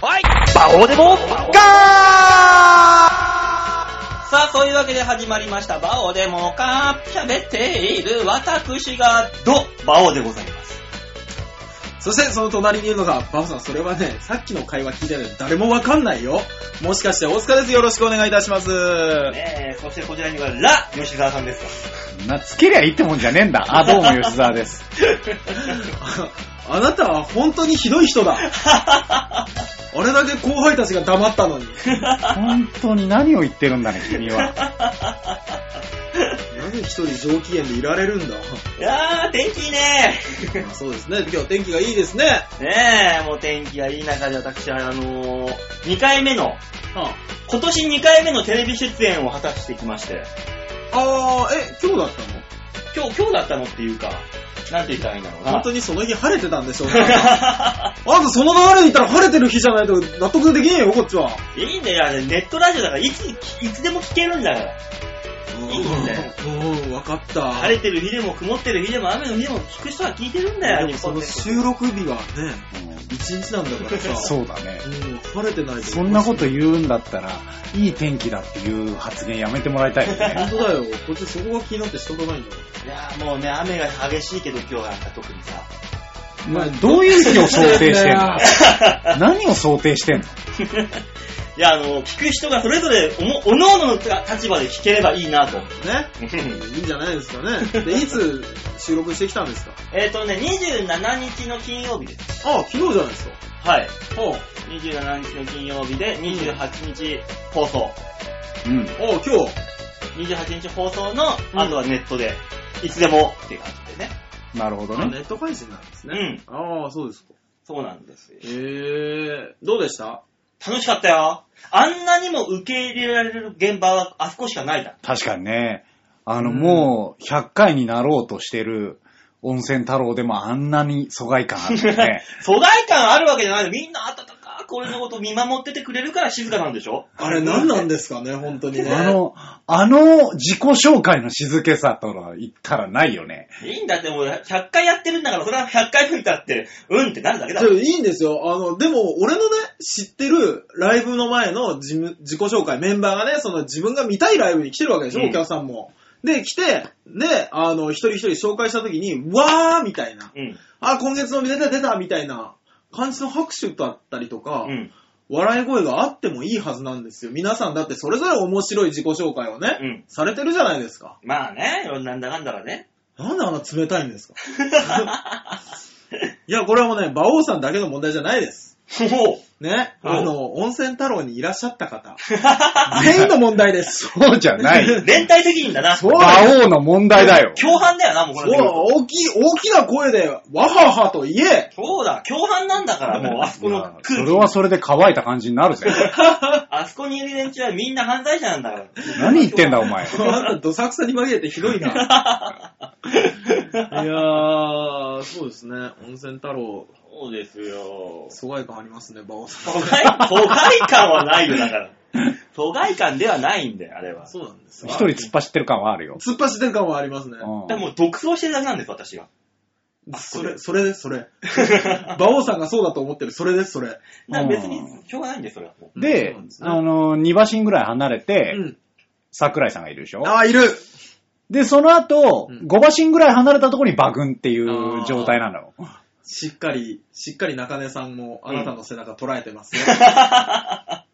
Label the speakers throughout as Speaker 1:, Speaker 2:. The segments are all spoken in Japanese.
Speaker 1: どうでもガ
Speaker 2: さあ、そういうわけで始まりました。バオでもか喋っている私がドバオでございます。
Speaker 3: そしてその隣にいるのが、バオさん、それはね、さっきの会話聞いてるの誰もわかんないよ。もしかして大塚です。よろしくお願いいたします。
Speaker 2: ねえ、そしてこちらにはラ吉沢さんです
Speaker 1: ーな、つけりゃいいってもんじゃねえんだ。あ、どうも吉沢です。
Speaker 3: ああなたは本当にひどい人だ。あれだけ後輩たちが黙ったのに。
Speaker 1: 本当に何を言ってるんだね、君は。
Speaker 3: なぜ一人上機嫌でいられるんだ。
Speaker 2: いやー、天気いいね
Speaker 3: まあそうですね、今日天気がいいですね。
Speaker 2: ねえ、もう天気がいい中で私は、あのー、2回目の、
Speaker 3: あ
Speaker 2: 今年2回目のテレビ出演を果たしてきまして、
Speaker 3: あー、え、今日だったの
Speaker 2: 今日、今日だったのっていうか、なんて言ったらいいんだろうな。
Speaker 3: 本当にその日晴れてたんでしょうかあんたその流れでいたら晴れてる日じゃないと納得できねえよ、こっちは。
Speaker 2: いいんだよ、あれネットラジオだから、いつ、いつでも聞けるんだから。いいんだよ
Speaker 3: うん、わかった。
Speaker 2: 晴れてる日でも曇ってる日でも雨の日でも聞く人は聞いてるんだよ、
Speaker 3: でもその
Speaker 2: 日本全
Speaker 3: 収録日がね、
Speaker 1: うん
Speaker 3: 一日なんだからさ。
Speaker 1: そうだね。
Speaker 3: うん晴れてないと
Speaker 1: そんなこと言うんだったら、いい天気だっていう発言やめてもらいたいよね。
Speaker 3: 本当だよ。こっちそこが気になって仕方ないん
Speaker 2: 国い
Speaker 3: だ
Speaker 2: やーもうね、雨が激しいけど今日なんか特に さ。
Speaker 1: まあどういう日を想定してんの何を想定してんの
Speaker 2: いや、あの、聞く人がそれぞれおも、おのおのの立場で聞ければいいなと。
Speaker 3: ね。いいんじゃないですかね。で、いつ収録してきたんですか
Speaker 2: えっとね、27日の金曜日です。
Speaker 3: あ、昨日じゃないですか。
Speaker 2: はい。
Speaker 3: あ
Speaker 2: 27日の金曜日で、28日放送。
Speaker 1: うん。
Speaker 3: あ、今日。
Speaker 2: 28日放送の、
Speaker 3: うん
Speaker 2: あとはネットで、いつでもっていう感じでね。
Speaker 1: なるほど
Speaker 3: あネ
Speaker 1: ね。
Speaker 3: ット配信なんです
Speaker 2: う
Speaker 3: ね。
Speaker 2: ん。
Speaker 3: ああ、そうですか。
Speaker 2: そうなんですよ
Speaker 3: へ。えー、どうでした
Speaker 2: 楽しかったよ。あんなにも受け入れられる現場はあそこしかないだ。
Speaker 1: 確かにね。あの、
Speaker 3: うん
Speaker 1: もう、100回になろうとしてる温泉太郎でもあんなに疎外感あるよ ね。
Speaker 2: 疎外感あるわけじゃないの。みんな温かく俺のこと見守っててくれるから静かなんでしょ
Speaker 3: あれ何なんですかね、本当にね。
Speaker 1: あの、あの自己紹介の静けさとは言ったらないよね。
Speaker 2: いいんだって、もう100回やってるんだから、それは100回分だって、うんってなるだけだ
Speaker 3: ち。ょいいんですよ。あの、でも、俺のね、知ってるライブの前の自分自己紹介、メンバーがね、その自分が見たいライブに来てるわけでしょ、
Speaker 2: うん
Speaker 3: お客さんも。で、来て、で、あの、一人一人紹介した時に、わーみたいな。
Speaker 2: うん。
Speaker 3: あ、今月の出た出たみたいな感じの拍手だったりとか、
Speaker 2: うん。
Speaker 3: 笑い声があってもいいはずなんですよ。皆さんだってそれぞれ面白い自己紹介をね、
Speaker 2: うん
Speaker 3: されてるじゃないですか。
Speaker 2: まあね、なんだかんだらね。
Speaker 3: なんであんな冷たいんで すかいや、これはもうね、馬王さんだけの問題じゃないです。
Speaker 2: も
Speaker 3: ね、
Speaker 2: はい
Speaker 3: あの、温泉太郎にいらっしゃった 方、全員の問題です。
Speaker 1: そうじゃない。
Speaker 2: う、連帯責任だな。
Speaker 3: そう
Speaker 1: 馬王の問題だよ。
Speaker 2: 共犯だよな、もうこ
Speaker 3: そう、
Speaker 2: れ。
Speaker 3: 大きい、大きな声で、わははと言え、
Speaker 2: そうだ、共犯なんだから、もう、あそこの空
Speaker 1: そ
Speaker 2: 気
Speaker 1: れはそれで乾いた感じに なるぜ。
Speaker 2: あそこにいる連中はみんな犯罪者なんだから。
Speaker 1: 何言ってんだお前。
Speaker 3: あんたどさくさに紛れてひどい な。いやー、そうですね、温泉太郎、
Speaker 2: そうですよ。
Speaker 3: 疎外感ありますね、馬王さ
Speaker 2: 疎外、疎外感はないよ、だ から。疎外感ではないんだよ、あれは
Speaker 3: ん。。そうなんですよ。
Speaker 1: 一人突っ走ってる感はあるよ。
Speaker 3: 突っ走ってる感はありますね。
Speaker 2: でも、独走してるだけなんです、私が。
Speaker 3: それ、それです、そ れ。馬王さんがそうだと思ってる、それです、それ。
Speaker 2: だから別に、しょうがないんです、それはも
Speaker 1: うんで
Speaker 3: そうなん、すね
Speaker 1: あの、2馬身ぐらい離れて
Speaker 3: う、ん。
Speaker 1: 桜井さんがいるでしょ
Speaker 3: あー、いる
Speaker 1: で、その後、
Speaker 3: うん
Speaker 1: 5馬身ぐらい離れたところに馬群っていう状態なの。
Speaker 3: しっかり、しっかり中根さんもあなたの背中捉えてますね。
Speaker 2: う。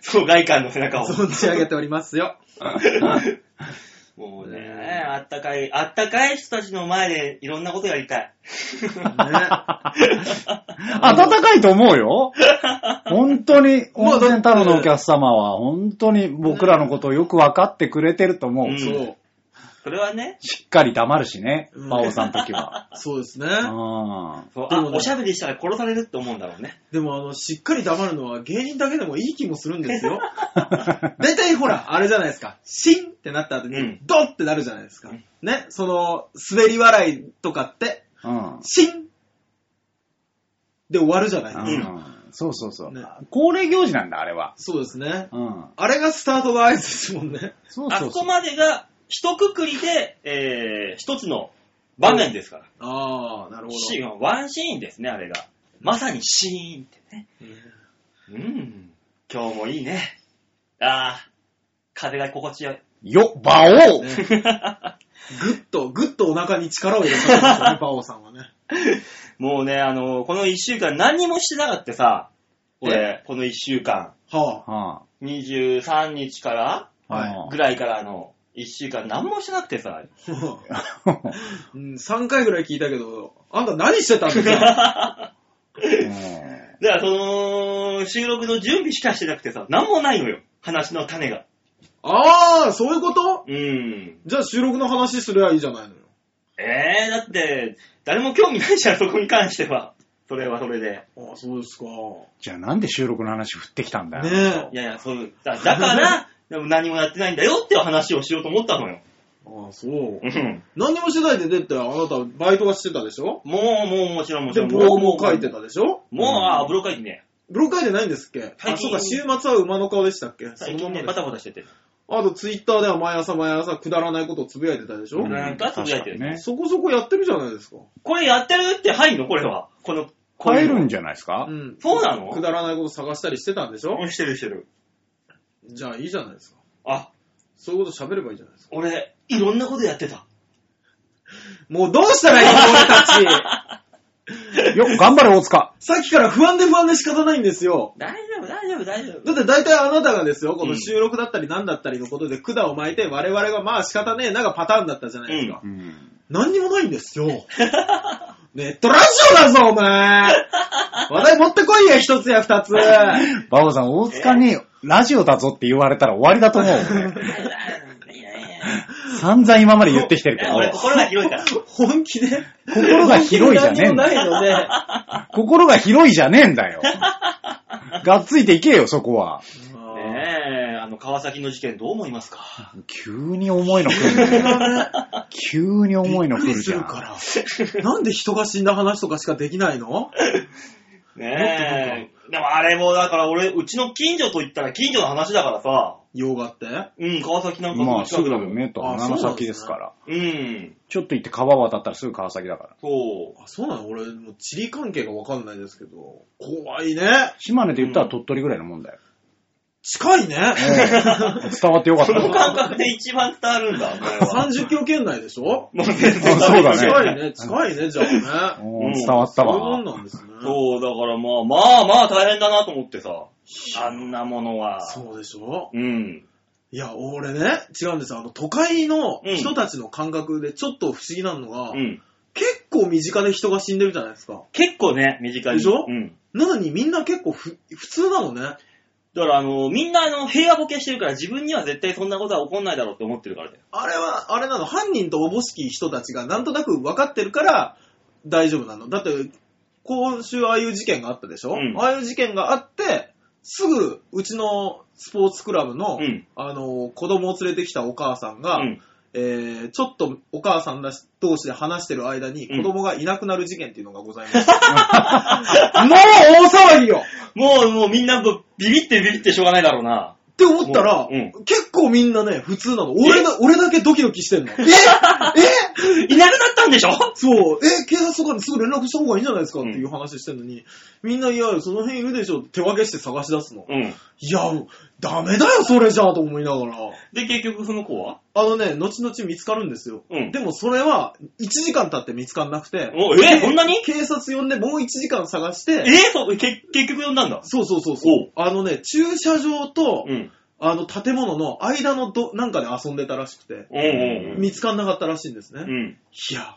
Speaker 2: 疎外感の背中を。
Speaker 3: 存じ上げておりますよ。
Speaker 2: もう
Speaker 3: ね
Speaker 2: ね、あったかい、あったかい人たちの前でいろんなことやりたい。
Speaker 3: ね、
Speaker 1: 暖かいと思 うよ。本当に、
Speaker 3: まあ
Speaker 1: 温泉太郎のお客様は、本当に僕らのことをよく分かってくれてると思う。
Speaker 2: うん
Speaker 3: そう。
Speaker 2: それはね、
Speaker 1: しっかり黙るしね、
Speaker 3: うん
Speaker 1: 馬王さんの時は。
Speaker 3: そうですね。
Speaker 1: うん
Speaker 2: そう
Speaker 3: で
Speaker 2: あ、
Speaker 3: もね
Speaker 2: おしゃべりしたら殺されるって思うんだろうね。
Speaker 3: でも、あの、しっかり黙るのは芸人だけでもいい気もするんですよ。 大体ほら、あれじゃないですか。シンってなった後
Speaker 2: う
Speaker 3: に
Speaker 2: ん、
Speaker 3: ドンってなるじゃないですか
Speaker 2: うん。
Speaker 3: ね、その、滑り笑いとかって、
Speaker 1: うん
Speaker 3: シンで終わるじゃないです
Speaker 1: う
Speaker 3: か。
Speaker 1: んそうそうそう
Speaker 3: ね。
Speaker 1: 恒例行事なんだ、あれは。
Speaker 3: そうですね。
Speaker 1: うん。
Speaker 3: あれがスタートが合図ですもんね。
Speaker 1: そう
Speaker 2: あ
Speaker 1: そ
Speaker 2: そう
Speaker 1: そ
Speaker 2: こ
Speaker 1: う。
Speaker 2: までが、一括りで、えー、一つの場面ですから。
Speaker 3: ああ、なるほど。
Speaker 2: シーン、ワンシーンですね、あれが。まさにシーンってね。うん。今日もいいね。ああ、風が心地よい。
Speaker 1: よ、馬王、
Speaker 3: ね ぐっと、ぐっとお腹に力を入れてますよね、バオさんはね。
Speaker 2: もうね、あの、この一週間何もしてなかったさ、俺、この一週間、
Speaker 3: は
Speaker 1: は
Speaker 2: 23日から
Speaker 1: あ、
Speaker 3: はい
Speaker 1: は
Speaker 2: ぐらいからの一週間何もしてなくて さ、
Speaker 3: あ。
Speaker 1: あ
Speaker 3: うん、3回ぐらい聞いたけど、あんた何してたんです か
Speaker 1: うん
Speaker 2: だからその、収録の準備しかしてなくてさ、何もないのよ。話の種が。
Speaker 3: ああ、そういうこと
Speaker 2: うん。
Speaker 3: じゃあ収録の話すりゃいいじゃないのよ。
Speaker 2: えー、だって、誰も興味ないじゃん、そこに関しては。それはそれで。
Speaker 3: ああ、そうですか。ね
Speaker 1: じゃあなんで収録の話振ってきたんだよ。
Speaker 3: え
Speaker 2: い。やいや、そう、だだから、でも何もやってないんだよっていう話をしようと思ったのよ。
Speaker 3: ああ、そう
Speaker 2: う。ん
Speaker 3: 何にもしてないで出て、あなたバイトはしてたでしょ
Speaker 2: もう、もう、もちろん、もち
Speaker 3: で、
Speaker 2: ろん。
Speaker 3: ブログも書いてたでしょ
Speaker 2: もう、あー、ブログ書いてね。
Speaker 3: ブログ書いてないんですっけ
Speaker 2: 最
Speaker 3: あ、
Speaker 2: 近
Speaker 3: そうか、週末は馬の顔でしたっけそ
Speaker 2: 最
Speaker 3: の
Speaker 2: 近
Speaker 3: ま
Speaker 2: ね、
Speaker 3: ま
Speaker 2: バ
Speaker 3: で。
Speaker 2: タバタしてて。
Speaker 3: あと、ツイッターでは毎朝毎朝くだらないことをつぶやいてたでしょ、
Speaker 2: んなんかつぶやいてる
Speaker 1: ね。
Speaker 3: そこそこやってるじゃないですか。
Speaker 2: これやってるって入んのこれは。この、こうい
Speaker 1: 変え
Speaker 2: うの
Speaker 1: るんじゃないですか、
Speaker 3: うん
Speaker 2: そうなの
Speaker 3: くだらないこと探したりしてたんでしょ
Speaker 2: うんしてるしてる。
Speaker 3: じゃあいいじゃないですか。
Speaker 2: あ、
Speaker 3: そういうこと喋ればいいじゃないですか。
Speaker 2: 俺、いろんなことやってた。
Speaker 3: もうどうしたらいいの俺たち。
Speaker 1: よ、頑張れ大塚。
Speaker 3: さっきから不安で不安で仕方ないんですよ。
Speaker 2: 大丈夫、大丈夫、大丈
Speaker 3: だ
Speaker 2: 夫。
Speaker 3: って大体あなたがですよ、こ
Speaker 2: う
Speaker 3: の
Speaker 2: ん
Speaker 3: 収録だったり何だったりのことで管を巻いて我々がまあ仕方ねえながパターンだったじゃないですか。
Speaker 1: うん。
Speaker 3: 何にもないんですよ。ネットラジオだぞ、お前話題持ってこいや、一つや二つ。
Speaker 1: バオさん、大塚にラジオだぞって言われたら終わりだと思う。
Speaker 2: いやいやいや
Speaker 1: 散々今まで言ってきてる
Speaker 2: い
Speaker 1: け
Speaker 2: や俺、
Speaker 1: ど、
Speaker 2: 心が広 いから。
Speaker 3: 本気で。
Speaker 1: 心が広いじゃねえんだよ
Speaker 3: 何にもないので。
Speaker 1: 心が広いじゃねえんだよ。がっついていけよ、そこは。
Speaker 2: ねえ、あの、川崎の事件どう思いますか
Speaker 1: 急に重いの来るね。急に重いの来るじゃん。
Speaker 3: から。なんで人が死んだ話とかしかできないの
Speaker 2: ねえ。でもあれも、だから俺、うちの近所と言ったら近所の話だからさ、
Speaker 3: 洋画って。
Speaker 2: うん、川崎なんか
Speaker 1: まあ、す
Speaker 2: 近
Speaker 1: ぐ
Speaker 2: くだ
Speaker 1: だ
Speaker 2: も
Speaker 1: よ
Speaker 2: ん
Speaker 1: ね、と。
Speaker 3: あ
Speaker 1: 穴の先ですから。
Speaker 2: うん、
Speaker 1: ちょっと行って川渡ったらすぐ川崎だから。
Speaker 2: そう。
Speaker 3: あ、そうなの俺、もう地理関係がわかんないですけど。怖いね。
Speaker 1: 島根で言ったら鳥取ぐらいのもん だよ。
Speaker 3: 近いね。
Speaker 1: 伝わってよかっ
Speaker 2: そ
Speaker 1: た
Speaker 2: の
Speaker 1: わ。
Speaker 2: 感覚で一番伝わるんだ、お前 は。
Speaker 3: 30キロ圏内で しょ
Speaker 2: もう全然
Speaker 1: あそうだね
Speaker 3: 近いね。近いね、じゃあ ね。
Speaker 1: うん伝わった
Speaker 3: そういうも
Speaker 1: わ
Speaker 3: ん。なんですね。
Speaker 2: そう、だからまあ、まあまあ大変だなと思ってさ、あ
Speaker 3: あの
Speaker 2: んなものは。
Speaker 3: そうでしょ
Speaker 2: うん。
Speaker 3: いや、俺ね、違うんですよあの、都会の
Speaker 2: うん
Speaker 3: 人たちの感覚でちょっと不思議なのが、
Speaker 2: うん。
Speaker 3: 結構身近で人が死んでるじゃないですか。
Speaker 2: 結構ね、身近に。
Speaker 3: でしょ
Speaker 2: うん。
Speaker 3: なのにみんな結構ふ普通なのね。
Speaker 2: だからあの、みんなあの、平和ボケしてるから自分には絶対そんなことは起こんないだろうって思ってるからだよ。
Speaker 3: あれは、あれなの、犯人とおぼしき人たちがなんとなく分かってるから大丈夫なの。だって、今週ああいう事件があったでしょ、
Speaker 2: うん
Speaker 3: ああいう事件があって、すぐ、うちのスポーツクラブの、
Speaker 2: うん。
Speaker 3: あの、子供を連れてきたお母さんが、
Speaker 2: うん。
Speaker 3: えー、ちょっとお母さんだし同士で話してる間に、
Speaker 2: うん
Speaker 3: 子供がいなくなる事件っていうのがございました。もう大騒ぎよ
Speaker 2: もう、もうみんなもうビビってビビってしょうがないだろうな。
Speaker 3: って思ったら、
Speaker 2: うん
Speaker 3: 結構みんなね、普通なの。俺だ俺だけドキドキして んの。ええ
Speaker 2: いなくなったんでしょ
Speaker 3: そう、え、警察とかにすぐ連絡した方がいいんじゃないですかっていう話してんのに、みんな、いや、その辺いるでしょって手分けして探し出すの。
Speaker 2: うん。
Speaker 3: いや、ダメだよ、それじゃあと思いながら。
Speaker 2: で、結局その子は
Speaker 3: あのね、後々見つかるんですよ。
Speaker 2: うん
Speaker 3: でもそれは、1時間経って見つかんなくて。
Speaker 2: おえそんなに
Speaker 3: 警察呼んでもう1時間探して。
Speaker 2: えーそう、け結局呼んだんだ。
Speaker 3: そうそうそうそう。あのね、駐車場と、
Speaker 2: うん。
Speaker 3: あの、建物の間のど、なんかで遊んでたらしくて、
Speaker 2: うんうん
Speaker 3: 見つかんなかったらしいんですね。
Speaker 2: うん。
Speaker 3: い
Speaker 2: うん。
Speaker 3: や、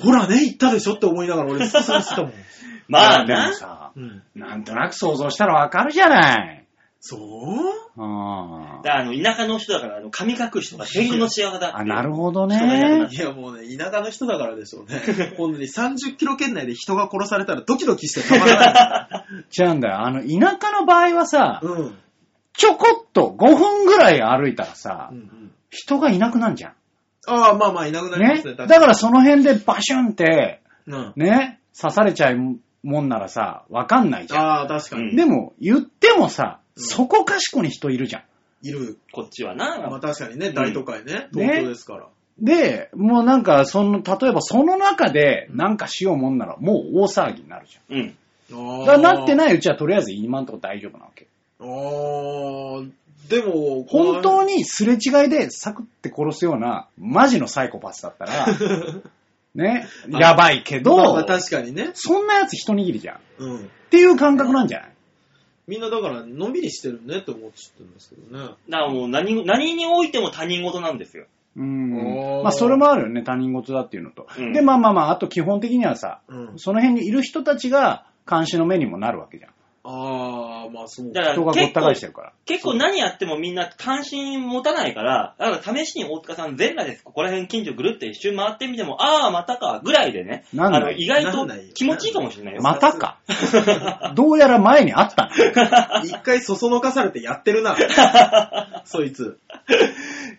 Speaker 3: ほらね、行ったでしょって思いながら俺、進して たもん。
Speaker 2: まあ
Speaker 1: いやで
Speaker 2: な
Speaker 1: も。さ、
Speaker 3: うん。
Speaker 1: なんとなく想像したらわかるじゃない。
Speaker 3: そう
Speaker 1: あ
Speaker 2: だあの、田舎の人だから、あの、神隠しとか天狗の仕業だ。
Speaker 1: あ、なるほど
Speaker 2: 人がいなくな
Speaker 1: ね
Speaker 2: っ。
Speaker 3: いやもうね、田舎の人だからでしょう ね。本当に30キロ圏内で人が殺されたらドキドキしてたまらない。
Speaker 1: 違うんだよ。あの、田舎の場合はさ、
Speaker 3: うん。
Speaker 1: ちょこっと5分ぐらい歩いたらさ
Speaker 3: うんう、ん、
Speaker 1: 人がいなくなるじゃん。
Speaker 3: ああ、まあまあ、いなくなりま
Speaker 1: ね
Speaker 3: すね。。
Speaker 1: だからその辺でバシュンって、
Speaker 3: ら、うん。
Speaker 1: ね、刺されちゃうもんならさ、わかんないじゃ
Speaker 3: ああ、確かに。
Speaker 2: うん
Speaker 1: ん。でも、言ってもさ、
Speaker 3: うん
Speaker 1: そこかしこに人いるじゃん。
Speaker 3: いる。
Speaker 2: こっちはな。
Speaker 3: まあ確かにね、
Speaker 2: ん
Speaker 3: 大都会ね。
Speaker 1: ね
Speaker 3: 東京ですから。
Speaker 1: で、もうなんか、その、例えばその中でなんかしようもんなら、もう大騒ぎになるじゃん。
Speaker 2: うん。
Speaker 1: だからなって
Speaker 3: い。
Speaker 1: ないうちはとりあえず今んとこ大丈夫なわけ。
Speaker 3: あーでも、
Speaker 1: 本
Speaker 3: こ
Speaker 1: 当にすれ違いでサクって殺すような、マジのサイコパスだったら、 ね、やばいけ
Speaker 3: のまあまあ
Speaker 1: ど、
Speaker 3: 確かにね。
Speaker 1: そんなやつ一握りじゃん。っ
Speaker 3: うん。
Speaker 1: ていう感覚なんじゃない
Speaker 3: みんなだから、のんびりしてるねって思っちゃってるんですけどね。
Speaker 2: だからもう何、何においても他人事なんですよ。
Speaker 1: うん
Speaker 3: おー
Speaker 1: まあ、それもあるよね、他人事だっていうのと。
Speaker 2: うん
Speaker 1: で、まあまあまあ、あと基本的にはさ、
Speaker 3: うん。
Speaker 1: その辺にいる人たちが監視の目にもなるわけじゃん。
Speaker 3: あー、まあそう
Speaker 2: だ
Speaker 3: か。
Speaker 2: から
Speaker 1: 人がごっ
Speaker 2: 結
Speaker 1: た返し
Speaker 2: 構
Speaker 1: てるから。
Speaker 2: 結構何やってもみんな関心持たないから、だから試しに大塚さん全裸です。ここら辺近所ぐるって一周回ってみても、ああ、またか、ぐらいでね。
Speaker 1: なんだ
Speaker 2: あの、意外
Speaker 3: な
Speaker 2: と
Speaker 3: んだよ
Speaker 2: 気持ちいいかもしれないよ。
Speaker 1: またか。 どうやら前にあったんだ。
Speaker 3: 一回そそのかされてやってる な。そいつ。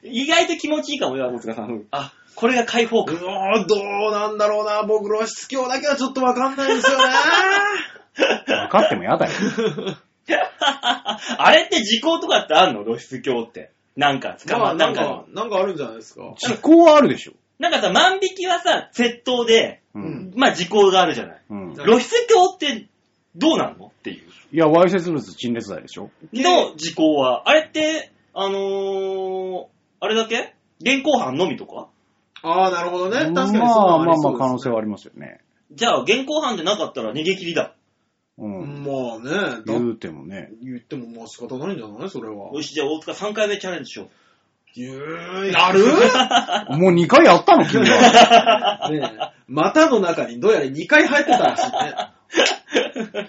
Speaker 2: 意外と気持ちいいかもよ、大塚さん。あ、これが解放
Speaker 3: う
Speaker 2: 感。
Speaker 3: おーどうなんだろうな。僕、露出狂だけはちょっとわかんないですよね。
Speaker 1: 分かってもやだよ。
Speaker 2: あれって時効とかってあんの露出狂って。なんか捕
Speaker 3: ま
Speaker 2: ま
Speaker 3: あ、
Speaker 2: っ
Speaker 3: な
Speaker 2: なんん
Speaker 3: か
Speaker 2: か、、
Speaker 3: なんかあるんじゃないですか。
Speaker 1: 時効はあるでしょ。
Speaker 2: なんかさ、万引きはさ、窃盗で、
Speaker 1: うん。
Speaker 2: まあ時効があるじゃない。
Speaker 1: うん。
Speaker 3: うん
Speaker 2: 露出狂ってどうなんのっていう。
Speaker 1: いや、わいせつ物陳列罪でしょ。
Speaker 2: の時効は。あれって、あのー、あれだけ現行犯のみとか
Speaker 3: あー、なるほどね。確かにそう
Speaker 1: まあまあまあ、可
Speaker 3: 可
Speaker 1: 能
Speaker 3: 能
Speaker 1: 性
Speaker 3: 性
Speaker 1: はありますよね。
Speaker 2: じゃあ、現行犯でなかったら逃げ切りだ。
Speaker 1: うん。
Speaker 3: まあね、だ
Speaker 1: 言うてもね。
Speaker 3: 言ってもまあ仕方ないんじゃないそれは
Speaker 2: よ。し、じゃあ大塚3回目チャレンジしよう。
Speaker 3: ゆーやる
Speaker 1: もう2回やったの、君は。
Speaker 3: ねえ、股の中にどうやら2回入ってたらしいね。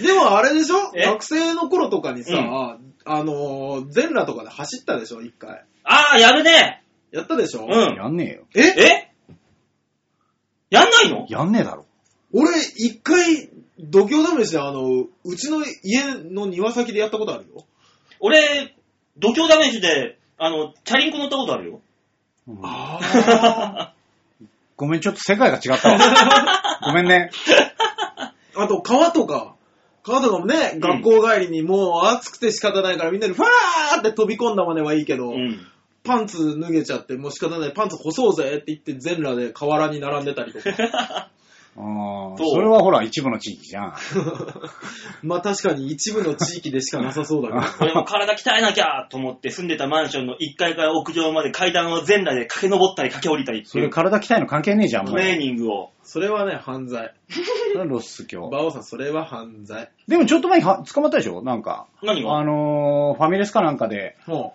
Speaker 3: でもあれでしょ
Speaker 2: え
Speaker 3: 学生の頃とかにさ、
Speaker 2: うん
Speaker 3: あのー、全裸とかで走ったでしょ一回。
Speaker 2: あー、やるね
Speaker 3: やったでしょ、
Speaker 2: うん。
Speaker 1: やんねえよ。
Speaker 3: え
Speaker 2: えやんないの
Speaker 1: やんねえだろ。
Speaker 3: 俺一回、度胸試しであの、うちの家の庭先でやったことあるよ。
Speaker 2: 俺、度胸試しで、あの、チャリンコ乗ったことあるよ。
Speaker 1: うん
Speaker 3: あ
Speaker 1: ごめん、ちょっと世界が違ったわ。ごめんね。
Speaker 3: あと川とか、川とかもね、
Speaker 2: ん
Speaker 3: 学校帰りにもう暑くて仕方ないからみんなでファーって飛び込んだまではいいけど、
Speaker 2: うん。
Speaker 3: パンツ脱げちゃって、もう仕方ない、パンツ干そうぜって言って全裸で河原に並んでたりと か。
Speaker 1: あー
Speaker 2: そう
Speaker 1: それはほら、一部の地域じゃん。
Speaker 3: まあ確かに一部の地域でしかなさそうだ け
Speaker 2: 俺も体鍛えなきゃと思って住んでたマンションの1階から屋上まで階段を全裸で駆け上ったり駆け下りたりって
Speaker 1: そ
Speaker 2: い
Speaker 1: れ
Speaker 2: う
Speaker 1: 体鍛えの関係ねえじゃん、も
Speaker 2: ト
Speaker 1: う。
Speaker 2: レーニングを。
Speaker 3: ど。それはね、犯罪。
Speaker 1: ロス教。
Speaker 3: バオさん、それは犯罪。
Speaker 1: でもちょっと前には捕まったでしょなんか。
Speaker 2: 何が
Speaker 1: あのー、ファミレスかなんかで、
Speaker 3: ほ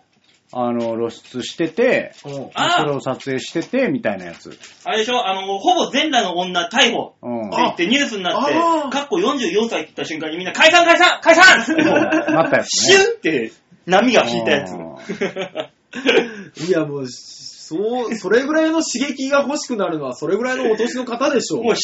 Speaker 1: あの、露出してて、
Speaker 3: う。ほう。
Speaker 2: あー
Speaker 1: それを撮影してて、みたいなやつ。
Speaker 2: あれでしょあの、ほぼ全裸の女逮捕
Speaker 1: うん。
Speaker 2: って言ってニュースになって
Speaker 3: あ、
Speaker 2: かっこ44歳って言った瞬間にみんな解散解散解散って
Speaker 1: なったやつ
Speaker 2: シ
Speaker 1: ね。
Speaker 2: ュンって波が引いたやつ。
Speaker 3: いやもう、そう、それぐらいの刺激が欲しくなるのは、それぐらいのお年の方でしょ う
Speaker 2: もう。40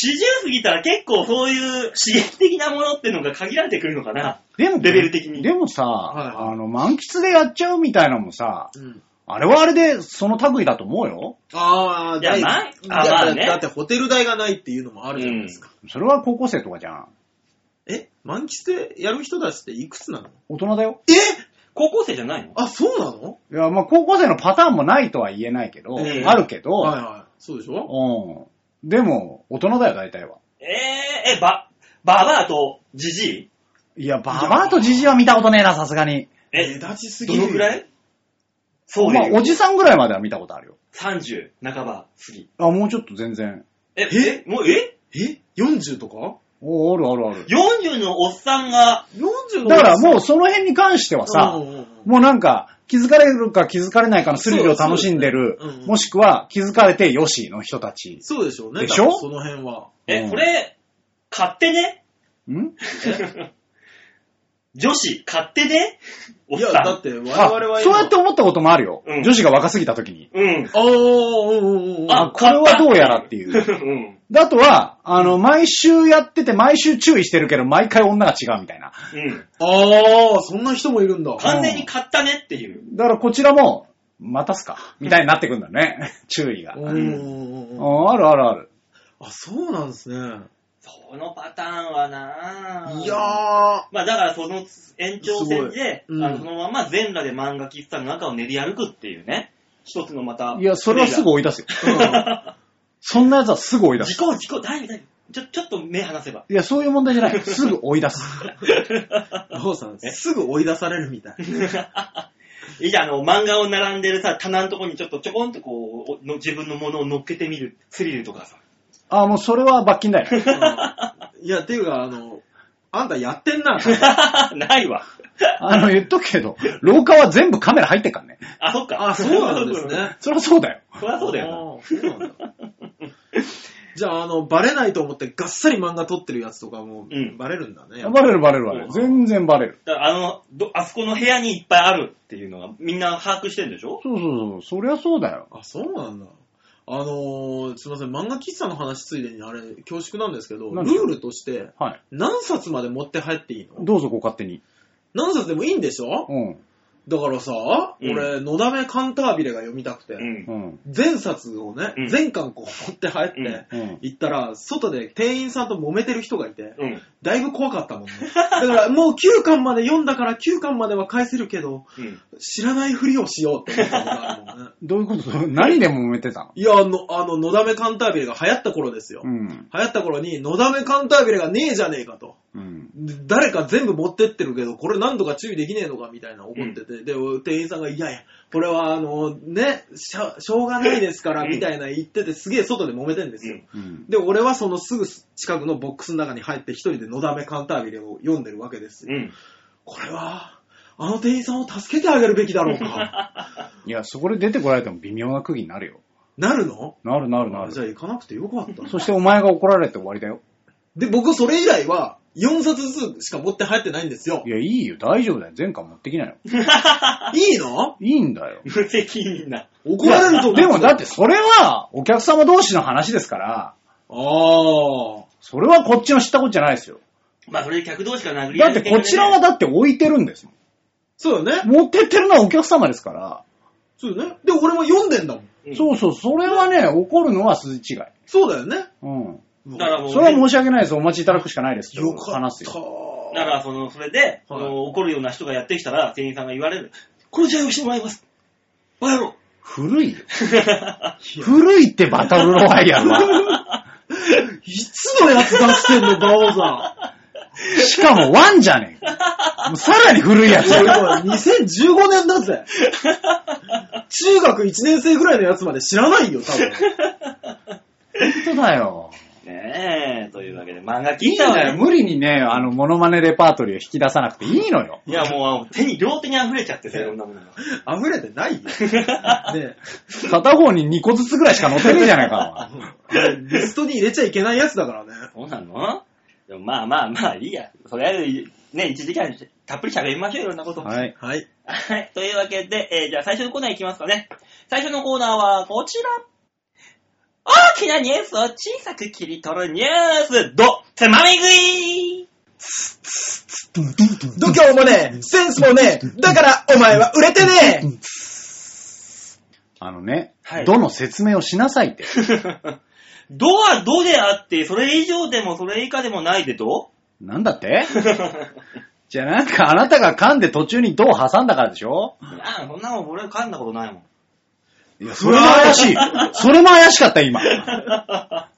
Speaker 2: 過ぎたら結構そういう刺激的なものってのが限られてくるのかな。
Speaker 1: でも、
Speaker 2: レベル的に
Speaker 1: でもさ、
Speaker 3: い
Speaker 1: あの、満喫でやっちゃうみたいなのもさ、
Speaker 3: うん
Speaker 1: あれはあれで、その類だと思うよ。
Speaker 3: ああ、
Speaker 2: いや
Speaker 3: だ
Speaker 2: ないあ
Speaker 3: いや
Speaker 2: まあね
Speaker 3: だってホテル代がないっていうのもあるじゃないですか。
Speaker 1: それは高校生とかじゃん。
Speaker 3: え満喫でやる人たちっていくつなの
Speaker 1: 大人だよ。
Speaker 3: え
Speaker 2: 高校生じゃないの
Speaker 3: あ、そうなの
Speaker 1: いや、まあ、高校生のパターンもないとは言えないけど、
Speaker 2: ええ
Speaker 1: あるけど、
Speaker 3: はいはい。そうでしょ
Speaker 1: うん。でも、大人だよ、大体は。
Speaker 2: えー、え、ば、ばばあとじじい
Speaker 1: いや、ババアとジジイは見たことねえな、さすがに。
Speaker 3: 目
Speaker 2: え、
Speaker 3: 立ちす
Speaker 2: ど
Speaker 3: ぎるよ。
Speaker 2: のぐらいそう
Speaker 1: まあ
Speaker 2: で、
Speaker 1: おじさんぐらいまでは見たことあるよ。
Speaker 2: 30半ば過ぎ。
Speaker 1: あ、もうちょっと全然。
Speaker 2: え、え、もう、え
Speaker 3: え ?40 とか
Speaker 1: おあるあるある。
Speaker 2: ?40 のおっさんが、
Speaker 3: 40の
Speaker 1: だからもうその辺に関してはさ、
Speaker 3: うんうんうん
Speaker 1: もうなんか、気づかれるか気づかれないかのスリルを楽しんでる
Speaker 3: そうそううんう、ん
Speaker 1: もしくは気づかれてよしの人たち。
Speaker 3: そうでしょうね。
Speaker 1: でし
Speaker 3: 多
Speaker 1: ょ
Speaker 3: 分その辺は。
Speaker 1: う
Speaker 2: え、
Speaker 1: ん
Speaker 2: これ、買ってね
Speaker 1: ん
Speaker 2: 女子、買ってねおっ
Speaker 3: いや、
Speaker 2: さ
Speaker 3: だ
Speaker 2: ん
Speaker 3: っ。て我々
Speaker 1: あ
Speaker 3: は今。
Speaker 1: そうやって思ったこともあるよ
Speaker 2: うん。
Speaker 1: 女子が若すぎた時に。
Speaker 2: うん。
Speaker 3: ああ、うんうんうんうん。
Speaker 1: あ、
Speaker 2: あ
Speaker 1: これはどうやらっていうう。
Speaker 2: ん。
Speaker 1: であとは、あの、毎週やってて、毎週注意してるけど、毎回女が違うみたいな。
Speaker 2: うん。
Speaker 3: ああ、そんな人もいるんだ。
Speaker 2: 完全に買ったねっていう。
Speaker 1: だからこちらも、待たすか、みたいになってくんだよね。 注意が。
Speaker 3: うんうんうんうん。
Speaker 1: ああるあるある。
Speaker 3: あ、そうなんですね。
Speaker 2: そのパターンはなぁ
Speaker 3: いやー。
Speaker 2: まあだからその延長戦です
Speaker 3: ごいうん
Speaker 2: あのそのまま全裸で漫画喫茶の中を練り歩くっていうね。一つのまた。
Speaker 1: いや、それはすぐ
Speaker 2: ぐ
Speaker 1: 追い出すよ。
Speaker 3: うん
Speaker 1: そんな奴はすぐ追い出
Speaker 2: 事
Speaker 1: す。
Speaker 2: 故、事故、大丈夫、大丈夫。ちょ、ちょっと目離せば。
Speaker 1: いや、そういう問題じゃない。すぐ追い出す。
Speaker 3: バオさん、すぐ追い出されるみたい。
Speaker 2: いいじゃん、あの、漫画を並んでるさ、棚のとこにちょっとちょこんとこう、おの自分のものを乗っけてみるスリルとかさ。
Speaker 1: あ、もうそれは罰金だよ。
Speaker 3: うんいや、ていうか、あの、あんたやってんな。
Speaker 2: ないわ。
Speaker 1: あの、言っとくけど、廊下は全部カメラ入ってっからね。
Speaker 2: あ、そっか。
Speaker 3: あ、そうなんです。ね。
Speaker 1: そりゃそうだよ。
Speaker 2: そりゃそうだよ
Speaker 3: あーそうなんだ。じゃあ、あの、バレないと思ってがっさり漫画撮ってるやつとかも
Speaker 2: うん、
Speaker 3: バレるんだね。
Speaker 1: バレるバレるバレ
Speaker 2: う
Speaker 1: る。
Speaker 2: ん
Speaker 1: 全然バレる。
Speaker 2: な。だからあのど、あそこの部屋にいっぱいあるっていうのがみんな把握してんでしょ
Speaker 1: そうそうそう。そりゃそうだよ。
Speaker 3: あ、そうなんだ。あのー、すいません、漫画喫茶の話ついでに、あれ、恐縮なんですけど、ル
Speaker 1: 何ですか
Speaker 3: ールとして、
Speaker 1: はい。
Speaker 3: 何冊まで持って入っていいの
Speaker 1: どうぞご勝手に。
Speaker 3: 何冊でもいいんでしょ
Speaker 1: うん。
Speaker 3: だからさ、
Speaker 2: うん
Speaker 3: 俺、のだめカンタービレが読みたくて、
Speaker 2: うん
Speaker 1: う。ん。
Speaker 3: 全冊をね
Speaker 2: うん、
Speaker 3: 全巻こう持って入って、
Speaker 2: うん
Speaker 1: うん。
Speaker 3: 行ったら、外で店員さんと揉めてる人がいて、
Speaker 2: うん。
Speaker 3: だいぶ怖かったもんね。だからもう9巻まで読んだから9巻までは返せるけど、
Speaker 2: うん。
Speaker 3: 知らないふりをしようって思ったことがあ るもんね。
Speaker 1: どういうこと何で揉めてたの
Speaker 3: いや、あの、あの、のだめカンタービレが流行った頃ですよ。
Speaker 1: うん。
Speaker 3: 流行った頃に、のだめカンタービレがねえじゃねえかと。
Speaker 1: うん。
Speaker 3: で誰か全部持ってってるけど、これ何度か注意できねえのかみたいな怒ってて、で、店員さんが、いやいや、これはあの、ね、しゃしょうがないですから、
Speaker 2: うん
Speaker 3: みたいな言ってて、すげえ外で揉めてんですよ。
Speaker 1: うん。
Speaker 3: で、俺はそのすぐ近くのボックスの中に入って一人でのだめカンタービレを読んでるわけですよ
Speaker 2: うん。
Speaker 3: これは、あの店員さんを助けてあげるべきだろうか。
Speaker 1: いや、そこで出てこられても微妙な空気になるよ。
Speaker 3: なるの
Speaker 1: なるなるな
Speaker 3: あじゃ
Speaker 1: る。
Speaker 3: あ行かなくてよかった。
Speaker 1: そしてお前が怒られて終わりだよ。
Speaker 3: で、僕それ以来は、4冊ずつしか持って入ってないんですよ
Speaker 1: い。や、いいよ。大丈夫だよ。前回持ってきなよ。
Speaker 3: いいの
Speaker 1: いいんだよ。
Speaker 2: 無責任な。
Speaker 3: 怒られると思う。
Speaker 1: でもだって、それは、お客様同士の話ですから、
Speaker 3: ああ。
Speaker 1: それはこっちの知ったことじゃないですよ。
Speaker 2: まあ、それで客同士が殴り合
Speaker 1: だ
Speaker 2: い
Speaker 1: っ
Speaker 2: の
Speaker 1: て
Speaker 2: 喧嘩でね
Speaker 1: こちらはだって置いてるんですもん。
Speaker 3: そうだよね。
Speaker 1: 持ってってるのはお客様ですから。
Speaker 3: そうだよね。で、俺も読んでんだもん。
Speaker 2: うん
Speaker 1: そうそう、それはね、怒るのは筋違い。
Speaker 3: そうだよね。
Speaker 1: うん。
Speaker 2: だからもう、
Speaker 1: それは申し訳ないです。お待ちいただくしかないです。
Speaker 3: よかっ
Speaker 1: 話す
Speaker 3: た。
Speaker 1: よ。
Speaker 2: だから、その、それで、その怒るような人がやってきたら、店員さんが言われる。これじゃあ用意してもらいます。おやろ
Speaker 1: 古いよ。古いってバトルロワイヤルは。
Speaker 3: いつのやつ出してんの、バオさ
Speaker 1: しかもワンじゃねえか。もうさらに古いや
Speaker 3: ん。
Speaker 1: つ
Speaker 3: いやい
Speaker 1: だよ。
Speaker 3: や2015年だぜ。中学1年生ぐらいのやつまで知らないよ、多分。
Speaker 1: 本当だよ。
Speaker 2: ねえ、というわけで、漫画
Speaker 1: い
Speaker 2: 聞
Speaker 1: い
Speaker 2: いた
Speaker 1: の
Speaker 2: わ
Speaker 1: よ。
Speaker 2: ね。
Speaker 1: 無理にね、あの、モノマネレパートリーを引き出さなくていいのよ。
Speaker 2: いや、もう、手に、両手に溢れちゃってさ、いろんなものが。
Speaker 3: 溢れてないよ。ね
Speaker 1: 片方に2個ずつぐらいしか乗ってねえじゃな いか。
Speaker 3: えリストに入れちゃいけないやつだからね。
Speaker 2: そうなのでもまあまあまあ、いいや。とりあえず、ね、1時間たっぷり喋りましょう、いろんなこと。
Speaker 1: はい。
Speaker 3: はい。
Speaker 2: はい。というわけで、えーじゃあ最初のコーナーいきますかね。最初のコーナーはこちら。大きなニュースを小さく切り取るニュース、ど、つまみ食い
Speaker 3: 度胸もねえ、センスもねえ、だからお前は売れてね
Speaker 1: あのね、
Speaker 2: はい
Speaker 1: どの説明をしなさいって。
Speaker 2: どはどであって、それ以上でもそれ以下でもないでど
Speaker 1: なんだってじゃあなんかあなたが噛んで途中にどう挟んだからでしょ
Speaker 2: ああ、そんなもん俺噛んだことないもん。
Speaker 1: いや、それも 怪しい。それも怪しかった、今。
Speaker 2: な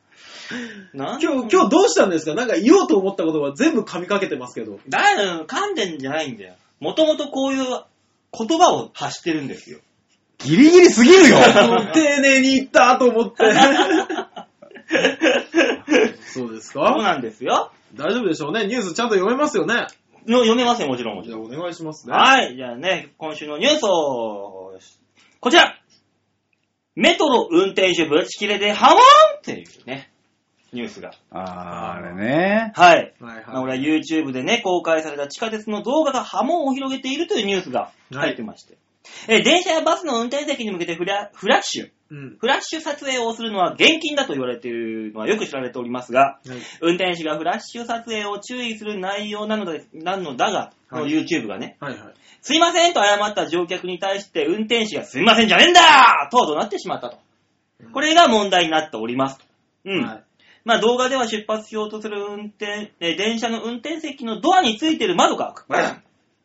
Speaker 3: え
Speaker 2: ん
Speaker 3: 今日、今日どうしたんですかなんか言おうと思ったことは全部噛みかけてますけど。
Speaker 2: だよ、噛んでんじゃないんだよ。もともとこういう言葉を発してるん ですよ。
Speaker 1: ギリギリすぎるよ。
Speaker 3: 丁寧に言ったと思って。そうです
Speaker 2: そう
Speaker 3: か
Speaker 2: なんですよ。
Speaker 3: 大丈夫でしょうねニュースちゃんと読めますよね
Speaker 2: の読めますよ、もちろん、もち
Speaker 3: じ
Speaker 2: ろ
Speaker 3: ゃあお願いします
Speaker 2: ん。
Speaker 3: ね。
Speaker 2: はい、じゃあね、今週のニュースを、こちらメトロ運転手ぶち切れでハワーンっていうね、ニュースが。
Speaker 1: あー、あれね。
Speaker 2: はい。
Speaker 3: はい
Speaker 2: まあ、
Speaker 3: は
Speaker 2: 俺は YouTube でね、公開された地下鉄の動画が波紋を広げているというニュースが入ってまして。えー電車やバスの運転席に向けてフラフラッシュ。
Speaker 3: い。うん。
Speaker 2: フラッシュ撮影をするのは厳禁だと言われているのはよく知られておりますが、
Speaker 3: はい
Speaker 2: 運転手がフラッシュ撮影を注意する内容なのだなのだが、この
Speaker 3: はい
Speaker 2: YouTube がね、
Speaker 3: はいはい。
Speaker 2: すいませんと謝った乗客に対して運転手がすいませんじゃねえんだと怒鳴ってしまったと。これが問題になっておりますと。うん。
Speaker 3: はい
Speaker 2: まあ動画では出発しようとする運転、えー電車の運転席のドアについてる窓が、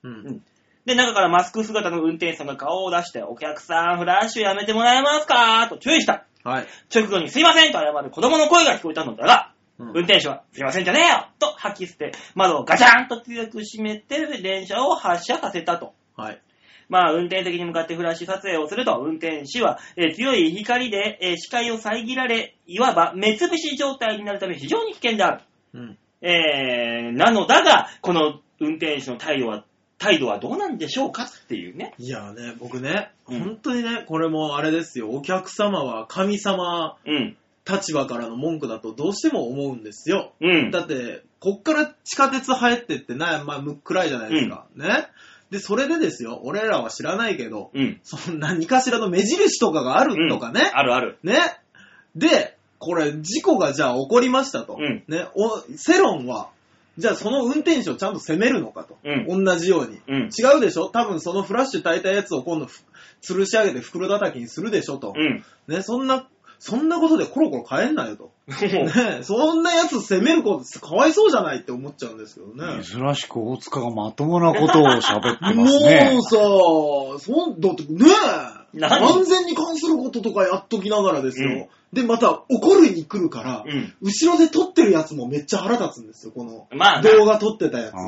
Speaker 3: うん。
Speaker 2: で、中からマスク姿の運転手さんが顔を出して、お客さん、フラッシュやめてもらえますかと注意した。
Speaker 3: はい。
Speaker 2: 直後にすいませんと謝る子供の声が聞こえたのだが、
Speaker 3: うん
Speaker 2: 運転手は、すいませんじゃねえよと吐き捨て、窓をガチャンと強く閉めて、電車を発車させたと。
Speaker 3: はい。
Speaker 2: まあ、運転席に向かってフラッシュ撮影をすると、運転士は、えー強い光で、えー視界を遮られ、いわば目つぶし状態になるため非常に危険である。
Speaker 3: うん。
Speaker 2: えー、なのだが、この運転手の態度は、態度はどうなんでしょうかっていうね。
Speaker 3: いやね、僕ね、
Speaker 2: うん
Speaker 3: 本当にね、これもあれですよ、お客様は神様
Speaker 2: うん。
Speaker 3: 立場からの文句だとどうしても思うんですよ。
Speaker 2: うん。
Speaker 3: だって、こっから地下鉄入ってってな、まあ、む暗いじゃないですか。ね。で、それでですよ、俺らは知らないけど、
Speaker 2: うん。
Speaker 3: そんな何かしらの目印とかがあるとかね。
Speaker 2: あるある。
Speaker 3: ね。で、これ、事故がじゃあ起こりましたと。
Speaker 2: うん
Speaker 3: ね。お、世論は、じゃあその運転手をちゃんと責めるのかと。
Speaker 2: うん
Speaker 3: 同じように。
Speaker 2: うん。
Speaker 3: 違うでしょ多分そのフラッシュ焚いたやつを今度ふ、吊るし上げて袋叩きにするでしょと。
Speaker 2: うん。
Speaker 3: ね、そんな、そんなことでコロコロ変えんなよと。
Speaker 2: もう
Speaker 3: ね、そんなやつ責めること、かわいそうじゃないって思っちゃうんですけどね。
Speaker 1: 珍しく大塚がまともなことを喋って
Speaker 3: も
Speaker 1: ま
Speaker 3: う
Speaker 1: すね。
Speaker 3: さ、そん、だってねえ、
Speaker 2: 何
Speaker 3: 安全に関することとかやっときながらですよ。
Speaker 2: うん
Speaker 3: で、また怒るに来るから、
Speaker 2: うん
Speaker 3: 後ろで撮ってるやつもめっちゃ腹立つんですよ、この
Speaker 2: まあな、
Speaker 3: 動画撮ってたやつ。
Speaker 1: あ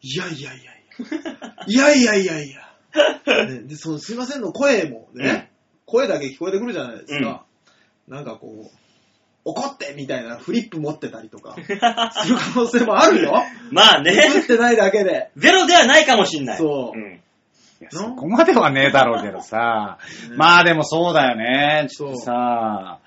Speaker 3: いやいやいやいや。いやいやいやいや。ねでそのすいませんの声もね、声だけ聞こえてくるじゃないですか。なんかこう、怒ってみたいなフリップ持ってたりとか、 する可能性もあるよ。
Speaker 2: まあ
Speaker 3: 映
Speaker 2: ね
Speaker 3: っ、てないだけで。
Speaker 2: ゼロではないかもしんない。
Speaker 3: そう
Speaker 2: うん。
Speaker 1: ーいやそこまではねえだろうけどさ。まあでもそうだよね。ちょっとさ、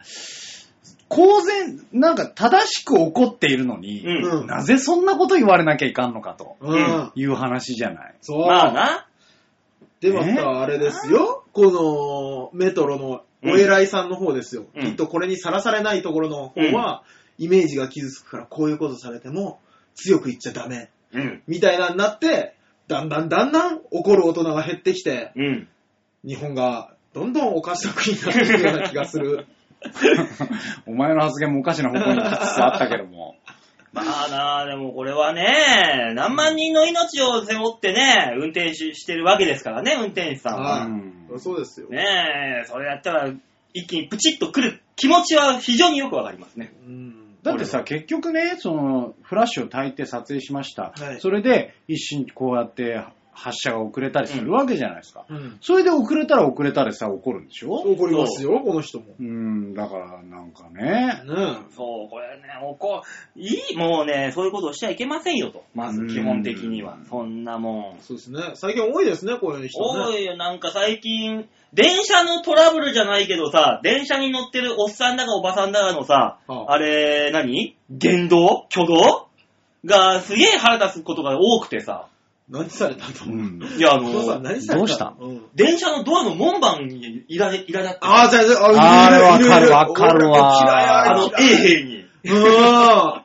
Speaker 1: 公然、なんか正しく怒っているのに、
Speaker 2: うん
Speaker 3: うん
Speaker 1: なぜそんなこと言われなきゃいかんのかと
Speaker 3: うん。
Speaker 2: うん
Speaker 1: いう話じゃ ない。
Speaker 3: そう。
Speaker 2: まあな。
Speaker 3: で、またあれですよ。このメトロのお偉いさんの方ですよ。
Speaker 2: うん
Speaker 3: きっとこれにさらされないところの方は、イメージが傷つくからこういうことされても強く言っちゃダメ。
Speaker 2: うん。
Speaker 3: みたいなになって、だんだんだんだん怒る大人が減ってきて、
Speaker 2: うん。
Speaker 3: 日本がどんどんおかしな国になってくるような気がする。
Speaker 1: お前の発言もおかしな方向に行きつつあったけども。
Speaker 2: まあな、でもこれはね、何万人の命を背負ってね、運転手してるわけですからね、運転手さんは。
Speaker 3: は
Speaker 1: うん
Speaker 3: い。そうですよ。
Speaker 2: ねえ、それやったら、一気にプチッと来る気持ちは非常によくわかりますね。
Speaker 3: うん
Speaker 1: だってさ、結局ね、その、フラッシュを焚いて撮影しました。
Speaker 3: はい
Speaker 1: それで、一瞬こうやって発射が遅れたりするわけじゃないですか。
Speaker 3: うん。
Speaker 1: それで遅れたら遅れたでさ、怒るんでしょ
Speaker 3: 怒りますよ、この人も。
Speaker 1: うん、だから、なんかね。
Speaker 3: ね
Speaker 2: そう、これね、おこ、いい、もうね、そういうことをしちゃいけませんよと。まず基本的には
Speaker 1: うん。
Speaker 2: そんなもん。
Speaker 3: そうですね。最近多いですね、こういう人
Speaker 2: 多
Speaker 3: ね。
Speaker 2: いよ、なんか最近、電車のトラブルじゃないけどさ、電車に乗ってるおっさんだかおばさんだかのさ、
Speaker 3: はあ
Speaker 2: あれ、何言動挙動がすげえ腹立つことが多くてさ。
Speaker 3: 何されたと
Speaker 1: う
Speaker 3: 思う。
Speaker 1: ん。
Speaker 2: いや、あ
Speaker 3: お父さん
Speaker 2: の、
Speaker 3: 何された
Speaker 1: どうした
Speaker 3: うん
Speaker 2: 電車のドアの門番にいられ、いらだって。
Speaker 3: ああ、じゃあ、じゃ
Speaker 1: あ
Speaker 3: あ、
Speaker 1: ーわかるわ
Speaker 2: あ
Speaker 1: か
Speaker 2: の
Speaker 1: る、
Speaker 2: 衛
Speaker 3: え
Speaker 2: 兵に。
Speaker 3: え。うん。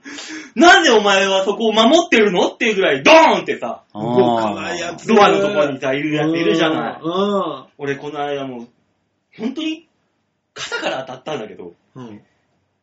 Speaker 2: なんでお前はそこを守ってるのっていうぐらい、ドーンってさ、
Speaker 3: 動かないやつ。
Speaker 2: ドアのとこにさ、いるやついるじゃない。
Speaker 3: う
Speaker 2: 俺、この間もう、本当に、肩から当たったんだけど、
Speaker 3: ん。うん。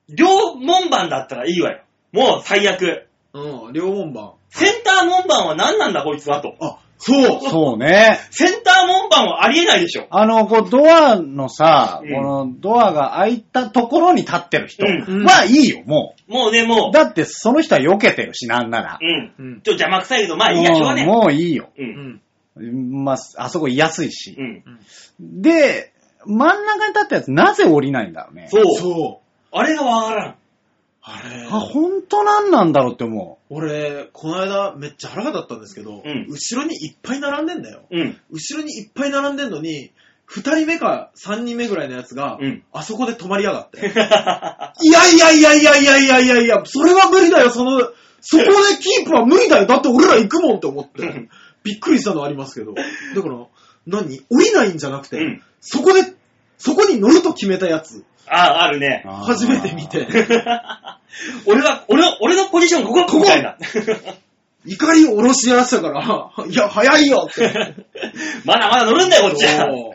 Speaker 2: 両門番だったらいいわよ。もう最悪。
Speaker 3: うん。両門番。
Speaker 2: センター門番は何なんだこいつはと。
Speaker 3: あ、そう
Speaker 1: そうね。
Speaker 2: センター門番はありえないでしょ。
Speaker 1: あの、こう、ドアのさ、
Speaker 2: うん
Speaker 1: この、ドアが開いたところに立ってる人
Speaker 2: うん
Speaker 1: まあいいよ、も
Speaker 2: もうね、も
Speaker 1: う。だって、その人は避けてるし、なんなら
Speaker 2: う、。うん。
Speaker 3: うん。
Speaker 2: ちょっと邪魔くさいけど、まあいいや、しょうがね
Speaker 1: もうもういいよ。
Speaker 2: え。う。
Speaker 3: うんん。
Speaker 1: まあ、あそこ居やすいし
Speaker 2: う。ん。
Speaker 1: で、真ん中に立ったやつ、なぜ降りないんだろうね。
Speaker 2: そう。
Speaker 3: そう。
Speaker 2: あれがわからん。
Speaker 3: あれ。
Speaker 1: あ、本当なんなんだろうって思
Speaker 3: 俺、この間めっちゃ腹が立ったんですけど、
Speaker 2: うん
Speaker 3: 後ろにいっぱい並んでんだよ。
Speaker 2: うん。
Speaker 3: 後ろにいっぱい並んでんのに、二人目か三人目ぐらいのやつが、
Speaker 2: うん
Speaker 3: あそこで止まりやがって。いやいやいやいやいやいやいやいや、それは無理だよ、その、そこでキープは無理だよ。だって俺ら行くもんって思って。びっくりしたのはありますけど。だから、何降りないんじゃなくて、
Speaker 2: うん
Speaker 3: そこで、そこに乗ると決めたやつ、
Speaker 2: あ、あるね
Speaker 1: う。。
Speaker 3: 初めて見て。
Speaker 2: 俺は、俺は、俺のポジションここはここみたいな。
Speaker 3: 怒りを下ろしやしたから、いや、早いよって。
Speaker 2: まだまだ乗るんだよ、こっちは。
Speaker 3: そ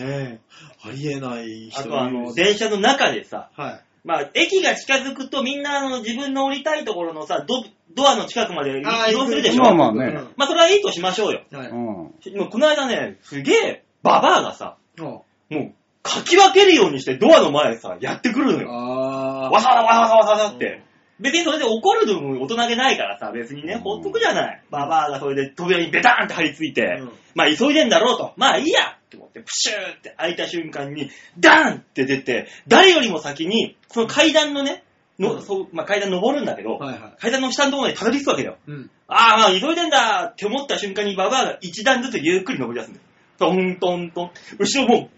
Speaker 3: うねえありえない人
Speaker 2: あとあの、
Speaker 3: いるし
Speaker 2: 電車の中でさ、
Speaker 3: はい。
Speaker 2: まあ、駅が近づくとみんなあの、自分の降りたいところのさ、ド、ドアの近くまで移動するでしょ。
Speaker 1: まあ
Speaker 2: ま
Speaker 1: ま
Speaker 2: あ、
Speaker 1: あね
Speaker 2: それはいいとしましょうよ。
Speaker 3: はい。
Speaker 1: うん。
Speaker 2: もうこの間ね、すげえ、ババアがさ、
Speaker 3: あ
Speaker 2: もう、かき分けるようにしてドアの前さ、やってくるのよ。
Speaker 3: ああ
Speaker 2: わざわざわざわざわざって。
Speaker 3: う
Speaker 2: 別にそれで怒るのも大人げないからさ、別にね、ほっとくじゃない。ババアがそれで扉にベターンって張り付いて、
Speaker 3: うん
Speaker 2: まあ急いでんだろうと、まあいいやって思って、プシューって開いた瞬間に、ダーンって出て、誰よりも先に、その階段のね、の
Speaker 3: うん
Speaker 2: そうまあ、階段登るんだけど、
Speaker 3: はいはい。
Speaker 2: 階段の下のところまでたどり着くわけよ。
Speaker 3: うん。
Speaker 2: ああ、まあ、急いでんだって思った瞬間にババアが一段ずつゆっくり登り出すんだよ。トントントン。後ろもう、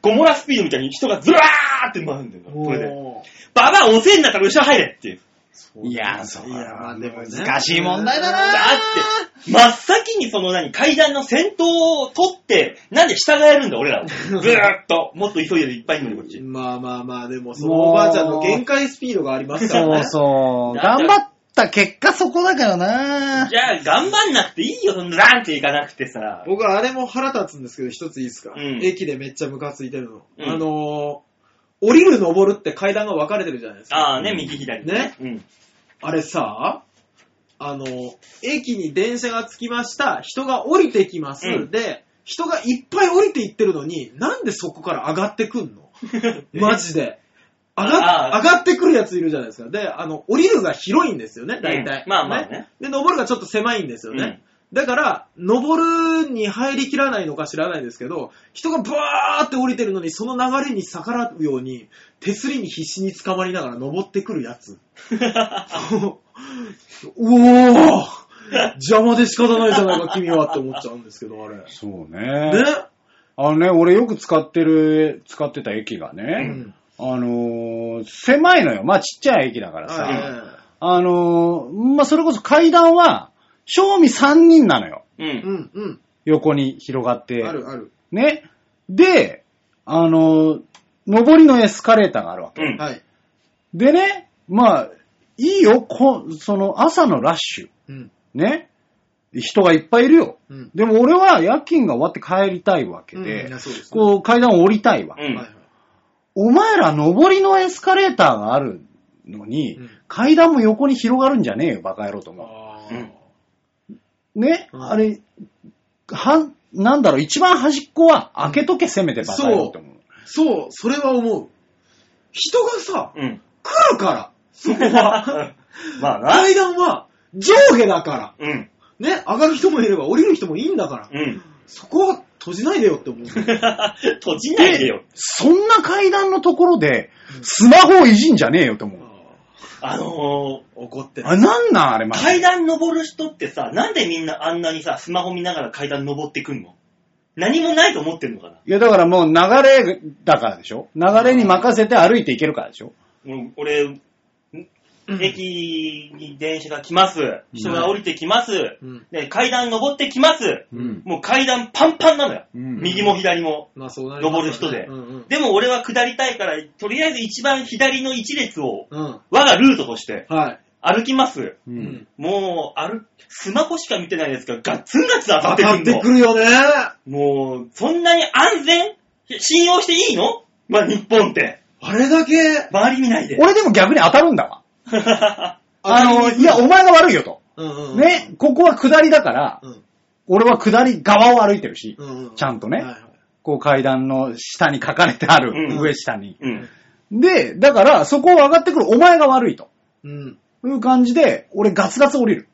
Speaker 2: ゴモラスピードみたいに人がずらーって回るんだよ。これで。
Speaker 3: おー
Speaker 2: ババア遅えんだったら後ろ入れっていう。
Speaker 1: いや、そう。
Speaker 3: いやまあでもね
Speaker 1: 難しい問題だな
Speaker 2: だって、真っ先にその何、階段の先頭を取って、なんで従えるんだ俺らを。ずーっと。もっと急いでいっぱいいるのにこっち。
Speaker 3: まあまあまあ、でも、そのおばあちゃんの限界スピードがありますから
Speaker 1: そ
Speaker 3: ね。
Speaker 1: うそう。
Speaker 2: だって
Speaker 1: 頑張った結果そこだからな
Speaker 2: じゃあ、頑張んなくていいよ、そんなランっていかなくてさ。
Speaker 3: 僕はあれも腹立つんですけど、一ついいですか、
Speaker 2: うん
Speaker 3: 駅でめっちゃムカついてるの。
Speaker 2: うん
Speaker 3: あのー、降りる登るって階段が分かれてるじゃないですか。
Speaker 2: ああね、右左
Speaker 3: ね。
Speaker 2: うん。
Speaker 3: あれさ、あのー、駅に電車が着きました、人が降りてきます、
Speaker 2: うん
Speaker 3: で、人がいっぱい降りていってるのに、なんでそこから上がってくんのマジで。上が
Speaker 2: あ
Speaker 3: っ上がってくるやついるじゃないですか。で、あの、降りるが広いんですよね、
Speaker 2: う
Speaker 3: 大体。
Speaker 2: んまあまあね
Speaker 3: で、登るがちょっと狭いんですよね。だから、登るに入りきらないのか知らないですけど、人がブワーって降りてるのに、その流れに逆らうように、手すりに必死に捕まりながら登ってくるや つ。うおー邪魔で仕方ないじゃないか、君はって思っちゃうんですけど、あれ。
Speaker 1: そう
Speaker 3: ね
Speaker 1: ね。あのね、俺よく使ってる、使ってた駅が
Speaker 3: う
Speaker 1: ね、
Speaker 3: ん。
Speaker 1: あのー、狭いのよ。まあちっちゃい駅だから
Speaker 3: はいはい
Speaker 1: さ。
Speaker 3: は
Speaker 1: あのー、まあそれこそ階段は、正味3人なのよ。
Speaker 2: う。
Speaker 3: いうんん、うん。
Speaker 1: 横に広がって。
Speaker 3: あるある。
Speaker 1: ね。で、あの、上りのエスカレーターがあるわけ。
Speaker 2: うん。
Speaker 3: はい。
Speaker 1: でね、まあ、いいよ、こその朝のラッシュ。
Speaker 3: うん、
Speaker 1: ね。人がいっぱいいるよ。
Speaker 3: うん。
Speaker 1: でも俺は夜勤が終わって帰りたいわけで、
Speaker 3: うんいやそうですね
Speaker 1: こう階段を降りたいわけ。
Speaker 2: うん
Speaker 3: はいはい
Speaker 1: お前ら上りのエスカレーターがあるのに、
Speaker 3: うん
Speaker 1: 階段も横に広がるんじゃねえよ、バカ野郎と思う。
Speaker 3: あ
Speaker 2: う
Speaker 3: ー
Speaker 2: ん
Speaker 1: ね、
Speaker 3: うん
Speaker 1: あれ、は、なんだろう、一番端っこは開けとけ、せめてバカ野郎と思う。
Speaker 3: そう、それは思う。人がさ、
Speaker 2: うん。
Speaker 3: 来るから。そこは。
Speaker 2: まあな。
Speaker 3: 階段は上下だか
Speaker 2: うん。
Speaker 3: ら。ね、上がる人もいれば降りる人もいいんだから。
Speaker 2: うん。
Speaker 3: そこは閉じないでよって思う。
Speaker 2: 閉じないでよ。
Speaker 1: そんな階段のところで、スマホをいじんじゃねえよと思う。
Speaker 2: あの
Speaker 3: 怒って
Speaker 1: あ、なんなんあれ、
Speaker 2: ー、
Speaker 1: マジで
Speaker 2: 階段登る人ってさ、なんでみんなあんなにさ、スマホ見ながら階段登ってくんの何もないと思ってんのかない
Speaker 1: や、だからもう流れだからでしょ流れに任せて歩いていけるからでしょ
Speaker 2: もう俺、ん駅に電車が来ます。人が降りてきます。
Speaker 3: うん。
Speaker 2: で、階段登ってきます。
Speaker 1: うん。
Speaker 2: もう階段パンパンなのよ。
Speaker 1: うん
Speaker 2: 右も左も。
Speaker 3: まあそうなりますよ
Speaker 2: 登
Speaker 3: ね
Speaker 2: る人で
Speaker 3: うんうん。
Speaker 2: でも俺は下りたいから、とりあえず一番左の一列を、
Speaker 3: うん。
Speaker 2: 我がルートとして
Speaker 3: はい。
Speaker 2: 歩きます。
Speaker 1: う。。
Speaker 3: うん
Speaker 2: もう、ある、スマホしか見てないですが、ガッツンガッツン当た
Speaker 3: 当
Speaker 2: ってく
Speaker 3: た
Speaker 2: ん
Speaker 3: っ
Speaker 2: の。
Speaker 3: てくるよね。
Speaker 2: もう、そんなに安全信用していいのまあ、日本って。
Speaker 3: あれだけ、
Speaker 2: 周り見ないで。
Speaker 1: 俺でも逆に当たるんだわ。あ
Speaker 3: 当
Speaker 1: の、
Speaker 3: たり
Speaker 1: い
Speaker 3: に
Speaker 1: や、お前が悪いよと。
Speaker 3: うんうんうん。
Speaker 1: ね、ここは下りだから、
Speaker 3: うん。
Speaker 1: 俺は下り側を歩いてるし
Speaker 3: う、んうん。
Speaker 1: ちゃんとね
Speaker 3: はいはい
Speaker 1: こう階段の下に書かれてあ
Speaker 2: う
Speaker 1: る、
Speaker 2: ん
Speaker 1: 上下に。
Speaker 2: うん。
Speaker 1: で、だから、そこを上がってくるお前が悪いと。
Speaker 3: うん。
Speaker 1: いう感じで、俺ガツガツ降りる。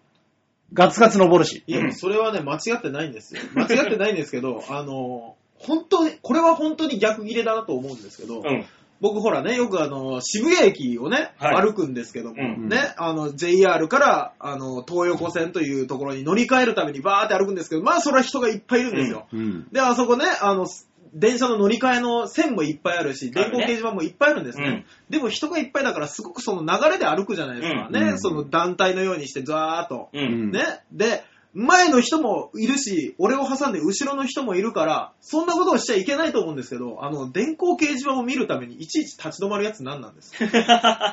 Speaker 1: ガツガツ登るし。
Speaker 3: い や、それはね、間違ってないんですよ。間違ってないんです けど、あの、本当に、これは本当に逆切れだなと思うんですけど、
Speaker 2: うん。
Speaker 3: 僕ほらね、よくあの、渋谷駅をね、
Speaker 2: はい
Speaker 3: 歩くんですけども、
Speaker 2: うん
Speaker 3: ね、あの、JR から、あの、東横線というところに乗り換えるためにバーって歩くんですけど、まあ、それは人がいっぱいいるんですよ。
Speaker 1: うん。
Speaker 3: で、あそこね、あの、電車の乗り換えの線もいっぱいあるし、電光掲示板もいっぱいあるんですね。
Speaker 2: うん
Speaker 3: でも人がいっぱいだから、すごくその流れで歩くじゃないですか。
Speaker 2: うん
Speaker 1: う
Speaker 3: ね、
Speaker 1: ん
Speaker 3: その団体のようにして、ザーっと。
Speaker 2: うん。
Speaker 3: ね。で、前の人もいるし、俺を挟んで後ろの人もいるから、そんなことをしちゃいけないと思うんですけど、あの、電光掲示板を見るためにいちいち立ち止まるやつ何な んですか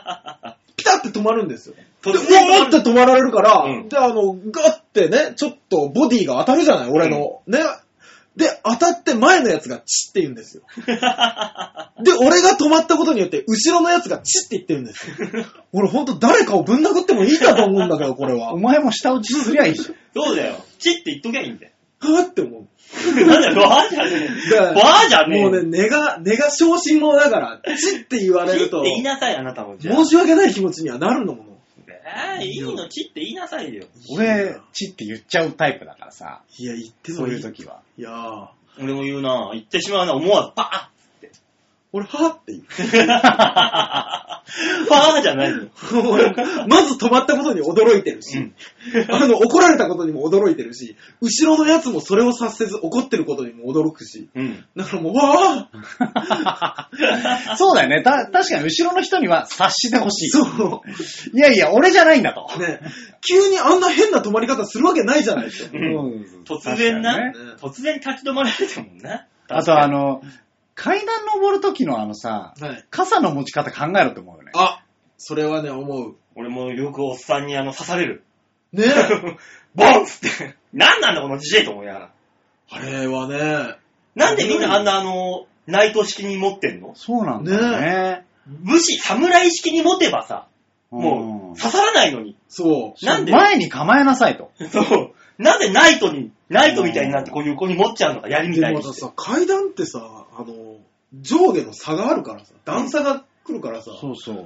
Speaker 3: ピタって止まるんですよ。で、
Speaker 2: 突
Speaker 3: う
Speaker 2: 然
Speaker 3: わーって止まられるから、
Speaker 2: うん
Speaker 3: で、あの、ガッてね、ちょっとボディが当たるじゃない、俺の。ね。で、当たって前のやつがチッって言う んですよ。で、俺が止まったことによって、後ろのやつがチッって言ってるんです よ。俺ほんと誰かをぶん殴ってもいいかと思うんだけど、これは
Speaker 1: お。前も下打ちすりゃいいじゃん。
Speaker 2: そうだよ。チって言っときゃいいんだよ。
Speaker 3: はぁって思う。
Speaker 2: なんだよ、わーじゃね
Speaker 3: だ
Speaker 2: え。
Speaker 3: から
Speaker 2: わーじゃねえ。
Speaker 3: もうね、根が、根が昇進者だから、チって言われ
Speaker 2: 切っ
Speaker 3: る
Speaker 2: て
Speaker 3: と、
Speaker 2: 言いなさい、あなたも。じゃあ
Speaker 3: 申し訳ない気持ちにはなるのもの。
Speaker 2: えー、いいの、切って言いなさいよ。
Speaker 1: 俺、チって言っちゃうタイプだからさ、
Speaker 3: いや、言って
Speaker 1: そ
Speaker 3: も
Speaker 1: う
Speaker 3: い
Speaker 1: いう
Speaker 3: い。
Speaker 1: 時は。
Speaker 3: いやー、
Speaker 2: 俺も言うな言ってしまうな思わず、パ
Speaker 3: 俺、はぁって言う。
Speaker 2: ー ンパーンじゃないよ。
Speaker 3: 俺まず止まったことに驚いてるし、
Speaker 2: うん
Speaker 3: あの、怒られたことにも驚いてるし、後ろのやつもそれを察せず怒ってることにも驚くし、
Speaker 2: うん。
Speaker 3: だからもう、わぁ
Speaker 1: そうだよね。た、確かに後ろの人には察してほしい。
Speaker 3: そう。
Speaker 1: いやいや、俺じゃないんだと。
Speaker 3: ね、急にあんな変な止まり方するわけないじゃないですか。
Speaker 2: う
Speaker 3: ね
Speaker 2: ん突然な、
Speaker 1: 確かにね
Speaker 3: ね
Speaker 2: 突然立ち止まられてもんな。
Speaker 1: あとあの、階段登る時のあのさ、
Speaker 3: はい。
Speaker 1: 傘の持ち方考えろと思うよね。
Speaker 3: あ、それはね、思う。
Speaker 2: 俺もよくおっさんにあの刺される。
Speaker 3: ね
Speaker 2: ボンっつって。なんなんだこのじじいと思いながら。
Speaker 3: あれはね、
Speaker 2: なんでみんなあんなあの、ナイト式に持ってんの
Speaker 1: そうなんだよね。
Speaker 2: 武士、侍式に持てばさ、も
Speaker 1: ん
Speaker 2: う刺さらないのに。
Speaker 3: そう。
Speaker 2: なんで
Speaker 1: 前に構えなさいと。
Speaker 2: そう。なぜナイトに、ナイトみたいになってこういう子に持っちゃうのか、槍み
Speaker 3: で
Speaker 2: たい
Speaker 3: も
Speaker 2: に
Speaker 3: また
Speaker 2: して。
Speaker 3: さ、階段ってさ、あの、上下の差があるからさ、段差が来るからさ、
Speaker 1: そうそう。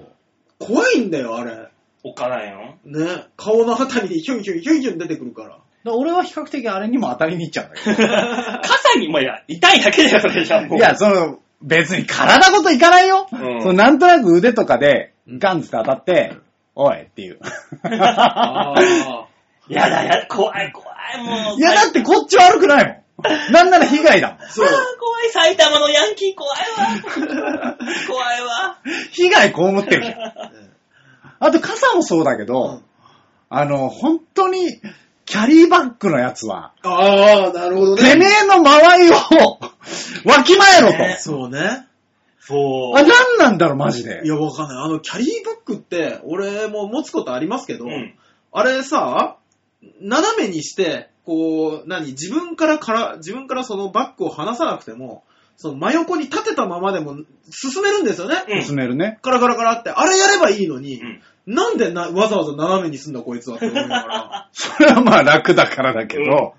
Speaker 3: 怖いんだよ、あれ。
Speaker 2: おっかないの
Speaker 3: ね、顔のあたりにヒュンヒュンヒュンヒュン出てくるから。
Speaker 1: だ俺は比較的あれにも当たりに行っちゃうんだけ
Speaker 2: 傘に、まあ、いや、痛いだけだよ、それじゃも
Speaker 1: ど。
Speaker 2: う。
Speaker 1: いや、、その、別に体ごといかないよ。
Speaker 2: ん
Speaker 1: そのなんとなく腕とかで、ガンズと当たって、おいっていう。
Speaker 3: あ
Speaker 2: やだ、やだ、怖い、怖い、もう。
Speaker 1: いや、だってこっち悪くないもん。なんなら被害だもん。
Speaker 3: あ、
Speaker 2: さ
Speaker 3: そう。
Speaker 2: 怖い、埼玉のヤンキー怖いわ。 怖いわ。
Speaker 1: 被害こう思ってるじゃん。あと傘もそうだけど、
Speaker 3: うん
Speaker 1: あの、本当に、キャリーバッグのやつは、
Speaker 3: ああ、なるほどね。
Speaker 1: てめえの間合いをわきまえろと。
Speaker 2: ね
Speaker 3: そうね。
Speaker 2: そう。
Speaker 1: あ、なんなんだろう、マジで
Speaker 3: い。や、わかんない。あの、キャリーバッグって、俺も持つことありますけど、
Speaker 2: うん。
Speaker 3: あれさ、斜めにして、こう、何、自分からから、自分からそのバッグを離さなくても、その真横に立てたままでも進めるんですよね。
Speaker 2: うん。
Speaker 1: 進めるね。
Speaker 3: カラカラカラって、あれやればいいのに、
Speaker 2: うん
Speaker 3: なんでなわざわざ斜めにすんだこいつはって思いなが ら。
Speaker 1: それはまあ楽だからだけど、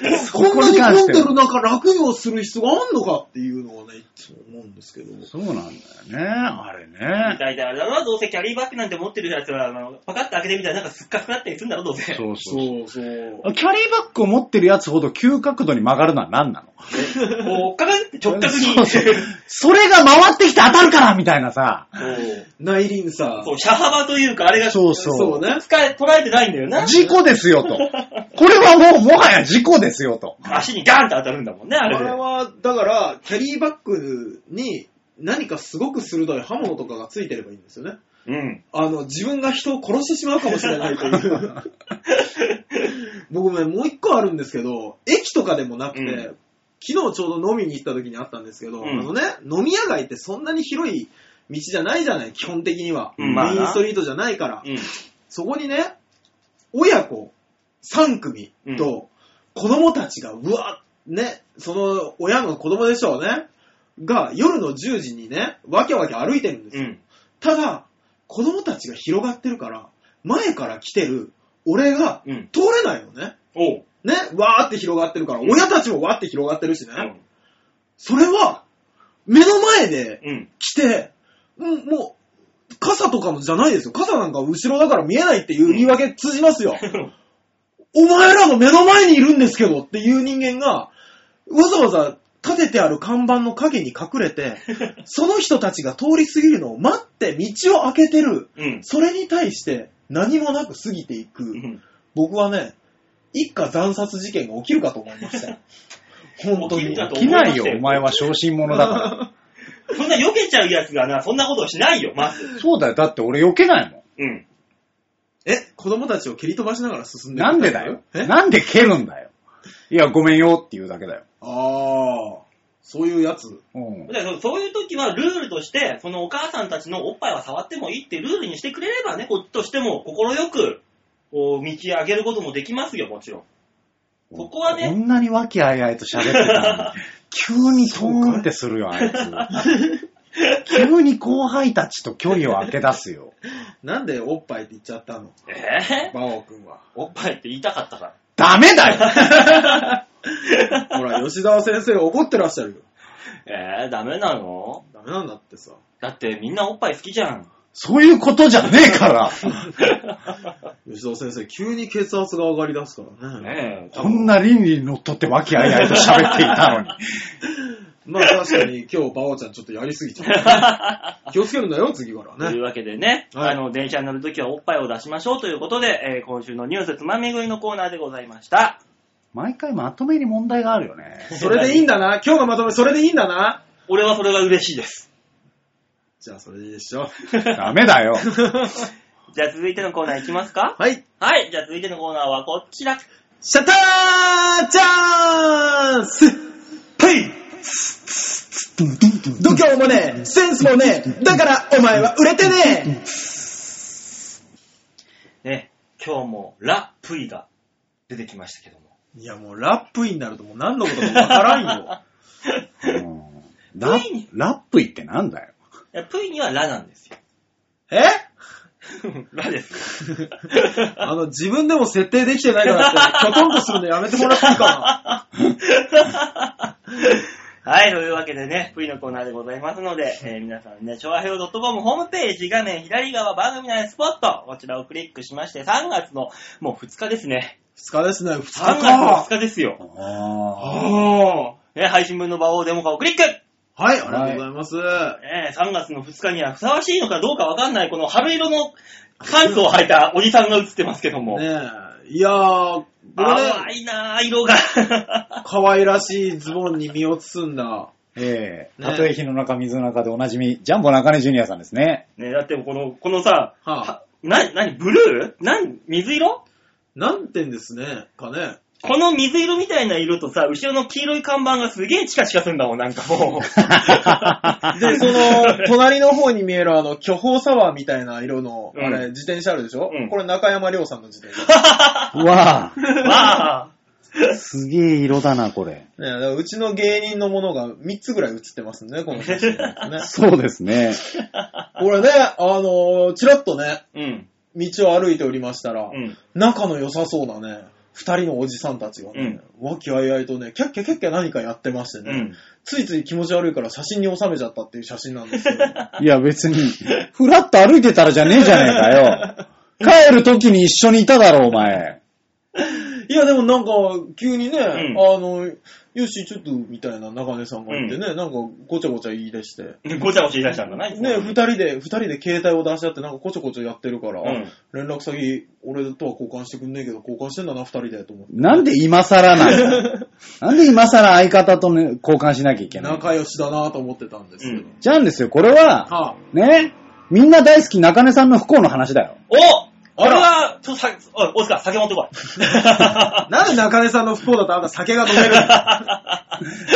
Speaker 3: で
Speaker 1: そ
Speaker 3: ここ
Speaker 1: こ
Speaker 3: んな
Speaker 1: に
Speaker 3: に
Speaker 1: 関
Speaker 3: 混
Speaker 1: し
Speaker 3: ん
Speaker 1: て
Speaker 3: で
Speaker 1: は
Speaker 3: る中楽をする必要があんのかっていうのはね、いつも思うんですけど。
Speaker 1: そうなんだよね、あれね。
Speaker 2: 大体あれだろ、どうせキャリーバッグなんて持ってるやつは、あの、パカッと開けてみたらなんかすっかすくなったりするんだろ、どうせ。
Speaker 1: そうそう
Speaker 3: そうそう。
Speaker 1: キャリーバッグを持ってるやつほど急角度に曲がるのは何なの
Speaker 2: こう、かかって直角に。
Speaker 1: そうそうそれが回ってきて当たるからみたいなさ。
Speaker 2: そう
Speaker 3: 内輪さ。
Speaker 2: そう、車幅というか、あれが、
Speaker 1: そう
Speaker 3: そう
Speaker 1: そう。
Speaker 3: ね。
Speaker 2: 使え、捉えてないんだよな。
Speaker 1: 事故ですよと。これはもうもはや事故ですよと。
Speaker 2: 足にガーンと当たるんだもんね、あ
Speaker 3: あ
Speaker 2: れ
Speaker 3: れ
Speaker 2: で。
Speaker 3: は、だから、キャリーバッグに何かすごく鋭い刃物とかがついてればいいんですよね。
Speaker 2: うん。
Speaker 3: あの、自分が人を殺してしまうかもしれない という。僕ね、もう一個あるんですけど、駅とかでもなくて、
Speaker 2: うん
Speaker 3: 昨日ちょうど飲みに行った時にあったんですけど、
Speaker 2: うん
Speaker 3: あのね、飲み屋街ってそんなに広い道じゃないじゃない、基本的には。
Speaker 2: うんまあな
Speaker 3: メインストリートじゃないから。
Speaker 2: うん。
Speaker 3: そこにね、親子3組と子供たちが、うわね、その親の子供でしょうね、が夜の10時にね、わけわけ歩いてるんです
Speaker 2: う
Speaker 3: よ。
Speaker 2: ん。
Speaker 3: ただ、子供たちが広がってるから、前から来てる俺が
Speaker 2: うん。
Speaker 3: 通れないのね。
Speaker 2: おう。
Speaker 3: ね、わーって広がってるから、
Speaker 2: うん
Speaker 3: 親たちもわーって広がってるし
Speaker 2: う
Speaker 3: ね。
Speaker 2: ん。
Speaker 3: それは、目の前で
Speaker 2: うん。
Speaker 3: 来て、うんもう、傘とかもじゃないですよ。傘なんか後ろだから見えないっていう言い訳通じますよ。 お前らの目の前にいるんですけどっていう人間が、わざわざ立ててある看板の影に隠れ て、その人たちが通り過ぎるのを待って道を開けてる。
Speaker 2: うん。
Speaker 3: それに対して何もなく過ぎていく。僕はね、一家惨殺事件が起きるかと思いま したよ。本当
Speaker 2: 起きる
Speaker 3: に。
Speaker 2: かと
Speaker 1: 起きないよ、お前は昇進者だ か
Speaker 2: そんな避けちゃうやつがな、そんなことをしないよ、まず。
Speaker 1: ら。そうだよ、だって俺避けないもん。
Speaker 2: うん。
Speaker 3: え、子供たちを蹴り飛ばしながら進んでいく
Speaker 1: なんでだよ。
Speaker 3: え
Speaker 1: なんで蹴るんだよ。いや、ごめんよって言うだけだよ。
Speaker 3: ああ、そういうやつ。
Speaker 1: うん。
Speaker 2: だからそういう時はルールとして、そのお母さんたちのおっぱいは触ってもいいってルールにしてくれればね、こっちとしても快く、こう、道上げることもできますよ、もちろん。ここはね
Speaker 1: こんなに和気あいあいと喋ってたのに、急にトーンってするよ、あい つ。急に後輩たちと距離を開け出すよ。
Speaker 3: なんでおっぱいって言っちゃったの
Speaker 2: えぇ、
Speaker 3: バオ君は。
Speaker 2: おっぱいって言いたかったから。
Speaker 1: ダメだよ
Speaker 3: ほ ら、吉沢先生怒ってらっしゃるよ。
Speaker 2: えー、ダメなの
Speaker 3: ダメなんだってさ。
Speaker 2: だってみんなおっぱい好きじゃん。
Speaker 1: そういうことじゃねえから。
Speaker 3: 吉沢先生、急に血圧が上がり出すからね。
Speaker 2: ねえ。
Speaker 1: こんな倫理にのっとって和気あいあいと喋っていたのに。
Speaker 3: まあ確かに今日、バオちゃんちょっとやりすぎちゃ った、ね。気をつけるんだよ、次から
Speaker 2: とい
Speaker 3: ね。
Speaker 2: うわけでね、
Speaker 3: は
Speaker 2: あ
Speaker 3: い
Speaker 2: の、電車に乗るときはおっぱいを出しましょうということで、えー今週のニュースつまみ食いのコーナーでございました。
Speaker 1: 毎回まとめに問題があるよね。
Speaker 3: それでいいんだな。今日のまとめ、それでいいんだな。
Speaker 2: 俺はそれが嬉しいです。
Speaker 3: じゃあ、それでいいで しょ。
Speaker 1: ダメだよ。
Speaker 2: じゃあ続いてのコーナーいきますか
Speaker 3: はい。
Speaker 2: はい、じゃあ続いてのコーナーはこちら。
Speaker 3: シャッターチャンスはい度胸もねえ、センスもねえ、だからお前は売れてね
Speaker 2: ね、今日もラ・プイが出てきましたけども。
Speaker 3: えいやもうラップイになるともう何のことかわからん よ。
Speaker 1: うんラ
Speaker 2: ついに
Speaker 1: ラップイってなんだよ。
Speaker 2: いやプイにはラなんですよ。
Speaker 3: え
Speaker 2: ラです よ。
Speaker 3: あの、自分でも設定できてないからって、きょとんとするのやめてもらっていいか
Speaker 2: はい、というわけでね、V のコーナーでございますので、えー皆さんね、昭和平和 .com ホームページ画面左側番組内スポット、こちらをクリックしまして、3月のもう2日ですね。
Speaker 3: な ?2 日ですね、2
Speaker 2: 3
Speaker 3: 日
Speaker 2: 月の
Speaker 3: か。
Speaker 2: 2日ですよ。
Speaker 1: あ
Speaker 2: おー。ね、配信分の場をデモ化をクリック、
Speaker 3: はい、ありがとうございます。
Speaker 2: ね、!3 月の2日にはふさわしいのかどうかわかんない、この春色のパンツを履いたおじさんが映ってますけども。
Speaker 3: ねえ、いやー、これね、
Speaker 2: 淡いなぁ、色が。
Speaker 3: 可愛らしいズボンに身を包んだ。
Speaker 1: ーええ
Speaker 3: ね
Speaker 1: たとえ火の中水の中でおなじみ、ジャンボ中根ジュニアさんですね。
Speaker 2: ね、だってこの、このさ、
Speaker 3: は
Speaker 2: な、なに、ブルーなん、水色
Speaker 3: なんてんですね、かね。
Speaker 2: この水色みたいな色とさ、後ろの黄色い看板がすげえチカチカするんだもん、なんかもう。
Speaker 3: で、その、隣の方に見えるあの、巨峰サワーみたいな色の、
Speaker 2: うん
Speaker 3: あれ、自転車あるでしょ、
Speaker 2: うん
Speaker 3: これ中山亮さんの自転車。
Speaker 1: うわあ
Speaker 2: わあ。
Speaker 1: すげえ色だな、これ。。
Speaker 3: ね、だからうちの芸人のものが3つぐらい映ってますね、この写真、 ね
Speaker 1: そうですね。
Speaker 3: これね、あのーちらっとね、
Speaker 2: うん、
Speaker 3: 道を歩いておりましたら、
Speaker 2: うん。
Speaker 3: 仲の良さそうなね、二人のおじさんたちがね、和気あいあいとね、キャッキャキャッキャ何かやってましてね、
Speaker 2: うん。
Speaker 3: ついつい気持ち悪いから写真に収めちゃったっていう写真なんです けど、
Speaker 1: いや、別に、ふらっと歩いてたらじゃねえじゃねえかよ。 帰る時に一緒にいただろ、お前。
Speaker 3: いや、でもなんか、急にね、
Speaker 2: ん
Speaker 3: あの、よし、ちょっと、みたいな中根さんがいてね、なんか、ごちゃごちゃ言い出して。
Speaker 2: でごちゃごちゃ言い出したんだな、いつも
Speaker 3: ね、二人で、二人で携帯を出し合って、なんか、こちょこちょやってるから、
Speaker 2: うん
Speaker 3: 連絡先、俺とは交換してくんねえけど、交換してんだな、二人で、と思って。
Speaker 1: なんで今更なん だなんで今更相方と、ね、交換しなきゃいけない
Speaker 3: 仲良しだなと思ってたんですけど。
Speaker 2: うん
Speaker 1: じゃあんですよ、これは、
Speaker 3: はあ、
Speaker 1: ね、みんな大好き中根さんの不幸の話だよ。
Speaker 2: お
Speaker 3: あ
Speaker 2: 俺
Speaker 3: ら
Speaker 2: は、ちょっとさ、おい、大塚、酒持ってこ い。
Speaker 3: なんで中根さんの不幸だとあんた酒が飲める の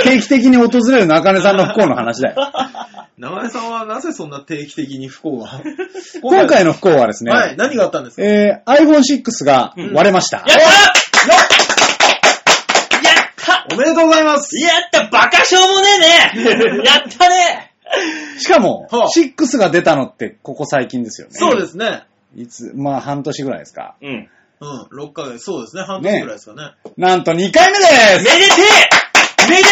Speaker 1: 定期的に訪れる中根さんの不幸の話 だよ。
Speaker 3: 中根さんはなぜそんな定期的に不幸が
Speaker 1: 今回の不幸はですね、
Speaker 3: はい、何があったんですか
Speaker 1: えー、iPhone6 が割れました。
Speaker 2: やったやった
Speaker 3: おめでとうございます
Speaker 2: やったバカしょうもねえ ねやったね
Speaker 1: しかも、
Speaker 3: はあ
Speaker 1: 6が出たのってここ最近ですよね。
Speaker 3: そうですね。
Speaker 1: いつ、まあ半年ぐらいですか。
Speaker 2: うん。め
Speaker 3: うん、6ヶ月、そうですね、半年ぐらいですかね。
Speaker 1: なんと2回目です
Speaker 2: でてえめでて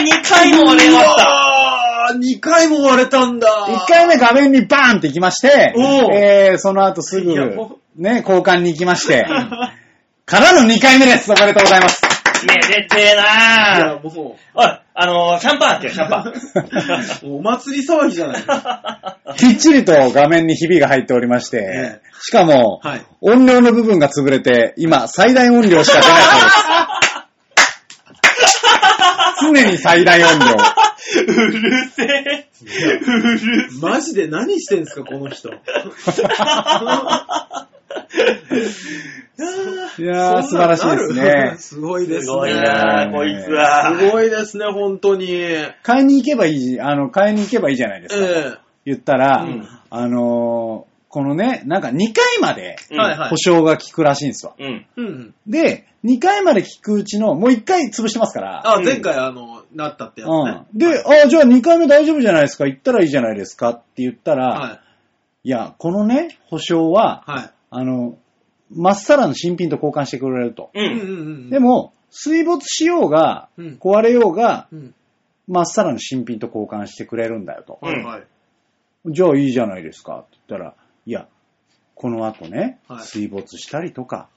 Speaker 2: え !2 回も俺はった
Speaker 3: うわー2回も割れたんだ
Speaker 1: !1 回目画面にバーンって行きまして、
Speaker 3: おう
Speaker 1: えー、その後すぐ
Speaker 3: いやも、
Speaker 1: ね、交換に行きまして、からの2回目ですおめでとうございます
Speaker 2: めでてえ
Speaker 3: い
Speaker 2: な
Speaker 3: や、も
Speaker 2: おい、あのー、シャンパンってよ、シャンパン。
Speaker 3: う、もうお祭り騒ぎじゃないの
Speaker 1: きっちりと画面にひびが入っておりまして
Speaker 3: え、
Speaker 1: しかも、
Speaker 3: はい。
Speaker 1: 音量の部分が潰れて、今、最大音量しか 出ないそうです。常に最大音量。
Speaker 2: うるせえ。うるせ
Speaker 3: マジで何してんすか、この 人。。
Speaker 1: いやー、素晴らしいですね
Speaker 3: すごい
Speaker 2: え。
Speaker 3: ですす
Speaker 2: ごい
Speaker 3: ね。
Speaker 2: なあ、こいつは。
Speaker 3: すごいですね、本当に。え
Speaker 1: 買いに行けばいい、あの、買いに行けばいいじゃないですか。
Speaker 3: え
Speaker 1: 言ったら、
Speaker 2: うん
Speaker 1: あのーこのね、なんか2回まで
Speaker 2: うん
Speaker 3: はいはい
Speaker 1: 保。証が効くらしいんですわ。
Speaker 2: うん。
Speaker 3: うん。
Speaker 1: で、2回まで効くうちの、もう1回潰してますから、
Speaker 3: あ、
Speaker 2: うん
Speaker 3: 前回、あの、なったってやつね。
Speaker 1: うん、で、あじゃあ2回目大丈夫じゃないですか、行ったらいいじゃないですかって言ったら、、
Speaker 3: はい
Speaker 1: や、このね、保証は、
Speaker 3: い。はい。
Speaker 1: あの、まっさらの新品と交換してくれると。
Speaker 2: う
Speaker 3: うんうん
Speaker 2: ん。
Speaker 3: うん。
Speaker 1: で、も、水没しようが、
Speaker 3: うん。
Speaker 1: 壊れようが、
Speaker 3: うん。
Speaker 1: まっさらの新品と交換してくれるんだよと。
Speaker 3: はいはい。
Speaker 1: じゃあいいじゃないですかって言ったら、いや、この後ね、
Speaker 3: はい
Speaker 1: 水没したりとか、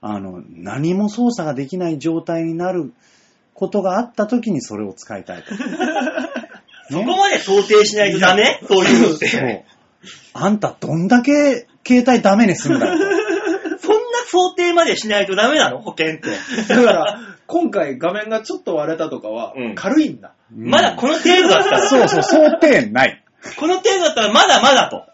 Speaker 1: あの、何も操作ができない状態になることがあった時にそれを使いた いと。
Speaker 2: そこまで想定しないとダメそういうのって。そ
Speaker 1: そ
Speaker 2: ん
Speaker 1: う。あんたどんだけ携帯ダメにすんだよ
Speaker 2: な想定までしないとダメなの保険って。
Speaker 3: だから、今回画面がちょっと割れたとかは
Speaker 2: うん、
Speaker 3: 軽いんだ。
Speaker 1: と。
Speaker 2: まだこの程度だったら、
Speaker 1: そうそう、想定ない。
Speaker 2: この程度だったらまだまだと。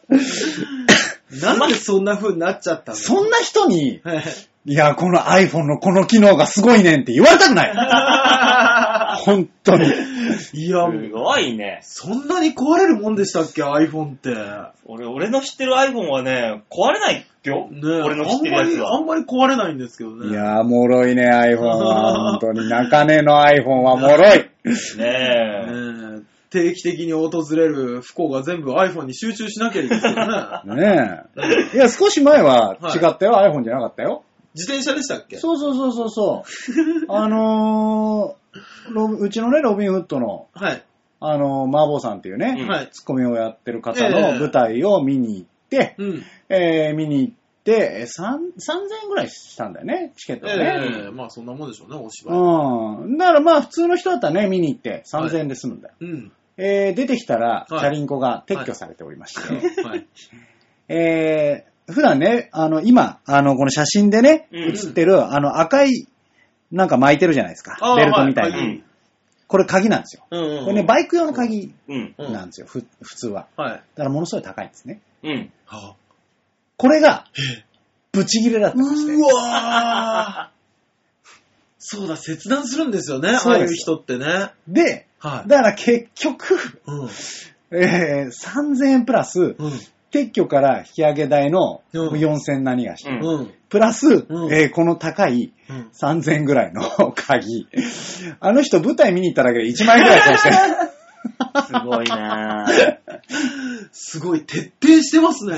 Speaker 3: なんでそんな風になっちゃったの
Speaker 1: そんな人に、
Speaker 3: はい
Speaker 1: いや、この iPhone のこの機能がすごいねんって言われたくない。 本当に。
Speaker 3: いや、も
Speaker 2: す
Speaker 3: う、
Speaker 2: ごいね。
Speaker 3: そんなに壊れるもんでしたっけ ?iPhone って。
Speaker 2: 俺、俺の知ってる iPhone はね、壊れないよ。
Speaker 3: ねえ
Speaker 2: 俺の知ってるやつ
Speaker 3: あ
Speaker 2: は。
Speaker 3: んまり、あんまり壊れないんですけどね。
Speaker 1: いやー、もろいね、iPhone は。本当に。中根の iPhone はもろい。。
Speaker 2: ね
Speaker 3: ねえ定期的に訪れる不幸が全部 iPhone に集中しなきゃいいですよね
Speaker 1: ねえ。いや、少し前は違ったよ。iPhone じゃなかったよ。
Speaker 3: 自転車でしたっけ
Speaker 1: そうそうそうそう そう。あのーロうちのね、ロビンフッドの、
Speaker 3: はい。
Speaker 1: あのー、マーボーさんっていうね、
Speaker 2: うん
Speaker 3: はい。
Speaker 1: ツッコミをやってる方
Speaker 3: え
Speaker 1: の
Speaker 3: え
Speaker 1: 舞台を見に行って、
Speaker 3: うん。
Speaker 1: えー見に行って、えー三3000円ぐらいしたんだよね、チケット
Speaker 3: え
Speaker 1: がね。
Speaker 3: えまあそんなもんでしょうね、お芝居。
Speaker 1: うん。だからまあ普通の人だったらね、見に行って3000円で済むんだよ。
Speaker 3: うん。
Speaker 1: えー出てきたら、チ
Speaker 3: はい
Speaker 1: ャリンコが撤去されておりまして、
Speaker 3: はい。
Speaker 1: えー普段ね、あの、今、あの、この写真でね、
Speaker 2: うん
Speaker 1: 写ってる、あの、赤い、なんか巻いてるじゃないですか
Speaker 3: あ。ー
Speaker 1: ベルトみたいな。
Speaker 3: は
Speaker 2: う
Speaker 3: い
Speaker 2: ん。
Speaker 1: これ鍵なんですよ。
Speaker 3: うんうんうん
Speaker 1: これね、バイク用の鍵
Speaker 2: うん。
Speaker 3: うん
Speaker 1: なんですよ、ふ普通は。
Speaker 3: はい。
Speaker 1: だからものすごい高いんですね。
Speaker 2: うん。
Speaker 3: はあ
Speaker 1: これが、ブチギレだったまして。
Speaker 3: うわーそうだ、切断するんですよね、あ
Speaker 1: そう
Speaker 3: あい
Speaker 1: ですよ
Speaker 3: う人ってね。
Speaker 1: で、
Speaker 3: は
Speaker 1: だから結局、
Speaker 3: い。うん。
Speaker 1: えー3000円プラス、
Speaker 3: うん。
Speaker 1: 撤去から引き上げ代の
Speaker 3: うん
Speaker 1: 4000何がして、
Speaker 2: うん
Speaker 3: うん。
Speaker 1: プラス、
Speaker 3: うん
Speaker 1: えーこの高い
Speaker 3: うん。
Speaker 1: 3000円ぐらいの鍵。あの人舞台見に行っただけで1万円ぐらい返 してる。
Speaker 2: すごいなぁ。
Speaker 3: すごい、徹底してますね。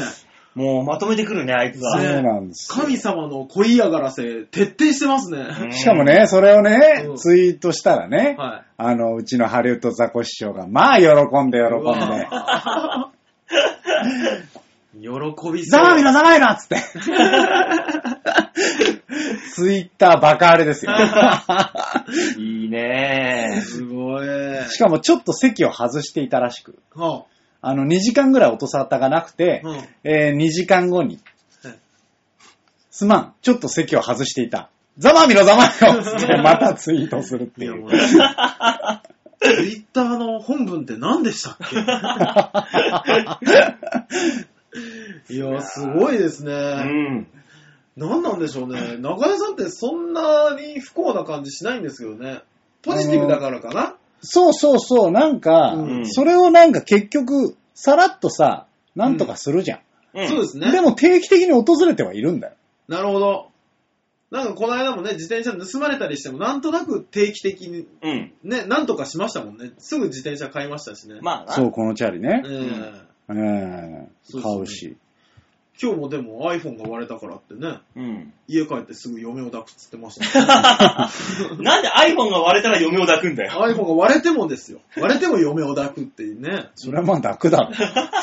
Speaker 2: もうまとめてくるね、あいつ
Speaker 1: そう
Speaker 2: は。
Speaker 1: なんですよ。
Speaker 3: 神様の恋嫌がらせ、徹底してますね。
Speaker 1: しかもね、それをね
Speaker 3: う、ん
Speaker 1: ツイートしたらね、
Speaker 3: は
Speaker 1: あの、うちのハリウッドザコシショウが、まあ、喜んで喜
Speaker 3: い。
Speaker 1: んで、
Speaker 3: 喜び
Speaker 1: ざまみ
Speaker 3: な
Speaker 1: ろざまみろ っつって。ツイッターバカあれですよ。
Speaker 2: うん。いいね
Speaker 3: すごい。
Speaker 1: しかもちょっと席を外していたらしく、
Speaker 3: は
Speaker 1: あの、2時間ぐらい音沙汰がなくて
Speaker 3: あ、うん。
Speaker 1: えー2時間後に
Speaker 3: はい、
Speaker 1: すまん、ちょっと席を外していた。ざまみろざま みろっつって、またツイートするっ
Speaker 3: い
Speaker 1: てい
Speaker 3: やも
Speaker 1: う
Speaker 3: う。ツイッターの本文って何でしたっけいや、すごいです
Speaker 2: う
Speaker 3: ね。
Speaker 2: ん。
Speaker 3: 何なんでしょうね。中谷さんってそんなに不幸な感じしないんですけどね。ポジティブだからかな。
Speaker 1: そうそうそう、なんか、
Speaker 3: うん
Speaker 1: それをなんか結局、さらっとさ、なんとかするじゃん。
Speaker 2: うん
Speaker 3: そうですね。
Speaker 1: でも定期的に訪れてはいるんだよ。
Speaker 3: なるほど。なんかこの間もね、自転車盗まれたりしても、なんとなく定期的に
Speaker 2: うん。
Speaker 3: ね、なんとかしましたもんね。すぐ自転車買いましたしね。
Speaker 2: まあな。
Speaker 1: そう、このチャリ
Speaker 3: え
Speaker 1: ね。
Speaker 3: ー
Speaker 1: うん、
Speaker 3: そうそう
Speaker 1: 買うし。
Speaker 3: 今日もでも iPhone が割れたからってね、
Speaker 2: うん。
Speaker 3: 家帰ってすぐ嫁を抱くっつってました、 ね。
Speaker 2: なんで iPhone が割れたら嫁を抱くんだよ。
Speaker 3: iPhone が割れてもですよ。割れても嫁を抱くっていうね。
Speaker 1: それはまあ抱 くだろ。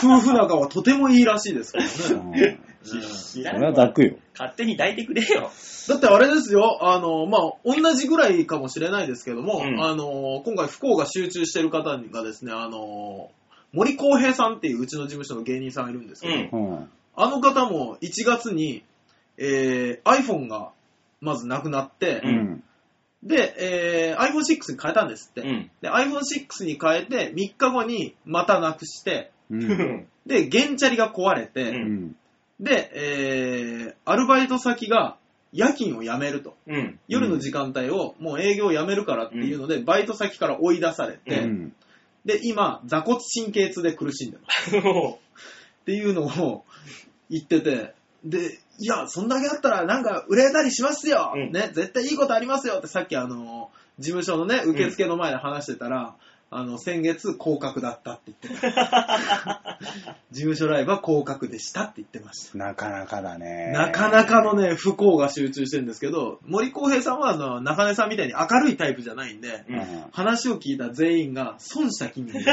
Speaker 3: 夫婦仲はとてもいいらしいですから
Speaker 1: う
Speaker 3: ね。
Speaker 1: んそれは抱くよ。
Speaker 2: 勝手に抱いてくれよ。
Speaker 3: だってあれですよ、あの、まあ、同じぐらいかもしれないですけども、
Speaker 2: うん
Speaker 3: あの、今回不幸が集中してる方がですね、あの、森公平さんっていううちの事務所の芸人さんいるんですけど、
Speaker 2: うん
Speaker 1: うん。
Speaker 3: あの方も1月に、えー iPhone がまずなくなって、
Speaker 2: う
Speaker 1: うんん。
Speaker 3: で、えー iPhone6 に変えたんですって。
Speaker 2: うん。
Speaker 3: で、iPhone6 に変えて、3日後にまたなくして、
Speaker 1: う。
Speaker 2: うんん。
Speaker 3: で、原チャリが壊れて、
Speaker 2: うん
Speaker 3: で、えーアルバイト先が夜勤を辞めると。
Speaker 2: うん。
Speaker 3: 夜の時間帯をもう営業を辞めるからっていうので、バイト先から追い出され
Speaker 1: う
Speaker 3: て、
Speaker 1: ん。
Speaker 3: で、今、座骨神経痛で苦しんでます。っていうのを言ってて、で、いや、そんだけだったらなんか売れたりしますよ、
Speaker 2: うん
Speaker 3: ね、絶対いいことありますよってさっきあの、事務所のね、受付の前で話してたら、あの、先月、降格だったって言ってた。事務所ライブは降格でしたって言ってました。
Speaker 1: なかなかだね。
Speaker 3: なかなかのね、不幸が集中してるんですけど、森公平さんは、あの、中根さんみたいに明るいタイプじゃないんで、
Speaker 1: う
Speaker 2: うんん。
Speaker 3: 話を聞いた全員が損した気になる。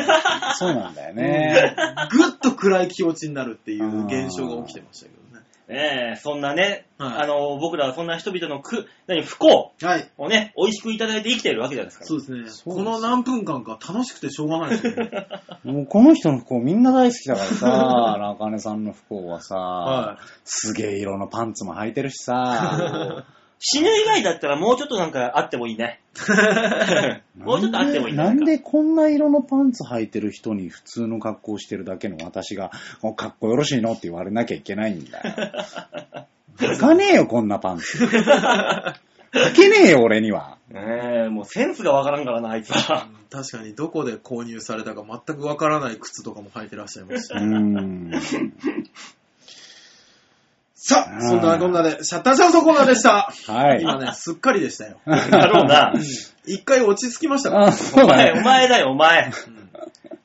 Speaker 1: そうなんだよね。
Speaker 3: ぐっと暗い気持ちになるっていう現象が起きてましたけどね。
Speaker 2: ねえ、そんなね、
Speaker 3: はい
Speaker 2: あの、僕らはそんな人々の苦、何、不幸
Speaker 3: はい。
Speaker 2: をね、美味しくいただいて生きてるわけじゃないですか。
Speaker 3: そうですね。
Speaker 1: す
Speaker 3: この何分間か楽しくてしょうがないです よね。
Speaker 1: もうこの人の不幸みんな大好きだから さ、中根さんの不幸はさ、
Speaker 3: は
Speaker 1: すげえ色のパンツも履いてるしさ、
Speaker 2: 死ぬ以外だったらもうちょっとなんかあってもいい ね。 もうちょっとあってもいい
Speaker 1: なんでなん
Speaker 2: か
Speaker 1: でこんな色のパンツ履いてる人に普通の格好してるだけの私が、おかっこよろしいのって言われなきゃいけないんだ よ。履かねえよ、こんなパンツ。履けねえよ、俺には。
Speaker 2: ねえ、もうセンスがわからんからな、あいつは。
Speaker 3: うん確かにどこで購入されたか全くわからない靴とかも履いてらっしゃいまし
Speaker 1: う
Speaker 3: た。
Speaker 1: ーん。
Speaker 3: さ
Speaker 1: うん
Speaker 3: あ、そんなこんなで、シャッターチャンスのコーナーでした。
Speaker 1: はい。
Speaker 3: 今ね、すっかりでしたよ。
Speaker 2: だろうな。
Speaker 3: 一回落ち着きましたから
Speaker 1: あ、
Speaker 3: ね。
Speaker 1: そ う
Speaker 2: お
Speaker 1: だ
Speaker 2: 前、お
Speaker 1: ね。
Speaker 2: 前だよ、お前。
Speaker 3: うん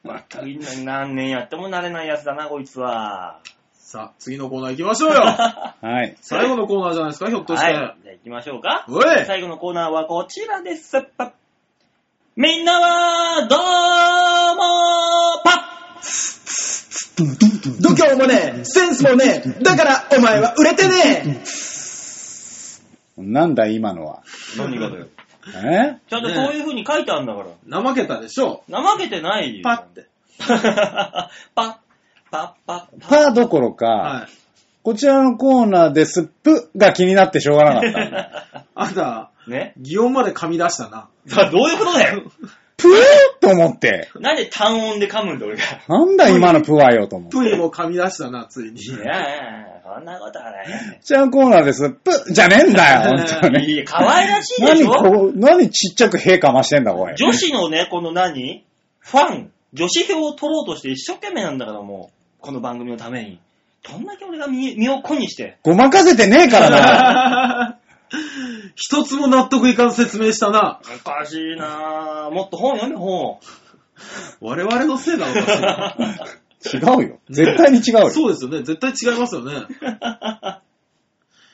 Speaker 2: まったく何年やっても慣れないやつだな、こいつは。
Speaker 3: さあ、次のコーナー行きましょうよ。
Speaker 1: はい。
Speaker 3: 最後のコーナーじゃないですか、ひょっとし
Speaker 2: はい。じ
Speaker 3: て
Speaker 2: ゃ。あ行きましょうか。
Speaker 3: おい
Speaker 2: 最後のコーナーはこちらです。パッみんなは、どうもパ
Speaker 3: 度胸もねえ、センスもねえ、だからお前は売れてね
Speaker 1: なんだ、今のは。
Speaker 2: ッ何がだよ。
Speaker 1: え
Speaker 2: ちゃんとそういう風に書いてあるんだから。
Speaker 3: え怠けたでしょ
Speaker 2: 怠けてないよ。
Speaker 3: パッて。
Speaker 2: パッ、パッ、パッ、パッ。
Speaker 1: パーどころか、
Speaker 3: はい。
Speaker 1: こちらのコーナーですっぷが気になってしょうがなかったんだ。
Speaker 3: あんた、
Speaker 2: ね。
Speaker 3: 擬音まで噛み出したな。
Speaker 2: さあ、どういうことだよ。
Speaker 1: ぷーっと思って。
Speaker 2: なんで単音で噛むんだ、俺が。
Speaker 1: なんだ今のぷはよと思って。
Speaker 3: プイも噛み出したな、ついに。
Speaker 2: いやいやいやそんなことはない。
Speaker 1: こちらのコーナーですっぷじゃねえんだよ、ほんと に。
Speaker 2: いや、可愛らしいでし
Speaker 1: 何
Speaker 2: ょ
Speaker 1: こう、何ちっちゃく屁かましてんだ、おい。
Speaker 2: 女子のね、この何ファン、女子票を取ろうとして一生懸命なんだからもう、この番組のために。どんだけ俺が身身を粉にして。
Speaker 1: ごまかせてねえからな。
Speaker 3: 一つも納得いかん説明したな。
Speaker 2: おかしいなぁ。もっと本読め、本。
Speaker 3: 我々のせいだろ、おかしいな
Speaker 1: 違うよ。絶対に違うよ。
Speaker 3: そうですよね。絶対違いますよね。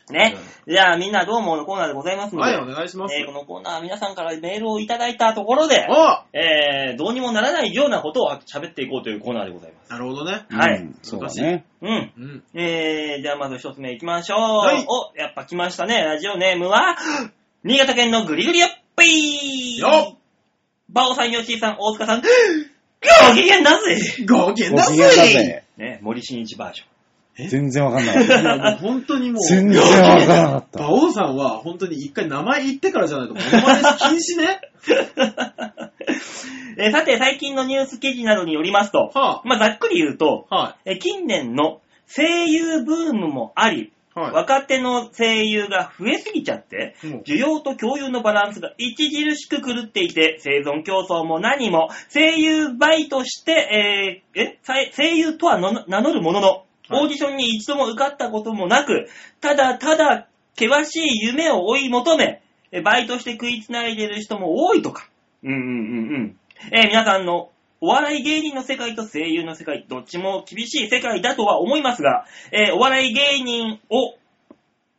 Speaker 2: ね。じゃあみんなどうものコーナーでございますの
Speaker 3: は
Speaker 2: で、
Speaker 3: い、お願いします
Speaker 2: えー。このコーナーは皆さんからメールをいただいたところで、
Speaker 3: あ
Speaker 2: えー、どうにもならないようなことを喋っていこうというコーナーでございます。
Speaker 3: なるほどね。
Speaker 1: うん
Speaker 2: はい
Speaker 1: そうだね。
Speaker 2: うん。
Speaker 3: うん。
Speaker 2: えー、じゃあまず一つ目いきましょう。
Speaker 3: はい
Speaker 2: お、やっぱ来ましたね。ラジオネームは、 新潟県のぐりぐりよっぴー
Speaker 3: よっ
Speaker 2: バオさん、ヨッシーさん、大塚さん、 ご機嫌だぜ
Speaker 3: ご機嫌
Speaker 1: ご
Speaker 3: だ
Speaker 1: 機嫌だ
Speaker 3: ぜ
Speaker 1: ぜ。
Speaker 2: ね、森進一バージ
Speaker 3: え
Speaker 1: 全然わかんなかっ
Speaker 3: い
Speaker 1: た。
Speaker 3: や、もう本当にもう。
Speaker 1: 全然わからなかっ
Speaker 3: 馬
Speaker 1: た。
Speaker 3: 王さんは本当に一回名前言ってからじゃないとモノマネ禁止ね。
Speaker 2: ョン。えーさて、最近のニュース記事などによりますと、
Speaker 3: は
Speaker 2: まあ、ざっくり言うと、
Speaker 3: あ、は
Speaker 2: えー近年の声優ブームもあり、
Speaker 3: い。は
Speaker 2: 若手の声優が増えすぎちゃって、
Speaker 3: い。もう
Speaker 2: 需要と共有のバランスが著しく狂っていて、生存競争も何も、声優媒として、えーえさい声優とはの名乗るものの、
Speaker 3: はい
Speaker 2: オーディションに一度も受かったこともなく、ただただ険しい夢を追い求め、えバイトして食いつないでる人も多いとか。うんうんうんうん。えー皆さんのお笑い芸人の世界と声優の世界、どっちも厳しい世界だとは思いますが、えーお笑い芸人を、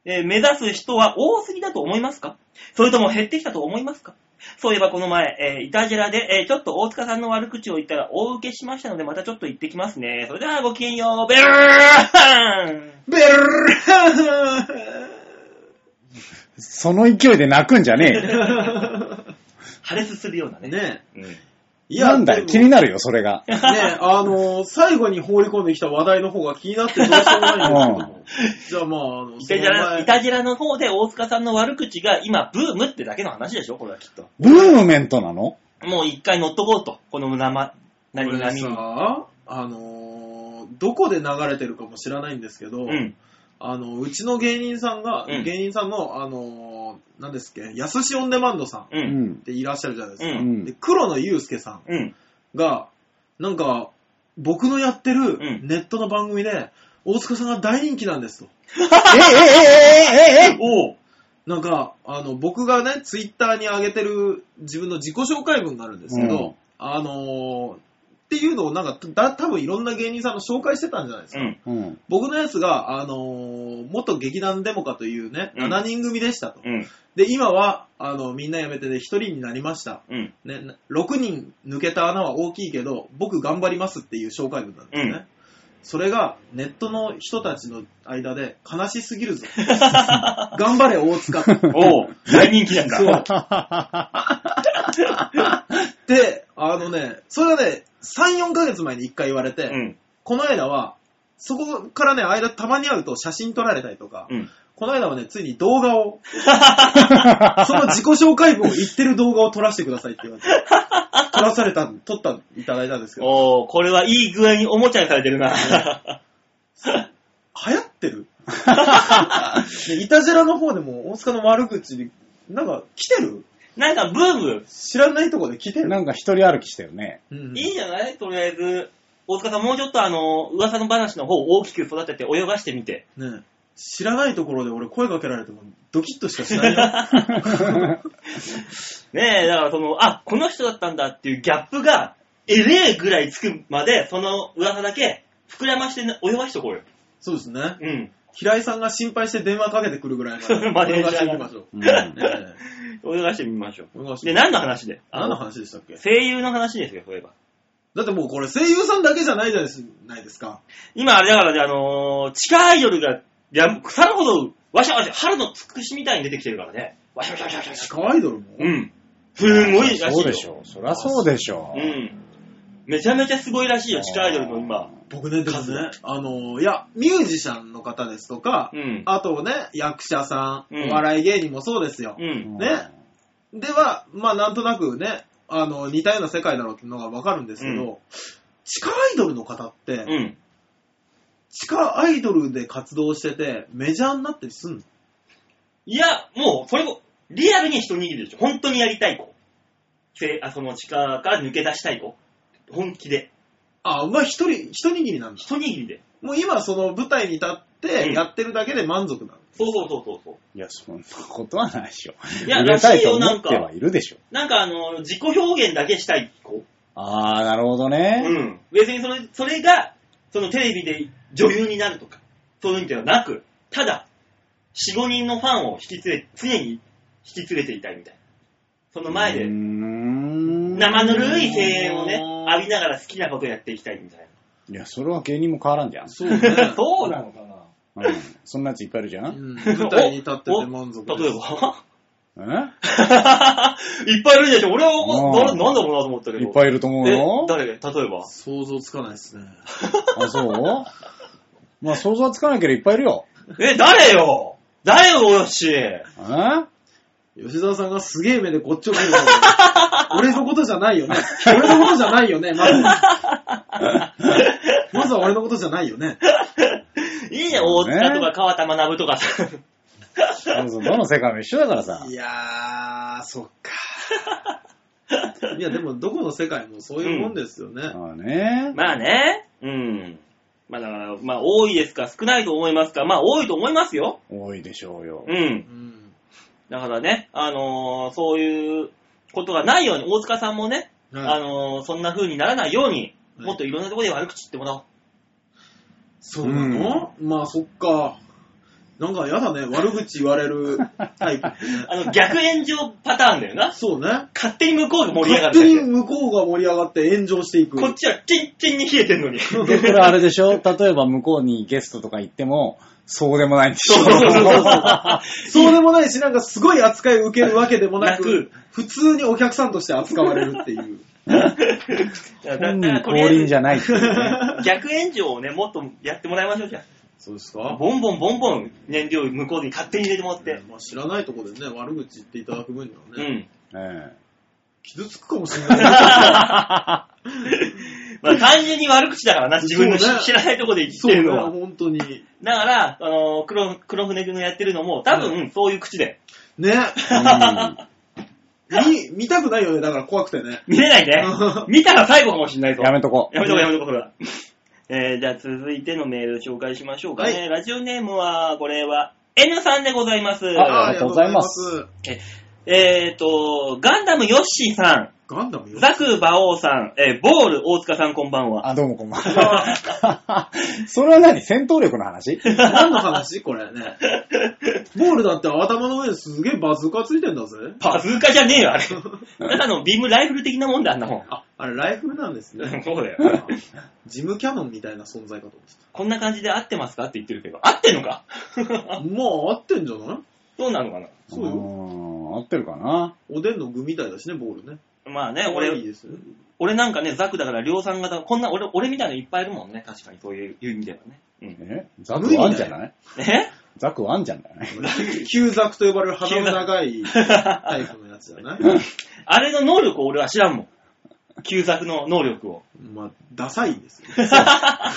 Speaker 2: えー目指す人は多すぎだと思いますかそれとも減ってきたと思いますかそういえばこの前、えーイタジェラで、えーちょっと大塚さんの悪口を言ったら大受けしましたので、またちょっと行ってきますね。それではごきげんよう、ベルーン
Speaker 3: ベルー
Speaker 1: その勢いで泣くんじゃねえよ。
Speaker 2: 破裂するよう なね。
Speaker 3: ねえ。
Speaker 2: うん
Speaker 3: い
Speaker 1: なんだよ、気に
Speaker 3: な
Speaker 1: なるよ、それが。
Speaker 3: ねえ、あのー最後に放り込んできた話題の方が気になってどうしようもないんですけど。じゃあまあ、あの、
Speaker 2: イ
Speaker 3: そ
Speaker 2: タジ
Speaker 3: の
Speaker 2: ェラ、
Speaker 3: 前
Speaker 2: イタジェラの方で大塚さんの悪口が今ブームってだけの話でしょこれはきっと。
Speaker 1: ブームメントなの
Speaker 2: もう一回乗っとこうと。この生、何
Speaker 3: こ
Speaker 2: 々
Speaker 3: れ
Speaker 2: に。
Speaker 3: さ、あのーどこで流れてるかも知らないんですけど、
Speaker 2: うん。
Speaker 3: あの、うちの芸人さんが、
Speaker 2: うん
Speaker 3: 芸人さんの、あのー、何ですっけ、やすしオンデマンドさんっ
Speaker 2: う。
Speaker 1: うんん。
Speaker 3: ていらっしゃるじゃないですか。
Speaker 2: う
Speaker 1: うん
Speaker 3: で、黒野祐介さん
Speaker 2: うん。
Speaker 3: が、なんか、僕のやってる
Speaker 2: ん
Speaker 3: ネットの番組で、大塚さんが大人気なんですと。
Speaker 1: え、え、え、え、え、え、え、
Speaker 2: おう。
Speaker 3: なんか、あの、僕がね、ツイッターに上げてる自分の自己紹介文があるんですけど、あのーっていうのをなんか、だ、多分いろんな芸人さんの紹介してたんじゃないです
Speaker 2: う
Speaker 3: か。
Speaker 2: ん。
Speaker 1: うん。
Speaker 3: 僕のやつが、あのー元劇団デモカというね、
Speaker 2: うん
Speaker 3: 7人組でしたと。
Speaker 2: うん。
Speaker 3: で、今は、あの、みんな辞めてね、1人になりました。
Speaker 2: うん。
Speaker 3: ね、な6人抜けた穴は大きいけど、僕頑張りますっていう紹介文なんですね。
Speaker 2: うん
Speaker 3: それが、ネットの人たちの間で、悲しすぎる ぞ。頑張れ、大塚と。
Speaker 2: おう、大人気なんだ。
Speaker 3: そうで、あのね、それはね、3、4ヶ月前に1回言われて、
Speaker 2: うん。
Speaker 3: この間は、そこからね、間たまに会うと写真撮られたりとか、
Speaker 2: うん。
Speaker 3: この間はね、ついに動画 を、その自己紹介文を言ってる動画を撮らせてくださいって言われて、撮らされた、撮った、いただいたんですけど、
Speaker 2: おう、これはいい具合におもちゃにされてるな。
Speaker 3: 流行ってるでイタジェラの方でも大塚の悪口に、なんか来てる
Speaker 2: なんかブーム、
Speaker 3: 知らないとこで来てる、
Speaker 1: なんか一人歩きしたよね。
Speaker 3: うん
Speaker 2: いいんじゃないとりあえず。大塚さん、もうちょっとあの、噂の話の方を大きく育てて泳がしてみて。
Speaker 3: ねえ知らないところで俺声かけられてもドキッとしかしないよ。
Speaker 2: ねえ、だからその、あ、この人だったんだっていうギャップが、えれえぐらいつくまで、その噂だけ、膨らましてな泳がしとこうよ。
Speaker 3: そうですね。
Speaker 2: うん。
Speaker 3: 平井さんが心配して電話かけてくるぐらいまで
Speaker 2: マネージャーが
Speaker 3: 泳がしていきましょう。
Speaker 1: うん
Speaker 3: ね
Speaker 2: 泳がしてみましょう。
Speaker 3: え泳がして
Speaker 2: で、何の話で
Speaker 3: 何の話でしたっけ
Speaker 2: 声優の話ですよ、そういえば。
Speaker 3: だってもうこれ声優さんだけじゃないじゃないですか。
Speaker 2: 今、あれだからね、あのー地下アイドルが、いや、腐るほど、わしゃわしゃ、春のつくしみたいに出てきてるからね。わしゃわしゃわしゃわしゃわ
Speaker 3: 地
Speaker 2: しゃ。
Speaker 3: 下アイドルも、
Speaker 2: うん。すごいらしいよ。
Speaker 1: そうでしょう。そりゃそうでしょ
Speaker 2: う
Speaker 1: う。
Speaker 2: ん。めちゃめちゃすごいらしいよ、地下アイドルの今。
Speaker 3: 僕ね、でも
Speaker 2: 数
Speaker 3: ね、あの、いや、ミュージシャンの方ですとか、
Speaker 2: うん。
Speaker 3: あとね、役者さん、
Speaker 2: うん
Speaker 3: お笑い芸人もそうですよ
Speaker 2: う。ん。
Speaker 3: ねでは、まあなんとなくね、あの、似たような世界だろうっていうのがわかるんですけど、
Speaker 2: う
Speaker 3: 地下アイドルの方って、
Speaker 2: うん。
Speaker 3: 地下アイドルで活動してて、メジャーになったりすんの
Speaker 2: いや、もう、それも、リアルに一握りでしょ。本当にやりたい子。せあその地下から抜け出したい子。本気で。
Speaker 3: あ、まあ一人、一握りなんだ。
Speaker 2: 一握りで。
Speaker 3: もう今その舞台に立って
Speaker 2: うん
Speaker 3: やってるだけで満足なの。
Speaker 2: そうそうそうそうそ
Speaker 1: いや、そんなことはないでしょ。
Speaker 2: う。いや、
Speaker 1: 売れ
Speaker 2: ら
Speaker 1: た
Speaker 2: し
Speaker 1: い
Speaker 2: い
Speaker 1: と
Speaker 2: よ、
Speaker 1: 思
Speaker 2: なん
Speaker 1: って
Speaker 2: か
Speaker 1: は。いるでしょ。
Speaker 2: なんかあの、自己表現だけしたい子。
Speaker 1: あー、なるほどね。
Speaker 2: うん。別にそれ、それが、そのテレビで女優になるとか、そういうんではなく、ただ、4、5人のファンを引き連れ、常に引き連れていたいみたいな。その前
Speaker 1: うー
Speaker 2: で、
Speaker 1: ん
Speaker 2: 生ぬるい声援をね
Speaker 3: うん、
Speaker 2: 浴びながら好きなことやっていきたいみたい
Speaker 1: いや、それは芸人も変わらんじゃん。
Speaker 3: そう ね
Speaker 2: な。。そうなのかな
Speaker 1: うん。そんなやついっぱいいるじゃ。
Speaker 3: うんん舞台に立ってて満足
Speaker 2: 例えば
Speaker 1: え
Speaker 2: いっぱいいるでしょ俺は
Speaker 1: う
Speaker 2: な、
Speaker 1: ん
Speaker 2: なんだろうなと思ったけど。
Speaker 1: いっぱいいると思うよ
Speaker 2: え。誰が例えば。
Speaker 3: 想像つかないですね。
Speaker 1: あ、そうまあ想像はつかないけどいっぱいいるよ。
Speaker 2: え、誰よ誰よ、およし。
Speaker 1: えー
Speaker 3: 吉沢さんがすげえ目でこっちを見るの。 俺のことじゃないよね。俺のことじゃないよね。ま ず。まずは俺のことじゃないよね。
Speaker 2: いいね、大塚とか川田学とかさ。
Speaker 1: そうそうどの世界も一緒だからさ
Speaker 3: い。やー、そっか。いや、でもどこの世界もそういうもんですよね。
Speaker 1: まあ ね。
Speaker 2: まあね。うん。まあだから、まあ多いですか、少ないと思いますか。まあ多いと思いますよ。
Speaker 1: 多いでしょうよ
Speaker 2: う。ん。
Speaker 3: うん
Speaker 2: だからね、あのーそういうことがないように、大塚さんもね、
Speaker 3: は
Speaker 2: あ
Speaker 3: い
Speaker 2: のーそんな風にならないように、
Speaker 3: はい
Speaker 2: もっといろんなところで悪口言ってもらおう。
Speaker 3: そうなの、まあそっか。なんかやだね、悪口言われ るタイプってね。
Speaker 2: あの、逆炎上パターンだよな。
Speaker 3: そうね。
Speaker 2: 勝手に向こうが盛り上が
Speaker 3: 勝
Speaker 2: るだ
Speaker 3: 手に
Speaker 2: け。
Speaker 3: 向こうが盛り上がって炎上していく。
Speaker 2: こっちはチンチンに冷えてんのに。そう
Speaker 1: で、これあれでしょ例えば向こうにゲストとか行っても、そうでもないんでし
Speaker 2: そ
Speaker 1: ょ
Speaker 2: うそう そう
Speaker 3: そうでもないし、なんかすごい扱いを受けるわけでもな
Speaker 2: な
Speaker 3: く、普通にお客さんとして扱われるっていう。
Speaker 2: だから
Speaker 1: 本
Speaker 2: だか
Speaker 1: 人
Speaker 2: らとりあ
Speaker 1: 降
Speaker 2: え
Speaker 1: 臨
Speaker 2: ず
Speaker 1: じゃないっていうね。
Speaker 2: 逆炎上をね、もっとやってもらいましょうじゃ
Speaker 3: そうです
Speaker 2: あ。
Speaker 3: か
Speaker 2: ボンボンボンボン燃料向こうに勝手に入れてもらって。
Speaker 3: まあ、知らないところでね、悪口言っていただく分には
Speaker 2: う
Speaker 3: ね、
Speaker 2: ん。
Speaker 1: え
Speaker 3: 傷つくかもしれ ない。
Speaker 2: まあ単純に悪口だからな、自分の知
Speaker 3: そうね
Speaker 2: 知らないとこで言っ
Speaker 3: そう
Speaker 2: て
Speaker 3: ね、
Speaker 2: るのは。
Speaker 3: 本当に。
Speaker 2: だから、あの黒、黒船君がやってるのも、多分、そういう口で。
Speaker 3: ね。
Speaker 1: えうん
Speaker 3: 見、見たくないよね、だから怖くてね。
Speaker 2: 見れないね。見たら最後かもしんないぞ。
Speaker 1: やめとこう。
Speaker 2: やめとこうやめとこう、それ は。えー、じゃあ続いてのメール紹介しましょうかね。
Speaker 3: は
Speaker 2: ラジオネームは、これは、N さんでございます。
Speaker 1: ありがとうございます
Speaker 3: ありがとうございます。
Speaker 2: えーと、ガンダムヨッシーさん、
Speaker 3: ガンダムよ。
Speaker 2: ザク・バオさん、えーボール・大塚さんこんばんは。
Speaker 1: あ、どうもこんばん は。それは何戦闘力の話
Speaker 3: 何の話これね。ボールだって頭の上にすげえバズーカついてんだぜ。
Speaker 2: パズーカじゃねえよ、あれ。 ただのビームライフル的なもんだ、あんなもん。
Speaker 3: あ、あれライフルなんです ね。
Speaker 2: そうだよ。
Speaker 3: ジムキャノンみたいな存在かと思って
Speaker 2: こんな感じで合ってますかって言ってるけど。合ってんのか
Speaker 3: た。まあ、合ってんじゃない
Speaker 2: どうなのかな
Speaker 3: そうよ。
Speaker 1: ん合ってるかな
Speaker 3: おでんの具みたいだしね、ボールね。
Speaker 2: まあね、
Speaker 3: いい
Speaker 2: 俺、
Speaker 3: ですよね。
Speaker 2: 俺なんかね、ザクだから量産型、こんな、俺、俺みたいのいっぱいいるもんね。確かに、そういういう意味ではね。うん。
Speaker 1: えザクワンじゃない
Speaker 2: え
Speaker 1: ザクワンじゃない
Speaker 3: 旧ザクと呼ばれる鼻の長いタイプのやつじ ゃない
Speaker 2: あれの能力を俺は知らんもん。旧作の能力を。
Speaker 3: まあ、ダサいですよ。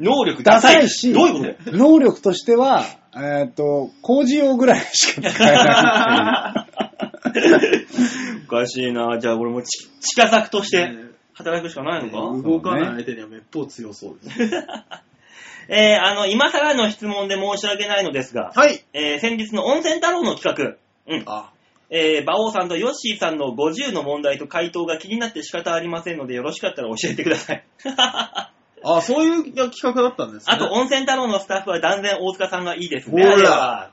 Speaker 2: 能力
Speaker 1: ダ
Speaker 2: ダサ
Speaker 1: サ
Speaker 2: い
Speaker 1: いし、
Speaker 2: どういうことだよ。
Speaker 1: 能力としては、えっ、と、工事用ぐらいしか使えないっていう。
Speaker 2: おかしいなじゃあ俺もち地下作として
Speaker 3: ね
Speaker 2: 働くしかないのか、
Speaker 3: 動かない相手にはめっぽう強そうです。
Speaker 2: えー、あの、今更の質問で申し訳ないのですが、
Speaker 3: はい。
Speaker 2: えー、先日の温泉太郎の企画、うん。
Speaker 3: あ、
Speaker 2: えー、馬王さんとヨッシーさんの50の問題と回答が気になって仕方ありませんので、よろしかったら教えてください。
Speaker 3: あ、そういう企画だったんです ね。
Speaker 2: あと、温泉太郎のスタッフは断然大塚さんがいいです
Speaker 3: ほ
Speaker 2: ね。
Speaker 3: ら、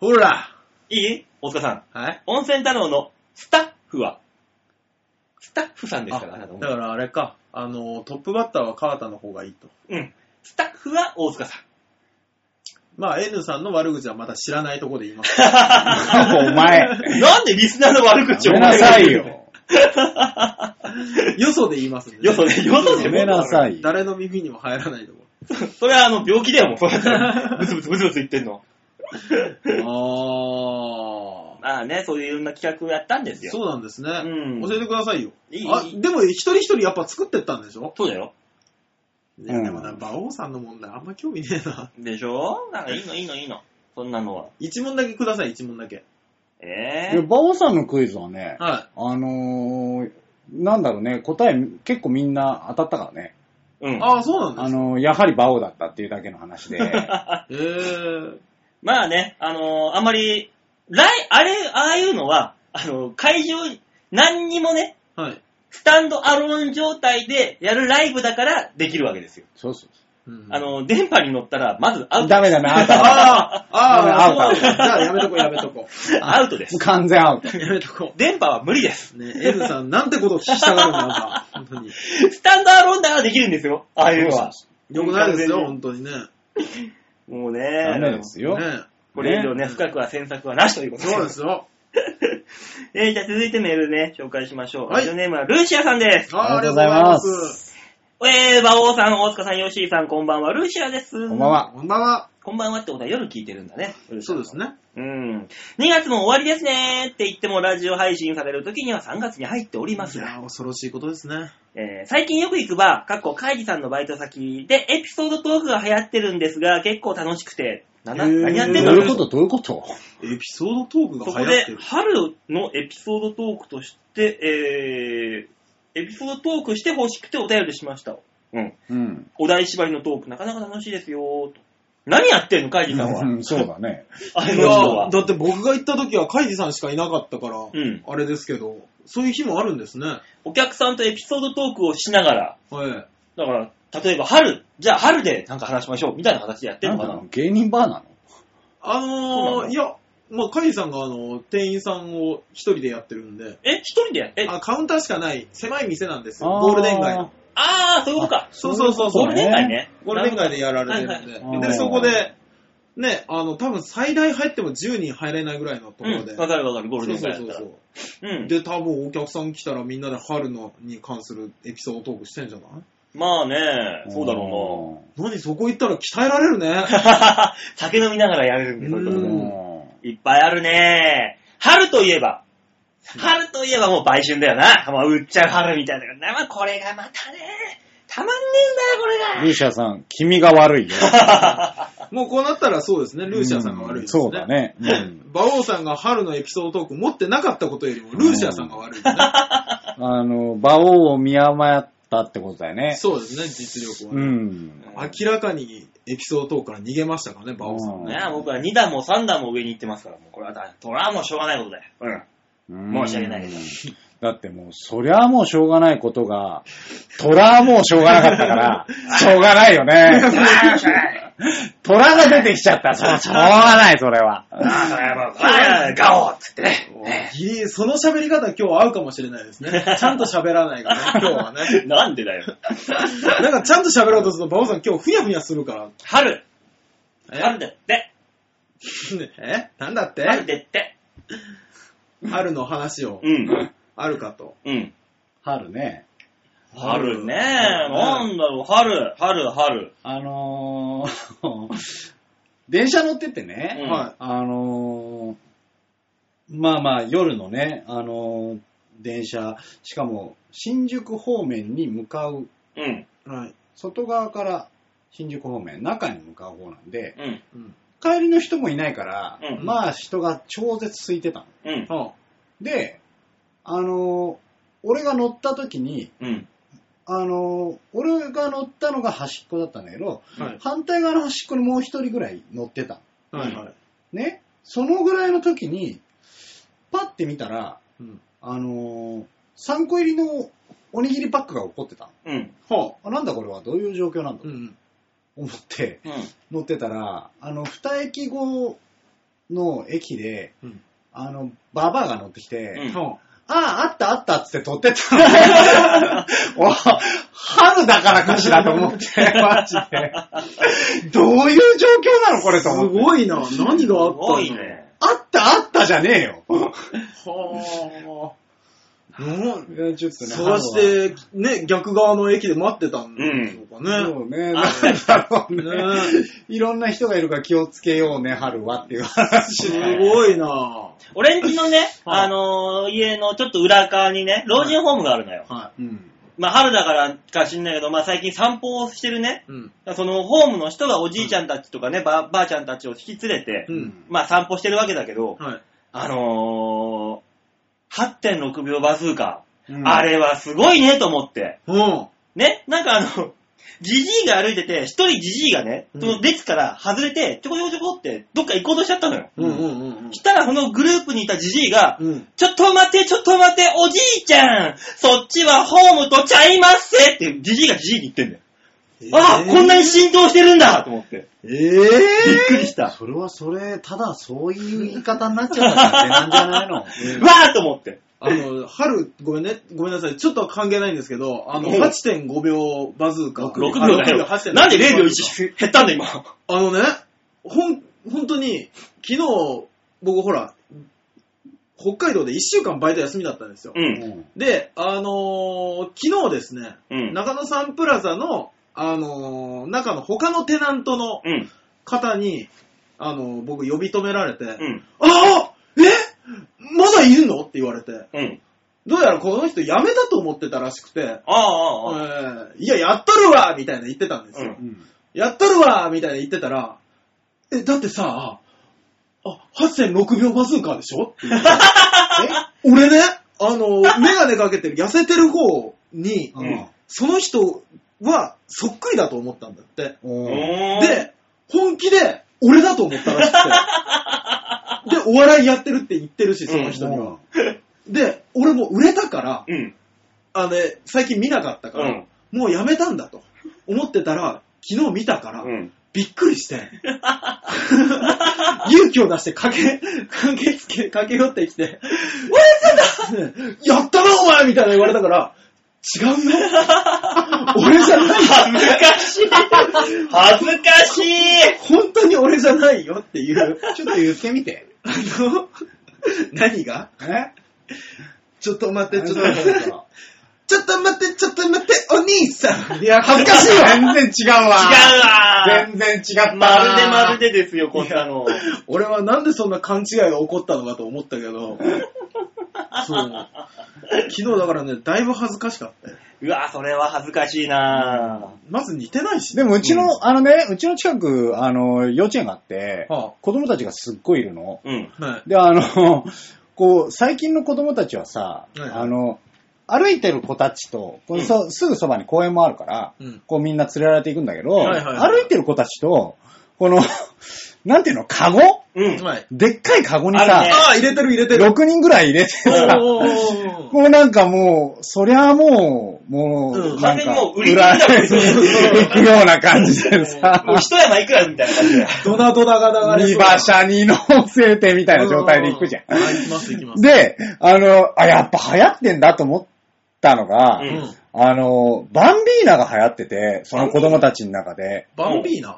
Speaker 3: ほら。
Speaker 2: いい大塚さん。
Speaker 3: はい。
Speaker 2: 温泉太郎のスタッフは、スタッフさんですから、あなた
Speaker 3: だからあれか、あの、トップバッターは川田の方がいいと。
Speaker 2: うん。スタッフは大塚さん。
Speaker 3: まあ、N さんの悪口はまだ知らないところで言います。
Speaker 1: お前、
Speaker 2: なんでリスナーの悪口
Speaker 1: や
Speaker 2: を
Speaker 1: め
Speaker 2: お前
Speaker 1: な
Speaker 2: が
Speaker 1: さい
Speaker 2: 言うの。
Speaker 1: よ。
Speaker 3: よそで言いますんで、
Speaker 2: よそで、よそで。
Speaker 1: やめなさいよ。
Speaker 3: 誰の耳にも入らないとこ
Speaker 2: それはあの、病気だよ、もう。それブツブツブツブツ言ってんの。
Speaker 3: ろ。あ
Speaker 2: まあね、そういういろんな企画をやったんです
Speaker 3: ー。
Speaker 2: よ。
Speaker 3: そうなんですね。
Speaker 2: うん
Speaker 3: 教えてくださいよ。
Speaker 2: いい
Speaker 3: あ、でも一人一人やっぱ作ってったんでしょ
Speaker 2: そうだよ。
Speaker 3: いや、でもな、馬王さんの問題あんま興味ねえ な。
Speaker 2: でしょなんかいいの、いいの、いいの。そんなのは。
Speaker 3: 一問だけください、一問だけ。
Speaker 2: え
Speaker 1: いや
Speaker 2: え
Speaker 1: バオさんのクイズはね、
Speaker 3: は
Speaker 1: あのー、なんだろうね、答え結構みんな当たったからね。
Speaker 2: う
Speaker 3: い。
Speaker 2: ん。
Speaker 3: ああ、そうなん
Speaker 1: あ
Speaker 3: ですか。
Speaker 1: のー、やはりバオだったっていうだけの話 で。
Speaker 3: へえ。
Speaker 2: まあね、あのーあんまり、来、あれ、ああいうのは、あのー会場、何にもね、
Speaker 3: はい。
Speaker 2: スタンドアローン状態でやるライブだからできるわけですよ。
Speaker 1: そうそう
Speaker 3: うん
Speaker 2: あ、のー電波に乗ったら、まずアウト。
Speaker 1: ダメだね、アウトだね
Speaker 3: ああ、あ
Speaker 1: ダ
Speaker 3: あ、
Speaker 1: メ
Speaker 3: そうなんだじゃ あやめとこう、やめとこ
Speaker 2: アウトです。
Speaker 1: 完全アウト。
Speaker 3: う。やめとこ
Speaker 2: 電波は無理 です。
Speaker 3: う。ね、N さん、なんてことを聞きたがるのか、本当に。
Speaker 2: スタンドアローンだからできるんですよ。ああいうのは。
Speaker 3: よくないですよ、
Speaker 2: 完
Speaker 3: 本当にね。
Speaker 2: 全にもう
Speaker 1: ダ
Speaker 2: ね。
Speaker 1: メですよ。
Speaker 3: ね
Speaker 2: これ以上ね、
Speaker 3: ね
Speaker 2: 深くは詮索はなしということ
Speaker 3: そうですよ。
Speaker 2: えー、じゃあ続いてメールね、紹介しましょう。
Speaker 3: は
Speaker 2: ラ
Speaker 3: い
Speaker 2: ジオネームはルーシアさんです。
Speaker 3: あー
Speaker 1: ありがとうございま
Speaker 3: ありがと
Speaker 1: す
Speaker 3: うございます。
Speaker 2: えー、馬王さん、大塚さん、ヨッシーさん、こんばんは。ルーシアです。
Speaker 1: こんばんは。
Speaker 3: こんばんは。
Speaker 2: こんばんはってことは夜聞いてるんだね。
Speaker 3: そうです
Speaker 2: ね。
Speaker 3: ね。
Speaker 2: うん。2月も終わりですねって言ってもラジオ配信される時には3月に入っておりま
Speaker 3: い
Speaker 2: すが、
Speaker 3: やー、恐ろしいことですね。
Speaker 2: えー最近よく行くバー、かっこカイジさんのバイト先でエピソードトークが流行ってるんですが、結構楽しくて、なな
Speaker 3: へー
Speaker 2: 何やっ
Speaker 1: どう
Speaker 2: てん
Speaker 1: いうこ
Speaker 2: だ
Speaker 1: とどういうこと
Speaker 3: エピソードトーク
Speaker 2: そ
Speaker 3: が
Speaker 2: こ
Speaker 3: 流行っ
Speaker 2: で
Speaker 3: てる。
Speaker 2: 春のエピソードトークとして、えー、エピソードトークして欲しくてお便りしました。うん。
Speaker 1: うん。
Speaker 2: お題縛りのトークなかなか楽しいですよーと。何やってんの、カイジさんは。
Speaker 1: うんそうだ ね。
Speaker 2: あの
Speaker 3: い
Speaker 2: 人
Speaker 3: や
Speaker 2: は
Speaker 3: ー。だって僕が行った時はカイジさんしかいなかったから、
Speaker 2: ん
Speaker 3: あれですけど、そういう日もあるんですね。
Speaker 2: お客さんとエピソードトークをしながら、
Speaker 3: はい。
Speaker 2: だから、例えば春、じゃあ春でなんか話しましょう、みたいな形でやってるのか
Speaker 1: な。
Speaker 2: なん
Speaker 1: か芸人バーなの
Speaker 2: そう
Speaker 3: あの
Speaker 2: なの
Speaker 3: ー、いや、まあ、カイジさんがあの、店員さんを一人でやってるんで、
Speaker 2: え、一人でえ、あ
Speaker 3: あ、カウンターしかない狭い店なんですよ。
Speaker 1: あー
Speaker 3: ゴールデン街の。
Speaker 2: あー、そういうことか。
Speaker 3: そうそうそうそ
Speaker 2: ゴ
Speaker 3: う
Speaker 2: ールデン街ね。
Speaker 3: ゴールデン街でやられてる
Speaker 2: はい
Speaker 1: は
Speaker 3: ん
Speaker 1: い
Speaker 3: で。で、そこで、ね、あの、多分最大入っても10人入れないぐらいのところ
Speaker 2: う
Speaker 3: で。
Speaker 2: ん、わかるわかる、ゴール
Speaker 3: そ
Speaker 2: デ
Speaker 3: う
Speaker 2: ン街
Speaker 3: そう
Speaker 2: だ
Speaker 3: そ
Speaker 2: っ
Speaker 3: う
Speaker 2: たら。
Speaker 3: そうう。
Speaker 2: ん。
Speaker 3: で、多分お客さん来たらみんなで春のに関するエピソードトークしてんじゃない
Speaker 2: まあね、そうだろ
Speaker 3: 何そこ行ったら鍛えられるね。
Speaker 2: うな。 酒飲みながらやれるんで、そういう
Speaker 1: う
Speaker 2: こ
Speaker 1: ん
Speaker 2: と
Speaker 3: う
Speaker 2: ね
Speaker 3: ん
Speaker 2: いっぱいあるね。春といえば、春といえばもう売春だよな。もう売っちゃう春みたいな。まあこれがまたね、たまんねえんだよ、こ
Speaker 1: ルーシアさん、君が悪いよ。
Speaker 3: もうこうなったらそうですね、 ルーシアさんが悪いですね。
Speaker 1: そうだ。ね。 うん
Speaker 3: 馬王さんが春のエピソードトーク持ってなかったことよりも、ルーシアさんが悪いですね。
Speaker 1: あの、馬王を見誤ったってことだよね。
Speaker 3: そうですね、実力は
Speaker 1: う
Speaker 3: ね、
Speaker 1: ん。
Speaker 2: れが。
Speaker 3: 明らかにエピソードトークから逃げましたからね、馬王さん。
Speaker 2: ね僕は2段も3段も上に行ってますから、もうこれはだ、トラはもうしょうがないことだよ。うん。申し訳ないけど
Speaker 1: うんだってもう、そりゃもうしょうがないことが、虎はもうしょうがなかっ たから、しょうがないよね。虎が出てきちゃった。そう、しょうがない、それは。
Speaker 2: ああ、やばい。ああ、ガオーっつってね。ね
Speaker 3: ギリ、その喋り方今日合うかもしれないです ね。ちゃんと喋らないからね、今日はね。
Speaker 2: なんでだよ。
Speaker 3: なんかちゃんと喋ろうとすると、馬場さん今日ふやふやするから。
Speaker 2: 春。
Speaker 3: え
Speaker 2: 春でって。
Speaker 3: えなんだって
Speaker 2: 春でって。
Speaker 3: 春の話を
Speaker 2: う、ん。
Speaker 3: あるかと。
Speaker 2: うん。
Speaker 1: 春ね。
Speaker 2: 春ね。
Speaker 3: 春
Speaker 2: なんだろう、春、春、春。
Speaker 1: あのー、 電車乗っててね、
Speaker 2: うん
Speaker 3: は
Speaker 1: あのー、まあまあ夜のね、あのー、電車、しかも新宿方面に向かう、
Speaker 2: うん。
Speaker 3: い。はい。
Speaker 1: 外側から新宿方面、中に向かう方なんで、
Speaker 2: うん。
Speaker 3: うん。
Speaker 1: 帰りの人もいないから、
Speaker 2: うん
Speaker 1: まあ人が超絶空いてたの。
Speaker 2: うん。
Speaker 3: は
Speaker 1: で、あのー、俺が乗った時に、
Speaker 2: うん。
Speaker 1: あのー、俺が乗ったのが端っこだったんだけど、
Speaker 3: あはい。
Speaker 1: 反対側の端っこにもう一人ぐらい乗ってたの。
Speaker 3: はい。はい。
Speaker 1: ね、そのぐらいの時に、パッて見たら、
Speaker 3: うん。
Speaker 1: あのー、3個入りのおにぎりパックが起こってた。
Speaker 2: うん。
Speaker 3: は
Speaker 1: あ、なんだこれはどういう状況なん
Speaker 3: う
Speaker 1: だと
Speaker 3: ん。
Speaker 1: 思って
Speaker 2: うん。
Speaker 1: 乗ってたら、あの、2駅後の駅で、
Speaker 3: うん
Speaker 1: あの、ババアが乗ってきて、
Speaker 2: うん
Speaker 3: は
Speaker 1: ああ、あったあったっつって取ってったの。お春だからかしらと思って、マジで。どういう状況なのこれ
Speaker 3: す
Speaker 1: と思って。
Speaker 3: ごいな。何
Speaker 2: す
Speaker 3: があったの
Speaker 2: ごい。ね。
Speaker 1: あったあったじゃねえよ。
Speaker 3: はあ。うん
Speaker 1: いやちょっとね。
Speaker 3: そうして、ね、逆側の駅で待ってたんでしょうか
Speaker 1: 春は
Speaker 3: ね。
Speaker 1: そうね。
Speaker 2: あ
Speaker 1: なんだろうね。
Speaker 3: ね
Speaker 1: いろんな人がいるから気をつけようね、春はっていう話。
Speaker 3: すごいな
Speaker 2: 俺んちのね、
Speaker 3: はい
Speaker 2: あのー家のちょっと裏側にね、老人ホームがあるのよ。
Speaker 3: は
Speaker 1: うん。
Speaker 2: まあ春だからか知んないけど、まあ最近散歩をしてるね、
Speaker 3: い。うん。
Speaker 2: そのホームの人がおじいちゃんたちとかね、ばばあちゃんたちを引き連れて、
Speaker 3: うん
Speaker 2: まあ散歩してるわけだけど、
Speaker 3: はい。
Speaker 2: あのー、8.6秒バズーカ、
Speaker 1: うん
Speaker 2: あれはすごいねと思って。
Speaker 3: うん。
Speaker 2: ね、なんかあの、 じじいが歩いてて、一人じじいがね、
Speaker 3: うん
Speaker 2: その列から外れて、ちょこちょこちょこって、どっか行こうとしちゃったのよ。
Speaker 3: うんうんうん
Speaker 2: したら、そのグループにいたじじいが、
Speaker 3: うん。うん。
Speaker 2: ちょっと待って、ちょっと待って、おじいちゃんそっちはホームとちゃいますせって、じじいがじじいに言ってんだよ。ああ、こんなに浸透してるんだと思って。
Speaker 3: ええ
Speaker 2: びっくりした。
Speaker 1: それはそれ、ただそういう言い方になっちゃっただけなんじゃない
Speaker 2: う
Speaker 1: の
Speaker 2: わーと思って。
Speaker 3: あの、春、ごめんね、ごめんなさい。ちょっと関係ないんですけど、あの、
Speaker 2: うん
Speaker 3: 8.5秒バズーカ。
Speaker 2: 6秒だよ
Speaker 3: あ8.5。
Speaker 2: なんで0秒1減ったんだ今。
Speaker 3: あのね、ほん、本当に、昨日、僕ほら、北海道で1週間バイト休みだったんですよ。
Speaker 2: う。
Speaker 1: うんん。
Speaker 3: で、あのー昨日ですね、
Speaker 2: うん。
Speaker 3: 中野サンプラザの、あのー中の他のテナントの
Speaker 2: うん。
Speaker 3: 方に、あのー僕呼び止められて、
Speaker 2: うん。
Speaker 3: ああえまだいるのって言われて、
Speaker 2: うん。
Speaker 3: どうやらこの人辞めたと思ってたらしくて、
Speaker 2: ああ、ああ、ああ。
Speaker 3: えーいや、やっとるわみたいな言ってたんですよ。
Speaker 2: うん
Speaker 1: うん
Speaker 3: やっとるわみたいな言ってたら、え、だってさ、あ、8.6秒バズーカーでしょって言うえ俺ね、あの、メガネかけてる痩せてる方に、
Speaker 1: うんん。
Speaker 3: その人はそっくりだと思ったんだって。
Speaker 1: おー
Speaker 2: おー、
Speaker 3: で、本気で俺だと思ったらしくて。で、お笑いやってるって言ってるし、その人には。で、俺も売れたから、
Speaker 2: うん。
Speaker 3: あの、最近見なかったか
Speaker 2: う
Speaker 3: ら、
Speaker 2: ん。
Speaker 3: もうやめたんだと思ってたら、昨日見たから、
Speaker 2: うん。
Speaker 3: びっくりして、勇気を出して駆け、駆けつけ、駆け寄ってきて、おやつだやったなお前みたいな言われたから、違うね。俺じゃない
Speaker 2: 恥ずかしい恥ずかしい
Speaker 3: 本当に俺じゃないよっていう、
Speaker 1: ちょっと言ってみて。
Speaker 3: あの、何が
Speaker 1: え
Speaker 3: ちょっと待って、ちょっと待って、
Speaker 1: 違
Speaker 3: ちょっと待って、ちょっと待って、お兄さん。いや、恥ずかしいわ。
Speaker 1: 全然違うわ。
Speaker 2: 違うわ
Speaker 1: 全然違った
Speaker 2: ーまるでまるでですよ、こんなの。
Speaker 3: 俺はなんでそんな勘違いが起こったのかと思ったけど、そう。昨日だからね、だいぶ恥ずかしかったよ。
Speaker 2: うわーそれは恥ずかしいな
Speaker 3: まず似てないしね。
Speaker 1: でもうちの、あのね、うちの近く、あの、幼稚園があって、
Speaker 3: は
Speaker 1: 子供たちがすっごいいるの。
Speaker 2: ぁ。うん。
Speaker 3: あ、はい。
Speaker 1: で、あの、 こう、最近の子供たちはさ、
Speaker 3: はいはい
Speaker 1: あの、歩いてる子たちと、こう
Speaker 2: うん
Speaker 1: そすぐそばに公園もあるから、
Speaker 3: うん。
Speaker 1: こうみんな連れられていくんだけど、
Speaker 3: はいはいはい
Speaker 1: 歩いてる子たちと、この、 なんていうの、カゴ
Speaker 2: うん。
Speaker 3: はい。
Speaker 1: でっかいカゴにさ、
Speaker 2: あるね
Speaker 3: ああ、入れてる入れてる。
Speaker 1: 6人ぐらい入れて
Speaker 3: おー
Speaker 1: さ、
Speaker 3: おーおー
Speaker 1: もうなんかもう、そりゃもう、もう、
Speaker 3: うん
Speaker 1: な
Speaker 2: 完
Speaker 1: ん
Speaker 2: 全にも
Speaker 1: か、
Speaker 2: う売り切りだ
Speaker 1: 裏へ行くような感じでさ、
Speaker 2: もう一山いくらみたいな感じ で。
Speaker 3: ドナドナが流れ
Speaker 1: 二
Speaker 3: そう。
Speaker 1: 馬車に乗せてみたいな状態で行くじゃん
Speaker 3: う。はい、行きます行きます。
Speaker 1: で、あの、あ、やっぱ流行ってんだと思ったのが、
Speaker 2: うん
Speaker 3: うん
Speaker 1: あの、バンビーナが流行ってて、その子供たちの中で、
Speaker 3: バンビーナ。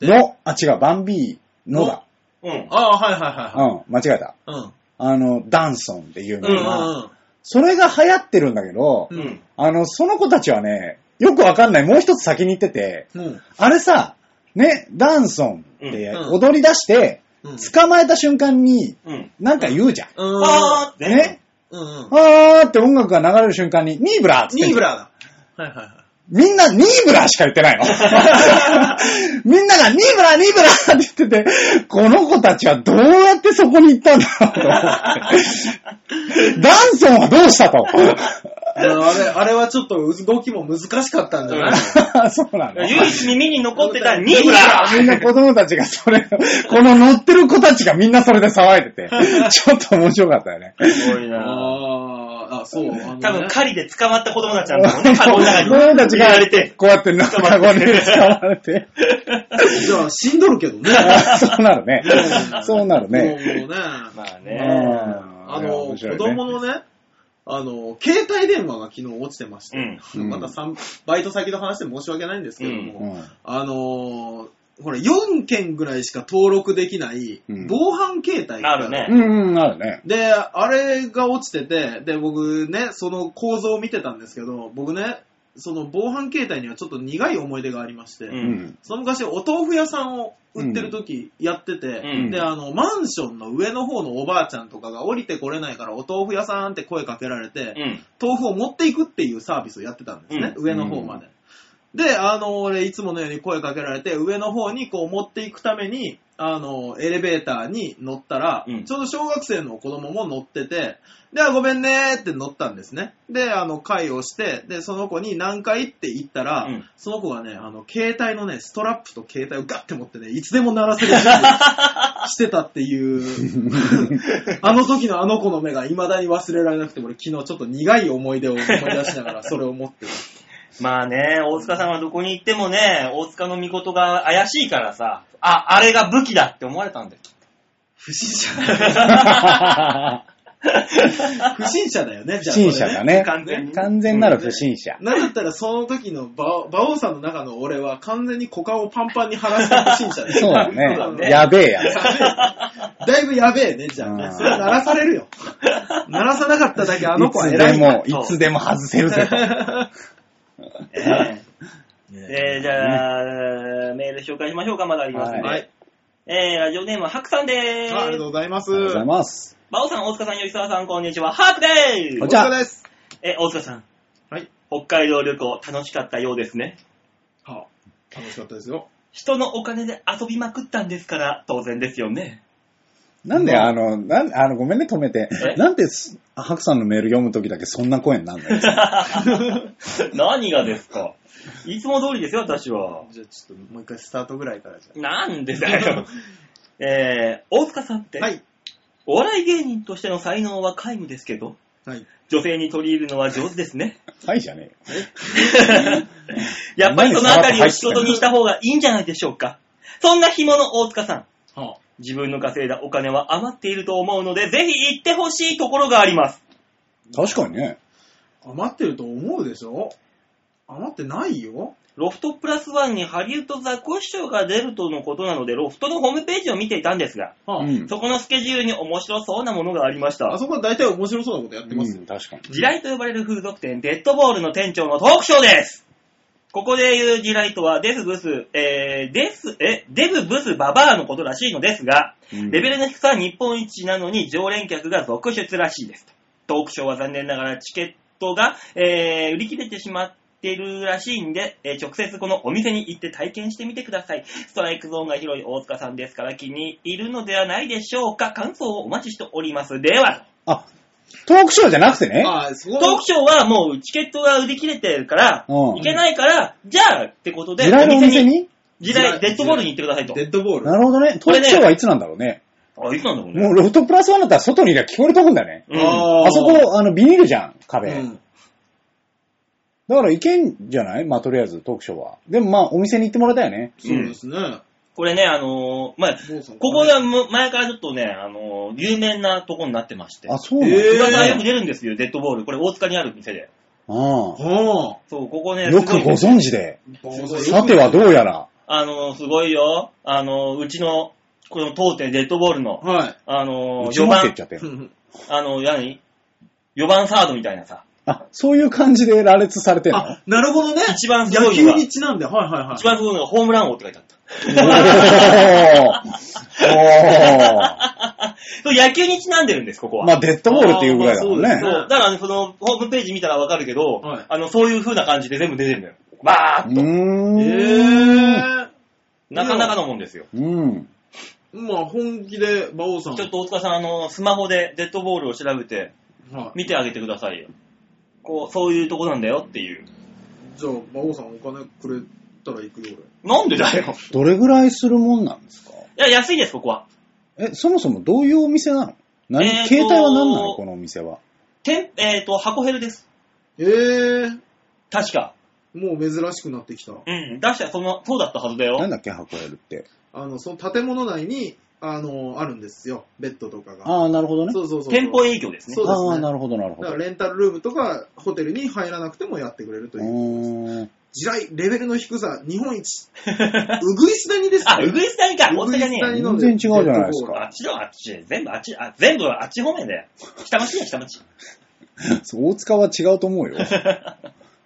Speaker 3: で
Speaker 1: の、あ、違う、バンビーのだ。
Speaker 2: うん。
Speaker 3: ああ、はいはいは
Speaker 1: うん、間違えた。
Speaker 3: いはい。
Speaker 1: あの、ダンソンっていうの
Speaker 3: うん。う
Speaker 1: が、
Speaker 3: ん
Speaker 1: それが流行ってるんだけど、
Speaker 3: う
Speaker 2: うんん。
Speaker 1: あの、その子たちはね、よくわかんない、もう一つ先に行ってて、
Speaker 3: うん。うん
Speaker 1: あれさ、ね、ダンソンって
Speaker 3: うん
Speaker 1: 踊り出して、
Speaker 3: うん。
Speaker 1: 捕まえた瞬間に、
Speaker 2: うん。
Speaker 1: なんか言うじゃん。
Speaker 3: うん
Speaker 2: あーって
Speaker 1: ね
Speaker 2: ね。
Speaker 3: うんうん。
Speaker 1: あーって音楽が流れる瞬間に、ニーブラーっつって
Speaker 3: ニー
Speaker 1: んじゃん
Speaker 3: ブラだ。はいはいはい。
Speaker 1: みんなニーブラーしか言ってない の。みんながニーブラー、ニーブラーって言ってて、この子たちはどうやってそこに行ったんだ ろうと思って。ダンソンはどうしたと。
Speaker 3: あのあれ、あれはちょっと動きも難しかったんじゃない
Speaker 1: そうなの。
Speaker 2: 唯一耳に残って たニーブラ
Speaker 1: みんな子供たちがそれ、この乗ってる子たちがみんなそれで騒いでて、ちょっと面白かったよね。
Speaker 2: すごいぁ
Speaker 3: ああ、あ、そう。 あのね
Speaker 2: 多分狩りで捕まった子供たちなんだろうね、カゴの中に。
Speaker 1: 子供たちが
Speaker 2: 入れられて。
Speaker 1: こうやってなんかこうね、捕まれて。
Speaker 3: じゃあ、死んどるけどね。
Speaker 1: そうなるね。そうなる
Speaker 3: も
Speaker 1: ね。
Speaker 3: う ね。
Speaker 2: まあね。
Speaker 1: あ
Speaker 3: あの、子供のね、あの、携帯電話が昨日落ちてまして、
Speaker 1: うん
Speaker 3: また三バイト先の話で申し訳ないんですけども、
Speaker 1: うん
Speaker 3: あのー、ほら、4件ぐらいしか登録できない
Speaker 1: うん
Speaker 3: 防犯携帯が
Speaker 2: あるね
Speaker 1: うんうん、あるね。
Speaker 3: で、あれが落ちてて、で、僕ね、その構造を見てたんですけど、僕ね、その防犯携帯にはちょっと苦い思い出がありまして、
Speaker 2: う
Speaker 1: うんん。
Speaker 3: その昔お豆腐屋さんを売ってる時やってて、
Speaker 2: うん
Speaker 3: で、あの、マンションの上の方のおばあちゃんとかが降りてこれないからお豆腐屋さんって声かけられて、
Speaker 2: うん。
Speaker 3: 豆腐を持っていくっていうサービスをやってたんですね、
Speaker 2: う
Speaker 3: 上の方まで。で、あの、俺いつものように声かけられて、上の方にこう持っていくために、あの、エレベーターに乗ったら、
Speaker 2: うん
Speaker 3: ちょうど小学生の子供も乗ってて、で、あごめんねーって乗ったんですね。で、あの、会をして、で、その子に何回って言ったら、
Speaker 2: うん
Speaker 3: その子がね、あの、携帯のね、ストラップと携帯をガッて持ってね、いつでも鳴らせる 準備をしてたっていう、 あの時のあの子の目が未だに忘れられなくて、俺昨日ちょっと苦い思い出を思い出しながら、それを持ってる。
Speaker 2: まあね、大塚さんはどこに行ってもね、大塚の御事が怪しいからさ、あ、あれが武器だって思われたんだよ。
Speaker 3: 不審者。不審者だよね、
Speaker 1: 不
Speaker 3: じゃあ。
Speaker 1: 審者だね。
Speaker 2: 完全に。
Speaker 1: 完全なる不審者。
Speaker 3: なんだったらその時の馬馬王さんの中の俺は完全に股間をパンパンに張らした不審者だよ
Speaker 1: そうだ
Speaker 2: そうだ
Speaker 1: ね。
Speaker 2: ね
Speaker 1: やべえやつ。
Speaker 3: だいぶやべえね、じゃあね
Speaker 1: うん
Speaker 3: それ鳴らされるよ。鳴らさなかっただけあの
Speaker 1: い
Speaker 3: 子は
Speaker 1: つ
Speaker 3: 偉い。
Speaker 1: でも、いつでも外せるぜと。
Speaker 2: えー
Speaker 3: ね
Speaker 2: えーじゃあ、メール紹介しましょうか、まだありますんで。
Speaker 3: はい。
Speaker 2: えー、ラジオネーム、ハクさんで
Speaker 3: ああ
Speaker 2: ー
Speaker 3: りがと
Speaker 2: す。
Speaker 3: うございます。
Speaker 1: ありがとうございます。
Speaker 2: バオさん、大塚さん、吉沢さん、こんにちは。ハクで
Speaker 1: こん
Speaker 2: ーす
Speaker 1: にちは
Speaker 3: お疲れです。
Speaker 2: え、大塚さん。
Speaker 3: はい。
Speaker 2: 北海道旅行、楽しかったようですね。
Speaker 3: はあ楽しかったですよ。
Speaker 2: 人のお金で遊びまくったんですから、当然ですよね。
Speaker 1: なんで、あの、なんあの、ごめんね、止めて
Speaker 2: え。
Speaker 1: なんで、すハクさんのメール読むときだけそんな声になるの
Speaker 2: 何がですかいつも通りですよ、私は。
Speaker 3: じゃあちょっともう一回スタートぐらいからじゃ
Speaker 2: なんでだよ。えー、大塚さんって、
Speaker 3: あ。はい。
Speaker 2: お笑い芸人としての才能は皆無ですけど、
Speaker 3: はい。
Speaker 2: 女性に取り入るのは上手ですね。
Speaker 1: はいじゃねえよ
Speaker 2: やっぱりそのあたりを仕事にした方がいいんじゃないでしょうか。そんな紐の大塚さん、
Speaker 3: は
Speaker 2: 自分の稼いだお金は余っていると思うので、ぜひ行ってほしいところがあります。
Speaker 1: 確かにね。
Speaker 3: あ、余ってると思うでしょ余ってないよ。
Speaker 2: ロフトプラスワンにハリウッドザコシショウが出るとのことなので、ロフトのホームページを見ていたんですが、
Speaker 3: はあ
Speaker 1: うん
Speaker 2: そこのスケジュールに面白そうなものがありまし
Speaker 3: あ
Speaker 2: た。
Speaker 3: そこは大体面白そうなことやって
Speaker 1: う
Speaker 3: ますよ。
Speaker 1: ん確かに。
Speaker 2: 地雷と呼ばれる風俗店、デッドボールの店長のトークショーです。ここで言う地雷とは、デフブス、えー、デス、え、デブブスババアのことらしいのですが、
Speaker 1: うん
Speaker 2: レベルの低さ日本一なのに常連客が続出らしいです。トークショーは残念ながらチケットが、えー売り切れてしまってるらしいんで、えー直接このお店に行って体験してみてください。ストライクゾーンが広い大塚さんですから気に入るのではないでしょうか。感想をお待ちしております。では、
Speaker 1: あ、トークショーじゃなくてね。
Speaker 3: ああ、そこ
Speaker 2: トークショーはもうチケットが売り切れてるから、
Speaker 1: うん
Speaker 2: 行けないから、じゃあってことで、
Speaker 1: 地雷のお店に
Speaker 2: 時代、デッドボールに行ってくださいと。
Speaker 3: デッドボール。
Speaker 1: なるほどね。
Speaker 2: こ
Speaker 1: ト
Speaker 2: れ
Speaker 1: ー
Speaker 2: ね
Speaker 1: クショーはいつなんだろうね。
Speaker 2: あ、いつなんだろうね。
Speaker 1: もうロフトプラスワンだったら外にいりゃ聞こえるとこんだよね。
Speaker 2: うん
Speaker 3: あー
Speaker 1: あそこ、あの、ビニールじゃん、壁。
Speaker 3: うん
Speaker 1: だからいけんじゃないまあ、とりあえず、トークショーは。でもまあ、お店に行ってもらったよね。
Speaker 3: そうですね。
Speaker 2: これね、あのーまあ、
Speaker 3: どうすんの
Speaker 2: ここがむ前からちょっとね、あのー有名なとこになってまして。
Speaker 1: あ、そうなの、
Speaker 3: えー
Speaker 2: 福田さんよく出るんですよ、デッドボール。これ大塚にある店で。
Speaker 1: あ
Speaker 3: は
Speaker 2: そう、ここ
Speaker 1: あ
Speaker 2: ね、
Speaker 1: よくご
Speaker 2: すごい
Speaker 1: 存知で。
Speaker 3: あ
Speaker 1: さてはどうやら。
Speaker 2: あのーすごいよ。あのーうちの、この当店デッドボールの、
Speaker 3: は
Speaker 2: あのー
Speaker 1: うち
Speaker 2: 4
Speaker 1: もって言
Speaker 2: 番
Speaker 1: っち、ゃって
Speaker 3: い。。
Speaker 2: あのー、何 ?4 番サードみたいなさ。
Speaker 1: あ、そういう感じで羅列されてんの
Speaker 3: あ、なるほどね。
Speaker 2: 一番す
Speaker 3: 野
Speaker 2: ごい
Speaker 3: 球
Speaker 2: のが、
Speaker 3: にちなんで、はいはいは
Speaker 2: 一番すごいのがホームラン王って書いてあった。
Speaker 1: おーお
Speaker 2: そう野球にちなんでるんです、ここ
Speaker 1: ー
Speaker 2: は。
Speaker 1: まあ、デッドボールっていうぐらいだもん
Speaker 3: あーまあ
Speaker 1: ね
Speaker 2: そ。うだからね、その、ホームページ見たらわかるけど、
Speaker 3: はい
Speaker 2: あの、そういう風な感じで全部出てるのよ。バー
Speaker 1: う
Speaker 2: ッと。
Speaker 1: ーん。
Speaker 3: い。え
Speaker 2: なかなかのもんですよ。
Speaker 1: うん。
Speaker 3: ー。まあ、本気で、馬王さん。
Speaker 2: ちょっと大塚さん、あの、スマホでデッドボールを調べて、
Speaker 3: はい。
Speaker 2: 見てあげてくださいよ。こう、そういうとこなんだよっていう。
Speaker 3: じゃあ、馬王さんお金くれたら行くよ、
Speaker 2: なんでだよ。
Speaker 1: どれぐらいするもんなんですか
Speaker 2: いや、安いです、ここは。
Speaker 1: え、そもそもどういうお店なの何、
Speaker 2: えーと
Speaker 1: 携帯は何なのこのお店は。
Speaker 2: てん、えっ、と、箱ヘルです。
Speaker 3: 俺。えー。
Speaker 2: 確か。
Speaker 3: もう珍しくなってきた。
Speaker 2: うん。出したらその、そうだったはずだ
Speaker 1: なん
Speaker 2: よ。
Speaker 1: だっけ、箱やるって。
Speaker 3: あの、その建物内に、あの、あるんですよ。ベッドとかが。
Speaker 1: ああ、なるほどね。
Speaker 3: そうそうそう。
Speaker 2: 店舗営業ですね
Speaker 3: そ。うですね
Speaker 1: ああ、なるほど、なるほ
Speaker 3: だか
Speaker 1: ど。
Speaker 3: らレンタルルームとかホテルに入らなくてもやってくれると
Speaker 1: う
Speaker 3: いう。
Speaker 1: ーん。
Speaker 3: 地雷、レベルの低さ、日本一。うぐいす谷ですね
Speaker 2: あ、ウグイス谷か大
Speaker 3: うぐ
Speaker 2: 塚
Speaker 3: い
Speaker 2: じゃ
Speaker 3: す
Speaker 2: ねえ
Speaker 3: 谷
Speaker 2: よ
Speaker 3: の
Speaker 1: 全然違うじゃないですか
Speaker 2: あっちだわ、あっち。全部あっち、あ、全部あっち方面だよ。下町だよ、下町。
Speaker 1: そう大塚は違うと思う よ。
Speaker 3: 大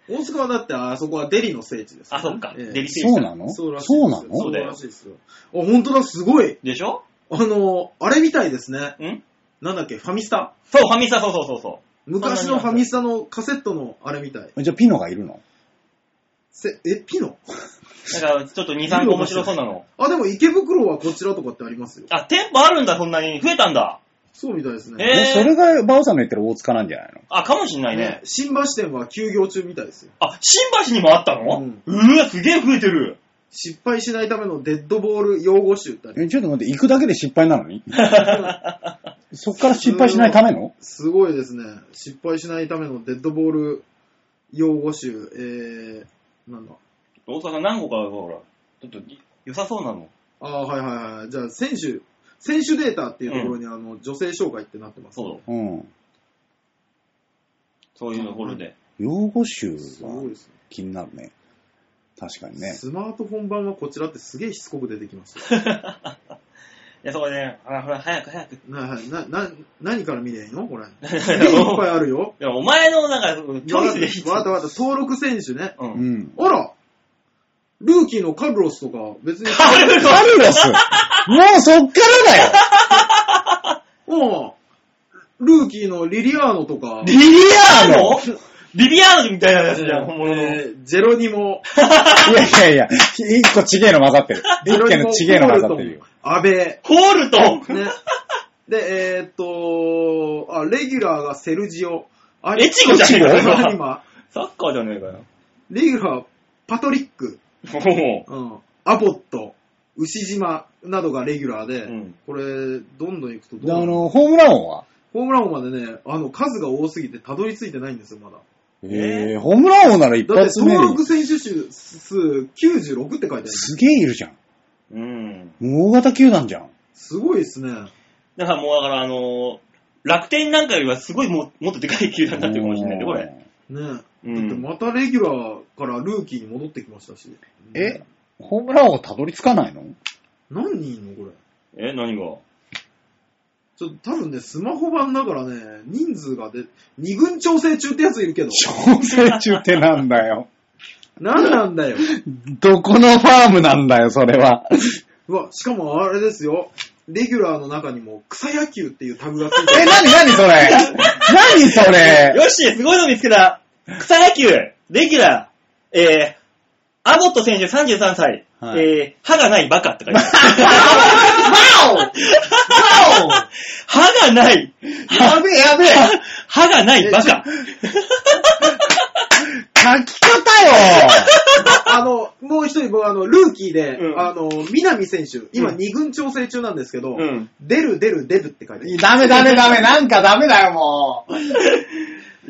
Speaker 3: 阪はだって、あそこはデリの聖地ですから
Speaker 2: あ、そっか。デリセリ
Speaker 1: そうなの
Speaker 3: そうらしいです
Speaker 1: そう
Speaker 3: よ
Speaker 1: なの
Speaker 2: そうだよ
Speaker 3: らしいですよ。あ、本当だ、すごい。
Speaker 2: でしょ
Speaker 3: あの、あれみたいですね。
Speaker 2: ん
Speaker 3: なんだっけ、ファミスタ。
Speaker 2: そう、ファミスタ、そうそうそうそ
Speaker 3: 昔のファミスタのカセットのあれみたい。
Speaker 1: じゃあ、ピノがいるの
Speaker 3: せえ、ピノ
Speaker 2: う。だから、ちょっと2、3個面白そうなの。
Speaker 3: あ、でも池袋はこちらとかってありますよ。
Speaker 2: あ、店舗あるんだ、そんなに。増えたんだ。
Speaker 3: そうみたいですね。
Speaker 1: え、
Speaker 2: え
Speaker 1: そ
Speaker 2: ー。
Speaker 1: れがバオさんの言ってる大塚なんじゃないの
Speaker 2: あ、かもしんない
Speaker 3: ね
Speaker 2: ね。
Speaker 3: 新橋店は休業中みたいですよ。
Speaker 2: あ、新橋にもあったの
Speaker 3: うん
Speaker 2: うわ、すげえ増えてる。
Speaker 3: 失敗しないためのデッドボール用語集ってあり
Speaker 1: え、ちょっと待って、行くだけで失敗なのにそっから失敗しないための
Speaker 3: すごいですね。失敗しないためのデッドボール用語集。えー、なんだ。
Speaker 2: 大阪何個か、ほら、ちょっと、良さそうなの。
Speaker 3: あーはいはいはい。じゃあ、選手、選手データっていうところに、あの、女性紹介ってなってます。
Speaker 2: そう。
Speaker 1: うん。
Speaker 2: そういうところで。
Speaker 1: 用語集
Speaker 3: す
Speaker 1: が
Speaker 3: ごいです
Speaker 1: 気になるね。確かに
Speaker 3: ね。
Speaker 1: ね。
Speaker 3: スマートフォン版はこちらってすげえしつこく出てき ました。
Speaker 2: いや、そこでね、ほら、ほら、早く早く。い
Speaker 3: な、な、な、何から見れんのこれ。 すげえいっぱい
Speaker 2: や
Speaker 3: あるよ。
Speaker 2: お前の、なんか、チョイスでいいって
Speaker 3: わかったわかった。登録選手ね。
Speaker 2: う。
Speaker 1: うんん。
Speaker 3: あらルーキーのカルロスとか、別に。
Speaker 2: カルロ
Speaker 1: カルロスもうそっからだよ
Speaker 3: うん。ルーキーのリリアーノとか、
Speaker 1: リリアーノ
Speaker 2: のリビアーノみたいなやつじゃん、本物の。
Speaker 3: えージェロ ニモ、
Speaker 1: いやいやいや、一個ちげえの混ざってる。
Speaker 3: ジェ
Speaker 1: 一
Speaker 3: ロニ
Speaker 1: 個
Speaker 3: モ
Speaker 1: のちげえの混ざってるよ。、
Speaker 3: アベ、
Speaker 2: ホールトン
Speaker 3: ね。で、えーっと、あ、レギュラーがセルジオ、ア
Speaker 2: エチゴじゃねえか
Speaker 3: エチゴアニマ、
Speaker 2: サッカーじゃねえかよ。
Speaker 3: レギュラー、パトリック、
Speaker 2: も
Speaker 3: うん、アボット、牛島などがレギュラーで、
Speaker 2: うん
Speaker 3: これ、どんどんいくとどん
Speaker 1: であ
Speaker 3: どん
Speaker 1: の、ホームラン王は
Speaker 3: ホームラン王までね、あの、数が多すぎてたどり着いてないんですよ、まだ。
Speaker 1: えー、ホームラン王なら一
Speaker 3: だって
Speaker 1: 発目
Speaker 3: 登
Speaker 1: に
Speaker 3: 録。選手数96って書いてある。
Speaker 1: すげえいるじゃん。
Speaker 2: う。うん。
Speaker 1: もう大型球団じゃん。
Speaker 3: すごいですね。
Speaker 2: だからもう、だからあのー楽天なんかよりはすごいももっとでかい球団になってるかもしれないね、これ。
Speaker 3: ねだって
Speaker 2: うん
Speaker 3: またレギュラーからルーキーに戻ってきましたし。
Speaker 1: えホームラン王たどり着かないの
Speaker 3: 何人いんのこれ。
Speaker 2: え、何が
Speaker 3: ちょっと多分ね、スマホ版だからね、人数がで、二軍調整中ってやついるけど、
Speaker 1: 調整中ってなんだよ。
Speaker 3: 何なんだよ。
Speaker 1: どこのファームなんだよ、それは。
Speaker 3: うわ、しかもあれですよ、レギュラーの中にも草野球っていうタグがついて
Speaker 1: え、
Speaker 3: る。
Speaker 1: なになにそれなにそれ
Speaker 2: よし、すごいの見つけた。草野球、レギュラー、えー、アボット選手33歳、
Speaker 1: はい
Speaker 2: えー、歯がないバカって書いてある。 歯がない、
Speaker 1: やべえやべえ
Speaker 2: 歯がない バカ。
Speaker 1: 書き方よ
Speaker 3: あの、もう一人、僕、あの、ルーキーで、
Speaker 2: うん
Speaker 3: あの、南選手、今
Speaker 2: うん
Speaker 3: 2軍調整中なんですけど、
Speaker 2: うん
Speaker 3: 出る出る出るって書いてある。
Speaker 1: ダメダメダメ、なんかダメだよ、もう。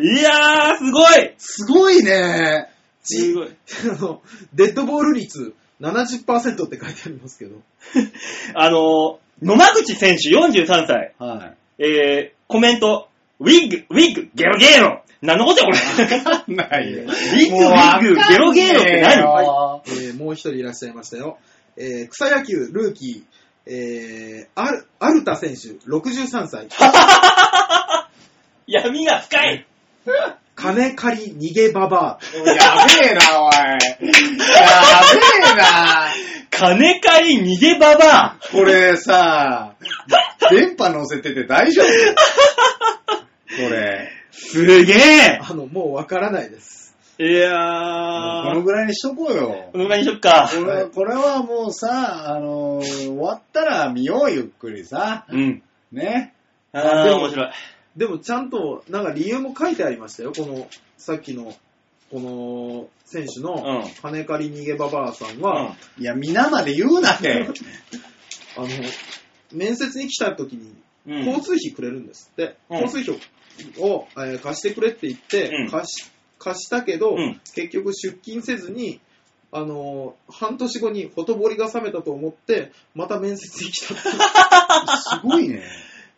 Speaker 2: いやー、すごい
Speaker 1: すごいね。
Speaker 2: すごい。
Speaker 3: あの、デッドボール率70%って書いてありますけど。
Speaker 2: あのー、野間口選手43歳、
Speaker 1: はい。
Speaker 2: えー、コメント、ウィッグ、ウィッグ、ゲロゲーロ。何のことやこれ。
Speaker 1: ないよ。
Speaker 2: ビッグビッグゲロゲロって何
Speaker 1: は
Speaker 3: えーもう一人いらっしゃいましたよ。えー草野球、ルーキー、えー、アル、アルタ選手、63歳。
Speaker 2: 闇が深い。
Speaker 3: 金借り逃げババ
Speaker 1: やべえな、おい。やべえな。
Speaker 2: 金借り逃げババ
Speaker 1: これさ、電波乗せてて大丈夫これ。
Speaker 2: すげえ
Speaker 3: ア。あの、もうわからないです。
Speaker 2: いや
Speaker 1: この
Speaker 2: ー、
Speaker 1: ぐらいにしとこうよ
Speaker 2: こ。のぐらいにしとくか。
Speaker 1: これこれはもうさ、あの終わったら見よう、ゆっくりさ。
Speaker 2: うん。
Speaker 1: ね。
Speaker 2: あ
Speaker 3: で
Speaker 2: ー、
Speaker 3: も
Speaker 2: 面白い。
Speaker 3: でもちゃんと、なんか理由も書いてありましたよ。この、さっきの、この選手
Speaker 2: う
Speaker 3: の
Speaker 2: ん、
Speaker 3: 金借り逃げババアさん
Speaker 2: うん
Speaker 3: は、
Speaker 1: いや、皆まで言うなって。
Speaker 3: あの、面接に来た時に、
Speaker 2: うん
Speaker 3: 交通費くれるんですって。
Speaker 2: うん
Speaker 3: 交通費を、えー貸してくれって言って、
Speaker 2: うん
Speaker 3: 貸し、貸したけ
Speaker 2: う
Speaker 3: ど、
Speaker 2: ん
Speaker 3: 結局出勤せずに、あのー半年後にほとぼりが冷めたと思って、また面接に来た って。
Speaker 1: すごいね。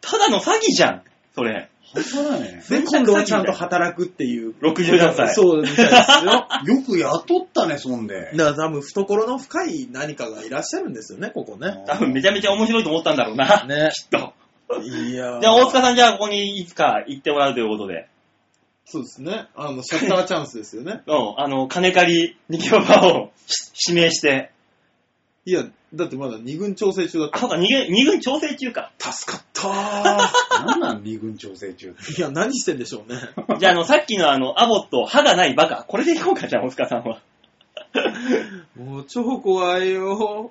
Speaker 2: ただの詐欺じゃん。それ。
Speaker 1: 本当だね。
Speaker 2: めっちゃ詐欺みたい
Speaker 3: をちゃんと働くっていう。
Speaker 2: 67歳。
Speaker 3: そうみたいです よ。
Speaker 1: よく雇ったね、そんで。
Speaker 3: だから多分懐の深い何かがいらっしゃるんですよね、ここね。
Speaker 2: 多分めちゃめちゃ面白いと思ったんだろうな。
Speaker 3: ね。
Speaker 2: きっと。
Speaker 3: いやー
Speaker 2: じゃあ、大塚さん、じゃあ、ここにいつか行ってもらうということで。
Speaker 3: そうですね。あの、シャッターチャンスですよね。
Speaker 2: うん、あの、金借り、逃げ場をし指名して。
Speaker 3: いや、だってまだ二軍調整中だっ
Speaker 2: あ、そうか、二軍二軍調整中 か。
Speaker 3: た。助かった
Speaker 1: なんなん、二軍調整中って。
Speaker 3: ー。いや、何してんでしょうね。
Speaker 2: じゃあ、あの、さっきのあの、アボット、歯がないバカ。これでいこうか、じゃあ、大塚さんは。
Speaker 3: もう超怖いよ。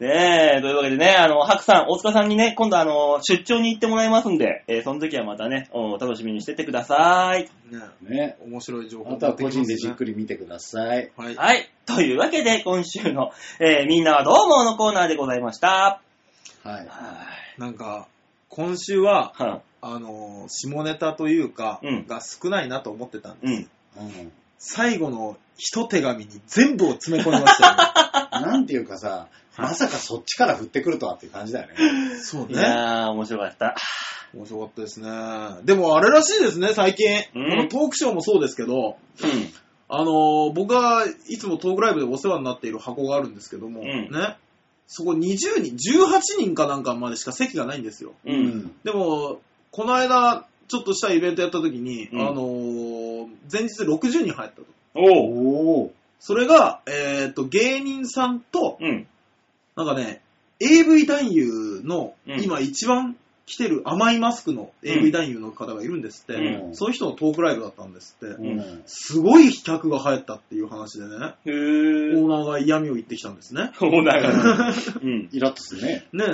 Speaker 2: ねえ、というわけでね、あの、白さん、大塚さんにね、今度あの、出張に行ってもらいますんで、えーその時はまたね、お楽しみにしててください。
Speaker 3: ね、
Speaker 1: ね。
Speaker 3: 面白い情報
Speaker 1: あとは個人でじっく
Speaker 3: り。
Speaker 1: り見てください。
Speaker 3: はい。
Speaker 2: はい。というわけで、今週の、えーみんなはどう思うのコーナーでございました。
Speaker 1: はい。
Speaker 2: はい
Speaker 3: なんか、今週は、
Speaker 2: は
Speaker 3: あのー、下ネタというか、
Speaker 2: うん
Speaker 3: が少ないなと思ってたんで、
Speaker 2: い。うん。
Speaker 1: うん。
Speaker 3: 最後の一手紙に全部を詰め込みました
Speaker 1: なんていうかさ、まさかそっちから振ってくるとはっていう感じだよね。
Speaker 3: ね。そう
Speaker 2: い
Speaker 3: ね。
Speaker 2: やー、面白かった。
Speaker 3: 面白かったですね。でもあれらしいですね、最近。
Speaker 2: うん
Speaker 3: このトークショーもそうですけど、
Speaker 2: うん。
Speaker 3: あのー僕がいつもトークライブでお世話になっている箱があるんですけども、
Speaker 2: うん
Speaker 3: ね、そこ20人、18人かなんかまでしか席がないんですよ。
Speaker 1: う
Speaker 2: うん。。
Speaker 3: でも、この間、ちょっとしたイベントやった時に、
Speaker 2: うん
Speaker 3: あのー前日60人入ったと。
Speaker 2: おう。
Speaker 1: おー。
Speaker 3: それが、えっ、と、芸人さんと、
Speaker 2: うん。
Speaker 3: なんかね、AV 男優の、
Speaker 2: うん
Speaker 3: 今一番来てる甘いマスクの AV 男優の方がいるんですって、
Speaker 2: うん
Speaker 3: その人のトークライブだったんですって、
Speaker 1: うん。
Speaker 3: すごい客が入ったっていう話でね、
Speaker 2: へ
Speaker 3: オ
Speaker 2: ー
Speaker 3: ー。ナーが嫌味を言ってきたんですね。
Speaker 2: オー ナーが。うん。
Speaker 1: イラッとするね。
Speaker 3: ねえ。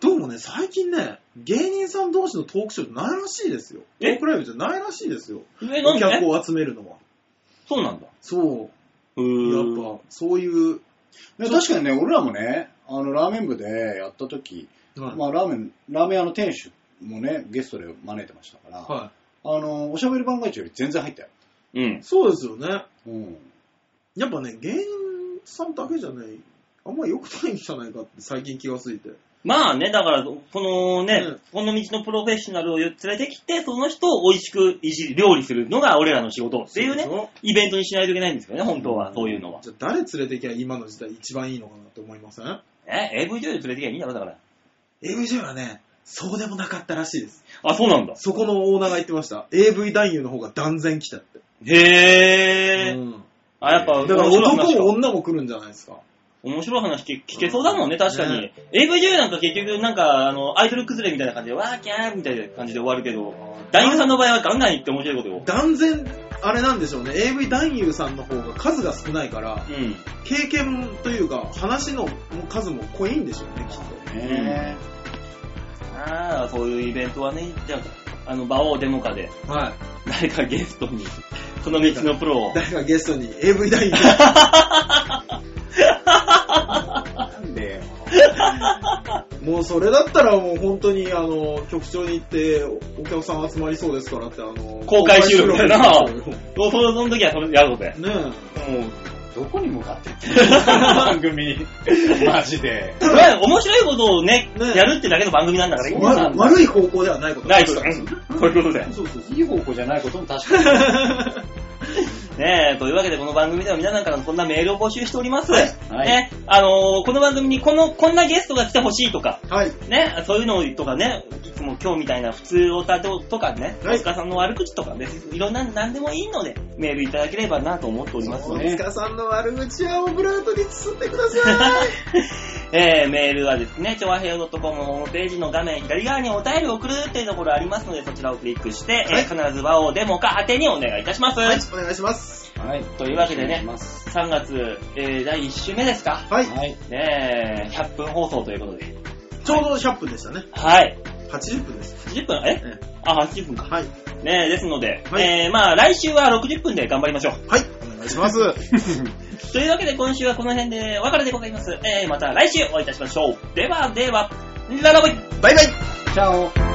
Speaker 3: どうもね、最近ね、芸人さん同士のトークショーじゃないらしいですよ。ト
Speaker 2: え
Speaker 3: ークライブじゃないらしいですよ。
Speaker 2: え、な
Speaker 3: お
Speaker 2: んで
Speaker 3: 客を集めるのは。
Speaker 2: そうなんだ。
Speaker 3: そう。
Speaker 2: う
Speaker 3: や
Speaker 2: ー
Speaker 3: っぱ、そういう、
Speaker 1: で確かにね、俺らもね、あの、ラーメン部でやった時、まあ、ラーメン、ラーメン屋の店主もね、ゲストで招いてましたから、
Speaker 3: は
Speaker 1: あの、おしゃべり番外地より全然入ったよ。
Speaker 2: うん
Speaker 3: い。。そうですよね。
Speaker 1: うん。
Speaker 3: やっぱね、芸人さんだけじゃない、あんま良くないんじゃないかって最近気がついて。
Speaker 2: まあね、だから、このね、
Speaker 3: うん
Speaker 2: この道のプロフェッショナルを連れてきて、その人を美味しくいじり料理するのが俺らの仕事っていうね
Speaker 3: そ、でしょ
Speaker 2: イベントにしないといけないんですよね、本当は、そういうのは。
Speaker 3: じゃあ誰連れてきゃ今の時代一番いいのかなって思いません
Speaker 2: え、AV 女優連れてきゃいいんだろ、だから。
Speaker 3: ?AV 女優はね、そうでもなかったらしいです。
Speaker 2: あ、そうなんだ。
Speaker 3: そこのオーナーが言ってました。AV 男優の方が断然来たって。
Speaker 2: へー。
Speaker 3: うん
Speaker 2: あ、やっぱ、
Speaker 3: だから
Speaker 2: 面白い話
Speaker 3: 男も
Speaker 2: か。
Speaker 3: 女も来るんじゃないですか。
Speaker 2: 面白い話聞聞けそうだもんね、確かに。AV 女優なんか結局、なんか、あの、アイドル崩れみたいな感じで、わーキャーみたいな感じで終わるけど、男優さんの場合はガンガン言って面白いことを。
Speaker 3: 断然、あれなんでしょうね。AV 男優さんの方が数が少ないから
Speaker 2: う、ん。
Speaker 3: 経験というか、話の数も濃いんでしょうね、きっと。
Speaker 1: ね
Speaker 2: ああ、そういうイベントはね、じゃあ、あの、場をデモ化で、
Speaker 3: はい。
Speaker 2: 誰かゲストに、その道のプロを。
Speaker 3: 誰かゲストに AV 男優。
Speaker 1: で
Speaker 3: もうそれだったらもう本当にあの局長に行っておお客さん集まりそうですからってあの
Speaker 2: 公開収録だな
Speaker 3: 公開収録
Speaker 2: もうその時はそれやろうぜ。
Speaker 3: ね
Speaker 2: もう、
Speaker 1: どこに向かってってる番 組。マジで。
Speaker 2: まあ面白いことをね、
Speaker 3: ね
Speaker 2: やるってだけの番組なんだから、
Speaker 3: え、
Speaker 1: そう
Speaker 2: 今
Speaker 1: な
Speaker 3: わ
Speaker 1: んだ
Speaker 3: 悪い方向ではないこと
Speaker 2: ない
Speaker 3: で
Speaker 2: と
Speaker 3: す
Speaker 2: か、
Speaker 3: か
Speaker 2: う
Speaker 3: ら
Speaker 2: んそういうことだよ。
Speaker 3: そうそうそう
Speaker 1: いい方向じゃないことも確かに。
Speaker 2: ねえ、というわけでこの番組では皆さんからのこんなメールを募集しております。
Speaker 1: はい
Speaker 2: ね、あのーこの番組にこの、こんなゲストが来てほしいとか、
Speaker 3: はい
Speaker 2: ね、そういうのとかね、いつも今日みたいな普通オタととかね、
Speaker 3: はい
Speaker 2: 大塚さんの悪口とかね、いろんな、なんでもいいので、メールいただければなと思っております
Speaker 1: そ
Speaker 2: の
Speaker 1: うね
Speaker 2: で、
Speaker 3: 大塚さんの悪口はオブラートに包んでくだ さい
Speaker 2: えー、メールはですね、ちょわへよ .com のホームページの画面左側にお便りを送るっていうところありますので、そちらをクリックして、えー必ず場をデモか宛てにお願いいたします。
Speaker 3: はいお願いします
Speaker 1: はい。
Speaker 2: というわけでね
Speaker 1: お願いします
Speaker 2: 3月、えー、第1週目ですか
Speaker 3: はい、
Speaker 1: はい。
Speaker 2: ねえ、100分放送ということで。
Speaker 3: ちょうど100分でしたね
Speaker 2: はい。
Speaker 3: 80分です
Speaker 2: 80分、え
Speaker 3: え
Speaker 2: あ、80分か。
Speaker 3: はい
Speaker 2: ねえ、ですので、
Speaker 3: はい
Speaker 2: えー、まあ来週は60分で頑張りましょう。
Speaker 3: はいお願いします
Speaker 2: というわけで今週はこの辺でお別れでございます。えー、また来週お会いいたしましょう。ではでは、ララバイ
Speaker 3: バイバイ
Speaker 1: チャオ。